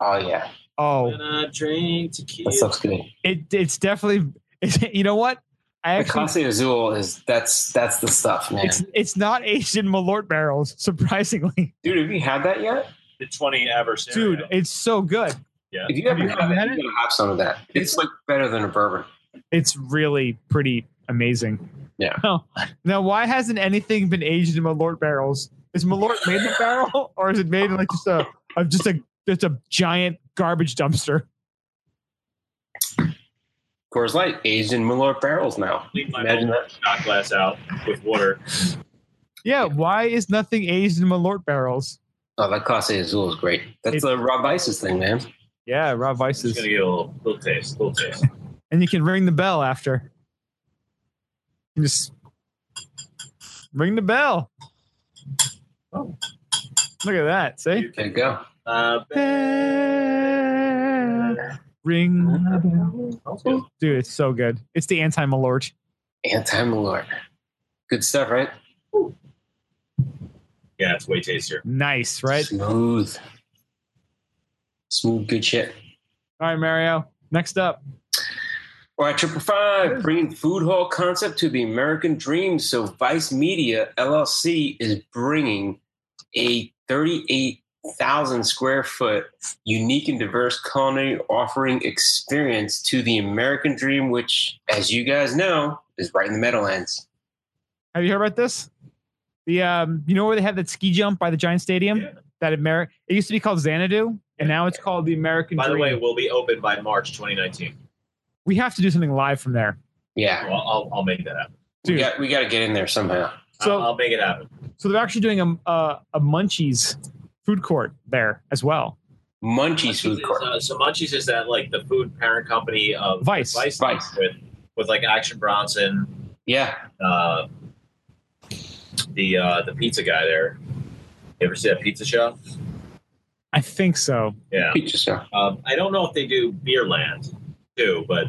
Oh yeah,
Oh,
Gonna drink tequila.
that stuff's good.
it, it's definitely, it's, you know what? I
The
actually,
Clase Azul is that's that's the stuff, man.
it's, it's not aged in Malort barrels, surprisingly.
Dude, have you had that yet?
The 20 adversary.
Dude, it's so good.
Yeah.
If you haven't
you-
had
have you
that,
had
you
it?
gotta have some of that. It's like better than a bourbon.
It's really pretty amazing.
Yeah.
Now, now why hasn't anything been aged in Malort barrels? Is Malort made in a barrel, or is it made in like just a, of just a, just a giant garbage dumpster?
Coors Light aged in Malort barrels now.
Leave my
Imagine
whole shot glass out with water.
Yeah, why is nothing aged in Malort barrels?
Oh, that Clase Azul is great. That's
It-
the Rob Isis thing, man.
Yeah, raw
I'm just
vices.
gonna get a little, little taste, little taste.
And you can ring the bell after. You just ring the bell. Look at that. See?
There you go.
Uh,
Bell, Ring the bell.
sounds good.
Dude, it's so good. It's the anti Malort.
Anti Malort. Good stuff, right?
yeah, it's way tastier.
Nice, right?
Smooth. Smooth, good shit.
All right, Mario. Next up.
All right, Triple Five, bringing food hall concept to the American dream. So Vice Media LLC is bringing a 38,000 square foot unique and diverse culinary offering experience to the American dream, which, as you guys know, is right in the Meadowlands.
Have you heard about this? The um, you know where they have that ski jump by the Giant Stadium?
Yeah.
That Ameri- it used to be called Xanadu, and now it's called the American
By the
Dream.
way, we'll be open by March 2019.
we have to do something live from there.
Yeah,
Well, I'll, I'll make that happen.
we
Dude.
got, we got to get in there somehow.
So-
I'll, I'll make it happen.
So they're actually doing a a, a Munchies food court there as well.
Munchies Food
Munchies
Court.
Is, uh, so Munchies is that like the food parent company of
Vice.
Vice,
Vice.
with with like Action Bronson,
Yeah,
uh, the uh, the pizza guy there. You ever see that pizza shop?
I think so.
Yeah.
pizza shop.
Um, I don't know if they do Beerland too, but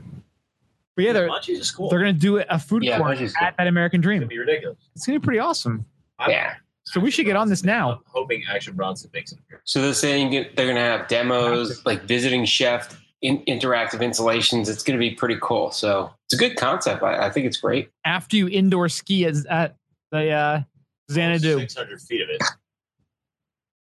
But yeah, they're
Munchies is cool.
they're gonna do a food
Yeah,
court
Munchies.
at that American
gonna
Dream.
be ridiculous.
It's gonna be pretty awesome.
I'm-
Yeah.
So we should get on this now.
I'm hoping Action Bronson makes it. appearance.
So they're saying they're going to have demos, like visiting chef in, interactive installations. It's going to be pretty cool. So it's a good concept. I, I think it's great.
After you indoor ski at, at the uh, Xanadu,
600 feet of it.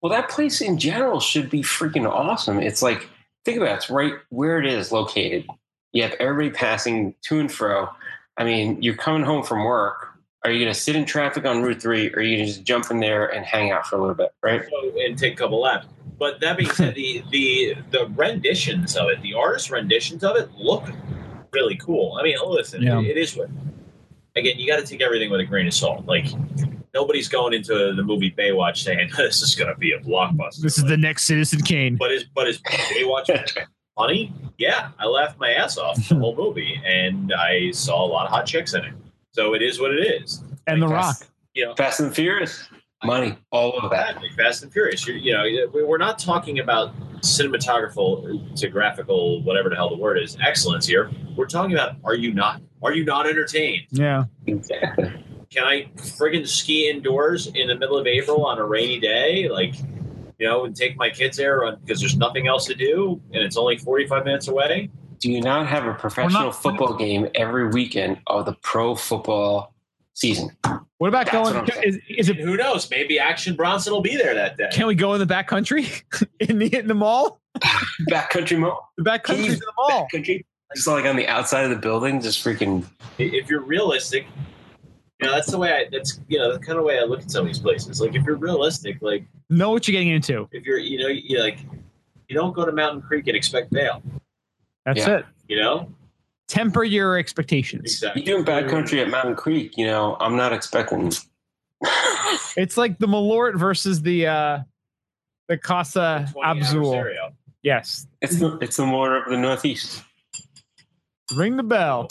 Well, that place in general should be freaking awesome. It's like, think about it, it's right where it is located. You have everybody passing to and fro. I mean, you're coming home from work. Are you going to sit in traffic on Route 3 or are you going to just jump in there and hang out for a little bit, right?
So, and take a couple laps. But that being said, the the the renditions of it, the artist renditions of it, look really cool. I mean, listen,
Yeah.
it, it is what. Again, you got to take everything with a grain of salt. Like nobody's going into the movie Baywatch saying this is going to be a blockbuster.
this is
Like,
the next Citizen Kane.
but is but is Baywatch funny? Yeah, I laughed my ass off the whole movie, and I saw a lot of hot chicks in it. So it is what it is.
and The
Like
Rock.
that's-
You know,
Fast and Furious, money, all of that.
Exactly, Fast and Furious. You're, you know, we- we're not talking about cinematographical to graphical, whatever the hell the word is, excellence here. We're talking about are you not are you not entertained?
Yeah.
Exactly.
Can I friggin' ski indoors in the middle of April on a rainy day, like you know, and take my kids there because there's nothing else to do, and it's only 45 minutes away?
Do you not have a professional football game every weekend of the pro football season?
What about
That's
going?
what I'm saying.
is, is
And
it?
who knows? Maybe Action Bronson will be there that day.
Can we go in the back country? in the in the mall?
Backcountry mall?
The back
Can you-
country's in the mall.
Backcountry? Just like on the outside of the building, just freaking
if you're realistic, you know that's the way I. That's you know the kind of way I look at some of these places. Like if you're realistic, like.
Know what you're getting into.
if you're you know you like you don't go to Mountain Creek and expect bail.
That's
Yeah.
it.
You know
Temper your expectations.
exactly.
You're doing backcountry at Mountain Creek, you know, I'm not expecting.
It's like the Malort versus the uh the Casa
20 hours
Abzul.
stereo.
Yes.
It's the, it's the more of the Northeast.
Ring the bell.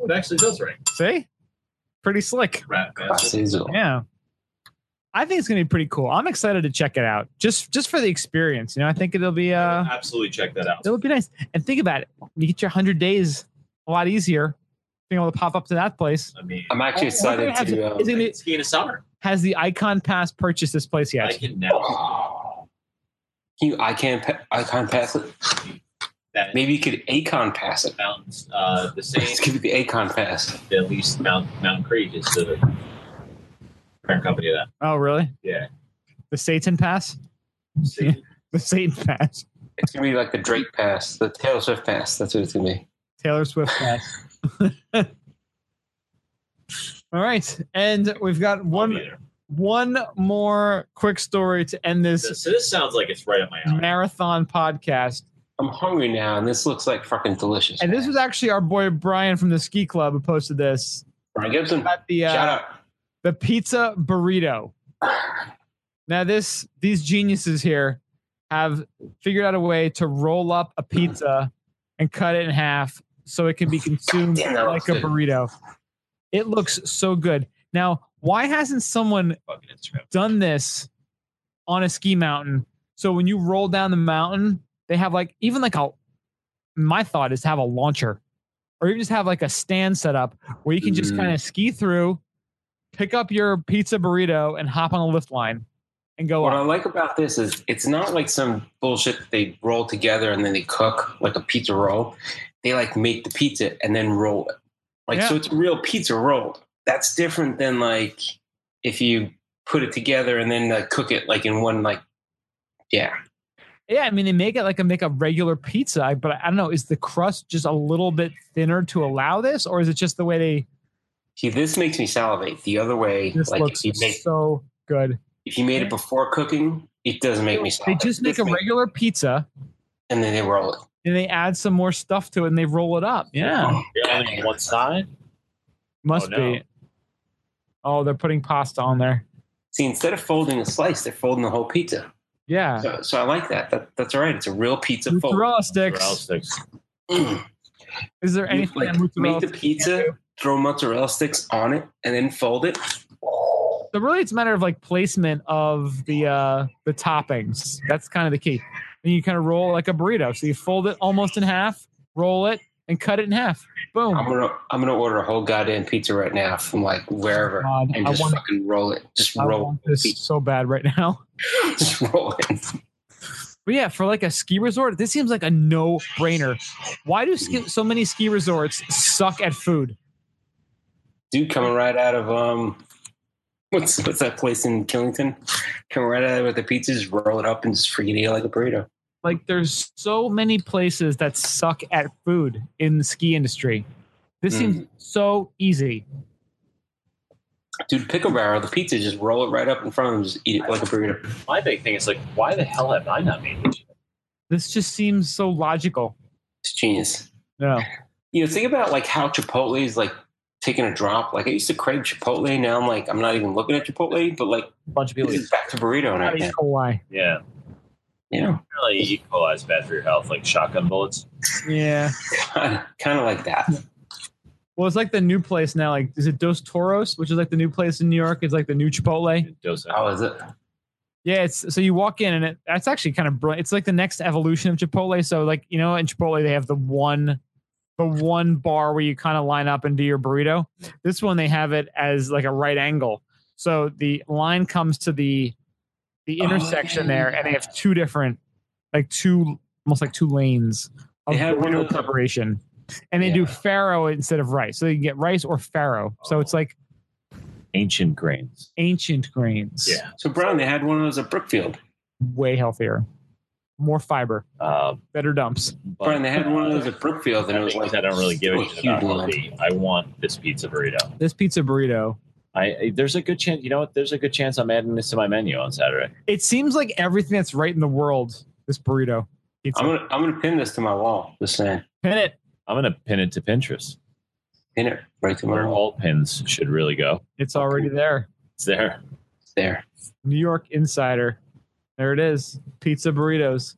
Oh, It actually does ring.
See? Pretty slick.
Rat bastard.
Seasonal.
Yeah. I think it's gonna be pretty cool. I'm excited to check it out. Just just for the experience. You know, I think it'll be uh
Absolutely check that out.
it'll be nice. And think about it. You get your hundred days a lot easier being able to pop up to that place.
I mean,
I'm actually
Oh, we're gonna
excited
have
to.
to-
uh,
is it gonna be-
it's in the summer.
Has the icon pass purchased this place
I
yet?
can now.
Can you, I can't. pa- I can't pass it.
That
Maybe you could Acon pass it.
mountains, uh, the same
Let's give it the Acon pass.
at least Mount Mountain Creek is the parent company of that.
Oh really?
Yeah.
The Satan pass?
See,
The Satan pass.
It's gonna be like the Drake pass, the Taylor Swift pass. That's what it's gonna be.
Taylor Swift pass. All right, and we've got
I'll be
one
there.
one more quick story to end this
This, this sounds like it's right up my alley.
marathon podcast.
I'm hungry now, and this looks like fucking delicious.
And this was actually our boy Brian from the ski club who posted this
Brian Gibson.
about the
Shout
uh,
out.
the pizza burrito. Now this these geniuses here have figured out a way to roll up a pizza and cut it in half so it can be consumed
Damn, that
like
looks
a
good.
burrito. It looks so good. Now, why hasn't someone
Fucking Instagram.
done this on a ski mountain. So when you roll down the mountain, they have like even like a my thought is to have a launcher or even just have like a stand set up where you can just
Mhm.
kind of ski through, pick up your pizza burrito and hop on a lift line and go
What I
up.
like about this is it's not like some bullshit they roll together and then they cook like a pizza roll. They like make the pizza and then roll it. Like
Yeah.
so it's a real pizza roll. That's different than like if you put it together and then uh, cook it like in one like yeah.
Yeah, I mean they make it like a make a regular pizza, but I don't know, is the crust just a little bit thinner to allow this or is it just the way they
See, this makes me salivate. The other way,
this
like
looks
if you make
so good.
if you made it before cooking, it doesn't make
They
me salivate.
just make
This
a
makes-
regular pizza
and then they roll it.
and they add some more stuff to it and they roll it up. Yeah.
You're only on one side.
Must
Oh, no.
be. Oh, they're putting pasta on there.
See, instead of folding a slice, they're folding the whole pizza.
Yeah.
So, so I like that. that. That's all right. It's a real pizza fold.
Mozzarella
Morale
sticks.
sticks.
Mm.
Is there
You,
anything
like,
that mozzarella
make the
sticks
pizza,
can't do?
throw mozzarella sticks on it, and then fold it.
So really, it's a matter of like placement of the uh the toppings. That's kind of the key. And you kind of roll like a burrito. So you fold it almost in half, roll it, and cut it in half. Boom.
I'm gonna I'm gonna order a whole goddamn pizza right now from like wherever,
God,
and
I
just
want-
fucking roll it. Just
I
roll,
want this so bad right now.
just roll it.
But yeah, for like a ski resort, this seems like a no brainer. Why do ski- so many ski resorts suck at food?
Dude, coming right out of um, what's what's that place in Killington? Coming right out of it with the pizzas, roll it up and just freaking eat it like a burrito.
Like, there's so many places that suck at food in the ski industry. This seems so easy.
Dude, pickle barrel, the pizza, just roll it right up in front of them, just eat it like a burrito.
My big thing is like, why the hell have I not made this?
This just seems so logical.
It's genius.
No,
You know, think about like how Chipotle is like taking a drop. Like I used to crave Chipotle. Now I'm like, I'm not even looking at Chipotle, but like
A bunch of people.
this
eat-
is back to
not
burrito right
E.
now.
coli.
Yeah,
Yeah,
really, E. coli is bad for your health, like shotgun bullets.
Yeah.
kind of like that.
Well, it's like the new place now. Like, is it Dos Toros, which is like the new place in New York? It's like the new Chipotle.
Dose
How is it?
Yeah, it's so you walk in and it, that's actually kind of brilliant. It's like the next evolution of Chipotle. So like you know, in Chipotle they have the one, the one bar where you kind of line up and do your burrito. This one they have it as like a right angle. So the line comes to the the
Oh,
intersection
yeah.
there, and they have two different, like two almost like two lanes of
They have one
burrito
of the-
preparation, and they do farro instead of rice. So you can get rice or farro. So it's like
ancient grains.
ancient grains,
Yeah.
So Brown, they had one of those at Brookfield.
way healthier, more fiber,
Um,
better dumps.
but
Brian, they had one of those at Brookfield, and it was
things
like
I don't really give
so
a shit about
huge line.
healthy. I want this pizza burrito.
this pizza burrito.
I, I there's a good chance. You know what? There's a good chance I'm adding this to my menu on Saturday.
It seems like everything that's right in the world. This burrito. Pizza.
I'm gonna I'm gonna pin this to my wall. Just saying,
Pin it.
I'm gonna pin it to Pinterest.
pin it right to my
Where
wall.
all pins should really go.
It's already there.
It's there.
It's there.
New York Insider. There it is. Pizza burritos.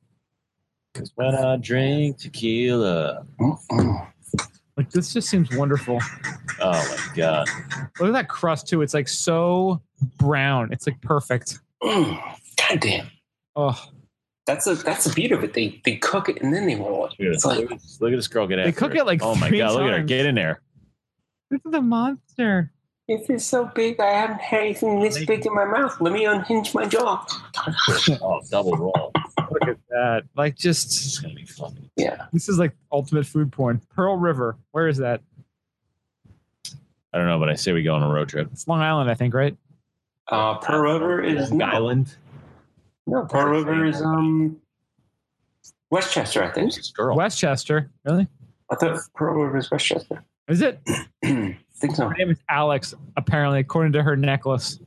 Because when I drink tequila,
Mm-mm.
Like this just seems wonderful.
oh my god,
Look at that crust too. It's like so brown. It's like perfect.
Mm. God damn,
Oh,
that's a that's the beauty of it. They they cook it and then they roll it.
look
It's
at,
like
this, look at this girl get after
cook it like
oh my
three
god, look at her
times.
get in there.
look at the monster.
This is so big. I haven't had anything this big in my mouth. Let me unhinge my jaw.
Oh, double roll.
Look at that. Like
It's
just
gonna be fun.
this is like ultimate food porn. Pearl River. Where is that?
I don't know, but I say we go on a road trip.
It's Long Island, I think, right?
Uh, Pearl River is
Long
no,
Island.
no. Pearl River is um Westchester, I think.
Who's this girl?
Westchester. Really?
I thought Pearl River is Westchester.
Is it?
I think so.
Her name is Alex, apparently, according to her necklace.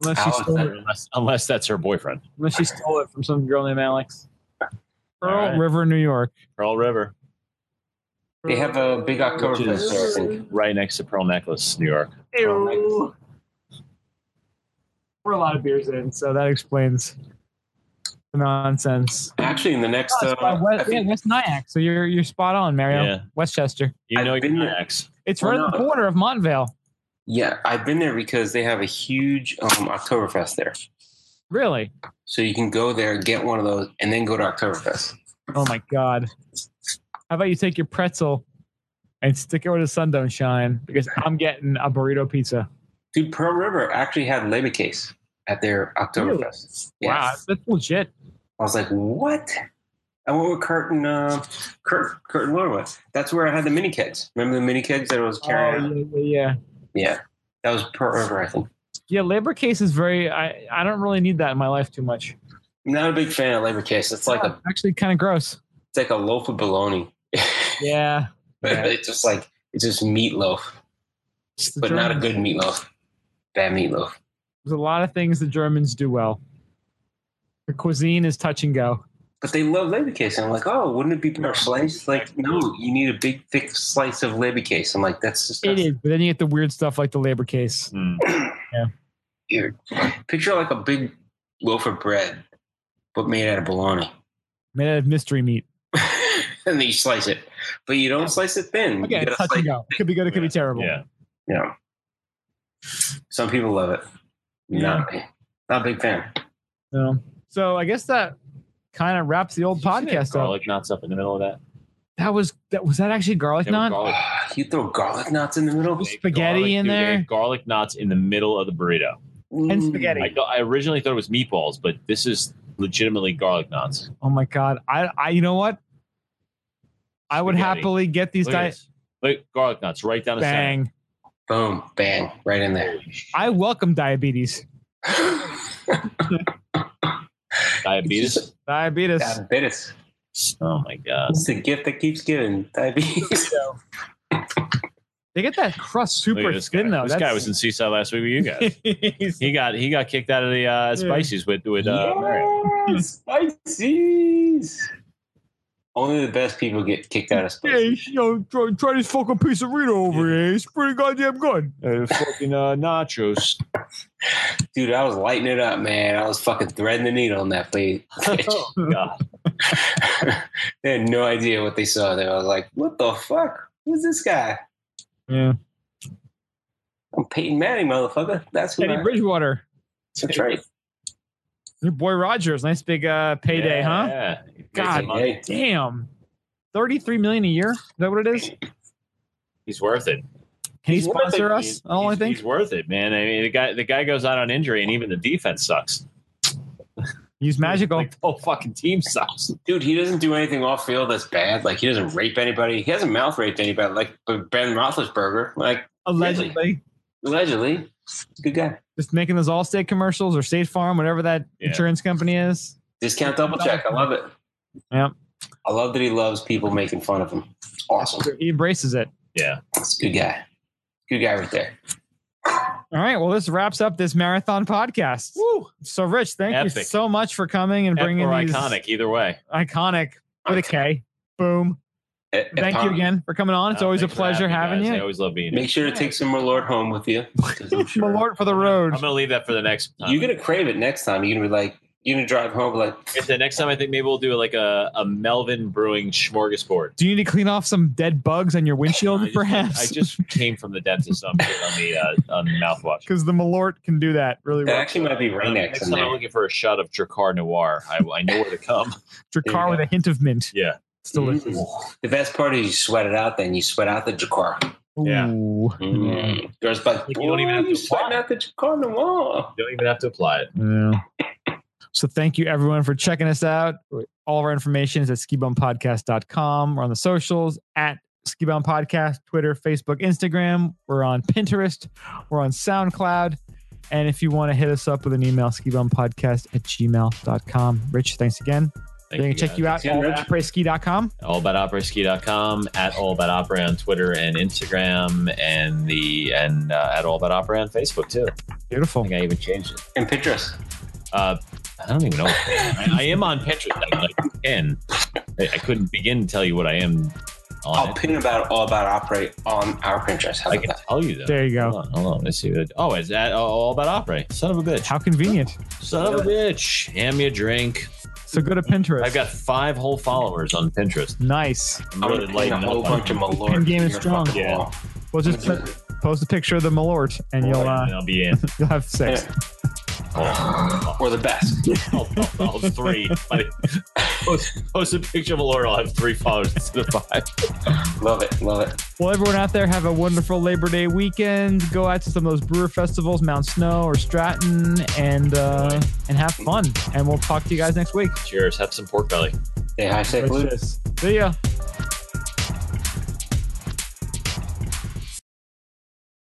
Unless she,
Alex,
stole it,
Unless, unless that's her boyfriend.
unless she stole it from some girl named Alex. Pearl
All right.
River, New York.
Pearl River,
They have a big
which
Oktoberfest there, I
is
think.
right next to Pearl Necklace, New York.
Pearl Necklace.
We're a lot of beers in, so that explains the nonsense.
Actually, in the next,
Oh,
uh,
it's by
I
West, yeah,
think
West Nyack. So you're you're spot on, Mario.
Yeah.
Westchester.
You
I've
know
been
your
there.
ex.
It's
Well,
right on the
no.
corner of Montvale.
Yeah, I've been there because they have a huge um, Oktoberfest there.
Really?
So you can go there, get one of those, and then go to Oktoberfest.
Oh my God. How about you take your pretzel and stick it where the sun don't shine? Because I'm getting a burrito pizza.
Dude, Pearl River actually had labor case at their Oktoberfest.
Wow,
Yes.
that's legit.
I was like, what? I went with Kurt and uh, Kurt, Kurt and Laura. That's where I had the mini kegs. Remember the mini kegs that I was carrying?
Oh, yeah, yeah, yeah.
yeah. that was Pearl River. I think.
Yeah, labor case is very. I I don't really need that in my life too much.
Not a big fan of labor case. It's like a
It's actually kind of gross.
it's like a loaf of bologna.
Yeah, yeah.
it's just like it's just meatloaf,
It's the
but not a
Germans.
good meatloaf. Bad meatloaf.
There's a lot of things the Germans do well. The cuisine is touch and go.
But they love labicase. I'm like, oh, wouldn't it be better sliced? Like, no, you need a big, thick slice of labicase. I'm like, that's just
It is, but then you get the weird stuff like the labor case.
Hmm.
weird. Picture like a big loaf of bread, but made out of bologna,
Made out of mystery meat.
and then you slice it. But you don't slice it thin.
Again,
you
it's
gotta
touch
slice,
and go. It could be good. It could be terrible.
Yeah.
you know. Some people love it. Not me. Not a big fan.
So, so I guess that kind of wraps the old podcast up.
Garlic knots up in the middle of that.
That was that was that actually garlic
Yeah,
knot?
garlic-
you throw garlic knots in the middle
Spaghetti
garlic-
in
dude, they
there?
had Garlic knots in the middle of the burrito.
Mm.
And spaghetti.
I, thought- I originally thought it was meatballs, but this is legitimately garlic knots.
Oh my god. I I you know what? I would
Spaghetti.
happily get these
Look at
diet
this. Look, garlic knots right down the center.
bang.
Boom, bang, right in there.
I welcome diabetes.
Diabetes.
Diabetes.
Diabetes.
Oh my god.
It's the gift that keeps giving. Diabetes.
They get that crust
Look
super
at this guy.
thin though.
This guy was in Seaside last week with you guys.
in
He got he got kicked out of the uh, Spices with with uh, Mario.
Yeah, spices. Only the best people get kicked out of
Hey,
spices.
yo, try, try this fucking piece of Rita over here. It's pretty goddamn good.
Uh, fucking uh, nachos.
Dude, I was lighting it up, man. I was fucking threading the needle on that plate.
oh god.
they had no idea what they saw there. I was like, what the fuck? Who's this guy?
Yeah.
I'm Peyton Manning, motherfucker. That's who
Teddy
I,
Bridgewater.
That's right.
Your boy Rogers. Nice big uh, payday,
yeah,
huh?
Yeah. He made
God
some money.
Hey,
Damn. 33 million a year? Is that what it is?
he's worth it.
Can he
He's worth
sponsor
it.
us? I don't
he's,
think.
he's worth it, man. I mean, the guy the guy goes out on injury, and even the defense sucks.
He's magical.
Like the whole fucking team sucks.
dude, he doesn't do anything off field that's bad. Like he doesn't rape anybody. He hasn't mouth raped anybody. Like Ben Roethlisberger, like
Allegedly.
allegedly, good guy.
Just making those Allstate commercials or State Farm, whatever that
Yeah.
insurance company is.
Discount double check. I love it.
Yep.
I love that he loves people making fun of him. It's awesome.
He embraces it.
Yeah,
It's a good guy. Good guy right there.
All right. Well, this wraps up this marathon podcast. Woo. So, Rich, thank you
Epic.
so much for coming and
Epic
bringing
or
these
iconic either way.
Iconic with a K. Boom.
And- and
Thank you
Tom,
again for coming on. It's
Uh,
always a
thanks for
pleasure
having
having
me, guys. I
you.
always love being here.
Make sure to take some more Lord home with you. 'cause I'm sure-
Malort for the road.
I'm gonna leave that for the next. Time.
You're gonna crave it next time. You're gonna be like, you're gonna drive home like,
If the next time I think maybe we'll do like a, a Melvin Brewing smorgasbord.
Do you need to clean off some dead bugs on your windshield,
I just-
perhaps?
I just came from the dentist. so I'm good on the uh, on mouthwash.
because the Malort can do that really
that
well.
actually might be
Um,
Rain-X
next
in
time I'm
there.
looking for a shot of Dracar Noir. I, I know where to come.
Your
there you
car
go.
with a hint of mint.
Yeah.
It's delicious.
Mm. The best part is you sweat it out. Then you sweat out the Jakar.
Yeah.
Ooh.
Mm-hmm.
Mm. Girls like,
Like,
boy,
you
you
don't even have to
sweating
apply.
out the Jakar Noir.
You don't even have to apply it.
Yeah. So thank you everyone for checking us out. All of our information is at skibumpodcast.com. We're on the socials at skibum podcast, Twitter, Facebook, Instagram. We're on Pinterest. We're on SoundCloud. And if you want to hit us up with an email, skibumpodcast at gmail.com. Rich, thanks again.
Thank
they can check
guys.
you out
Yeah, Rich.
at prayski.com.
allaboutoperaski.com at all about opera on twitter and instagram and the and uh, at all about opera on facebook too i
Beautiful.
think i even changed it
And Pinterest.
uh, i don't even know what I, I am on pinterest I, I can I, I couldn't begin to tell you what i am on
I'll
it.
pin about all about operate on our Pinterest. How
i
about
can
that?
tell you though
There you go.
hold on hold on let's see what oh it's at all about opera son of a bitch
How convenient.
son of a bitch hand me a drink
So go to Pinterest.
i've got five whole followers on pinterest
nice.
i'm
I'm
really
gonna pin
lighting
a
up
whole
on-
bunch of Malort.
Pin game
to
is
your
strong.
fucking
Yeah.
wall.
We'll just put, post a picture of the Malort and you'll uh,
and i'll be in
you'll have six.
Yeah. Or the best.
I'll, I'll, I'll have three. Like, post, post a picture of a Lord. I'll have three followers instead of five.
Love it. Love it.
Well, everyone out there, have a wonderful Labor Day weekend. Go out to some of those brewer festivals, Mount Snow or Stratton, and uh, and have fun. And we'll talk to you guys next week.
Cheers. Have some pork belly.
Say hi, say blue.
Delicious. See ya.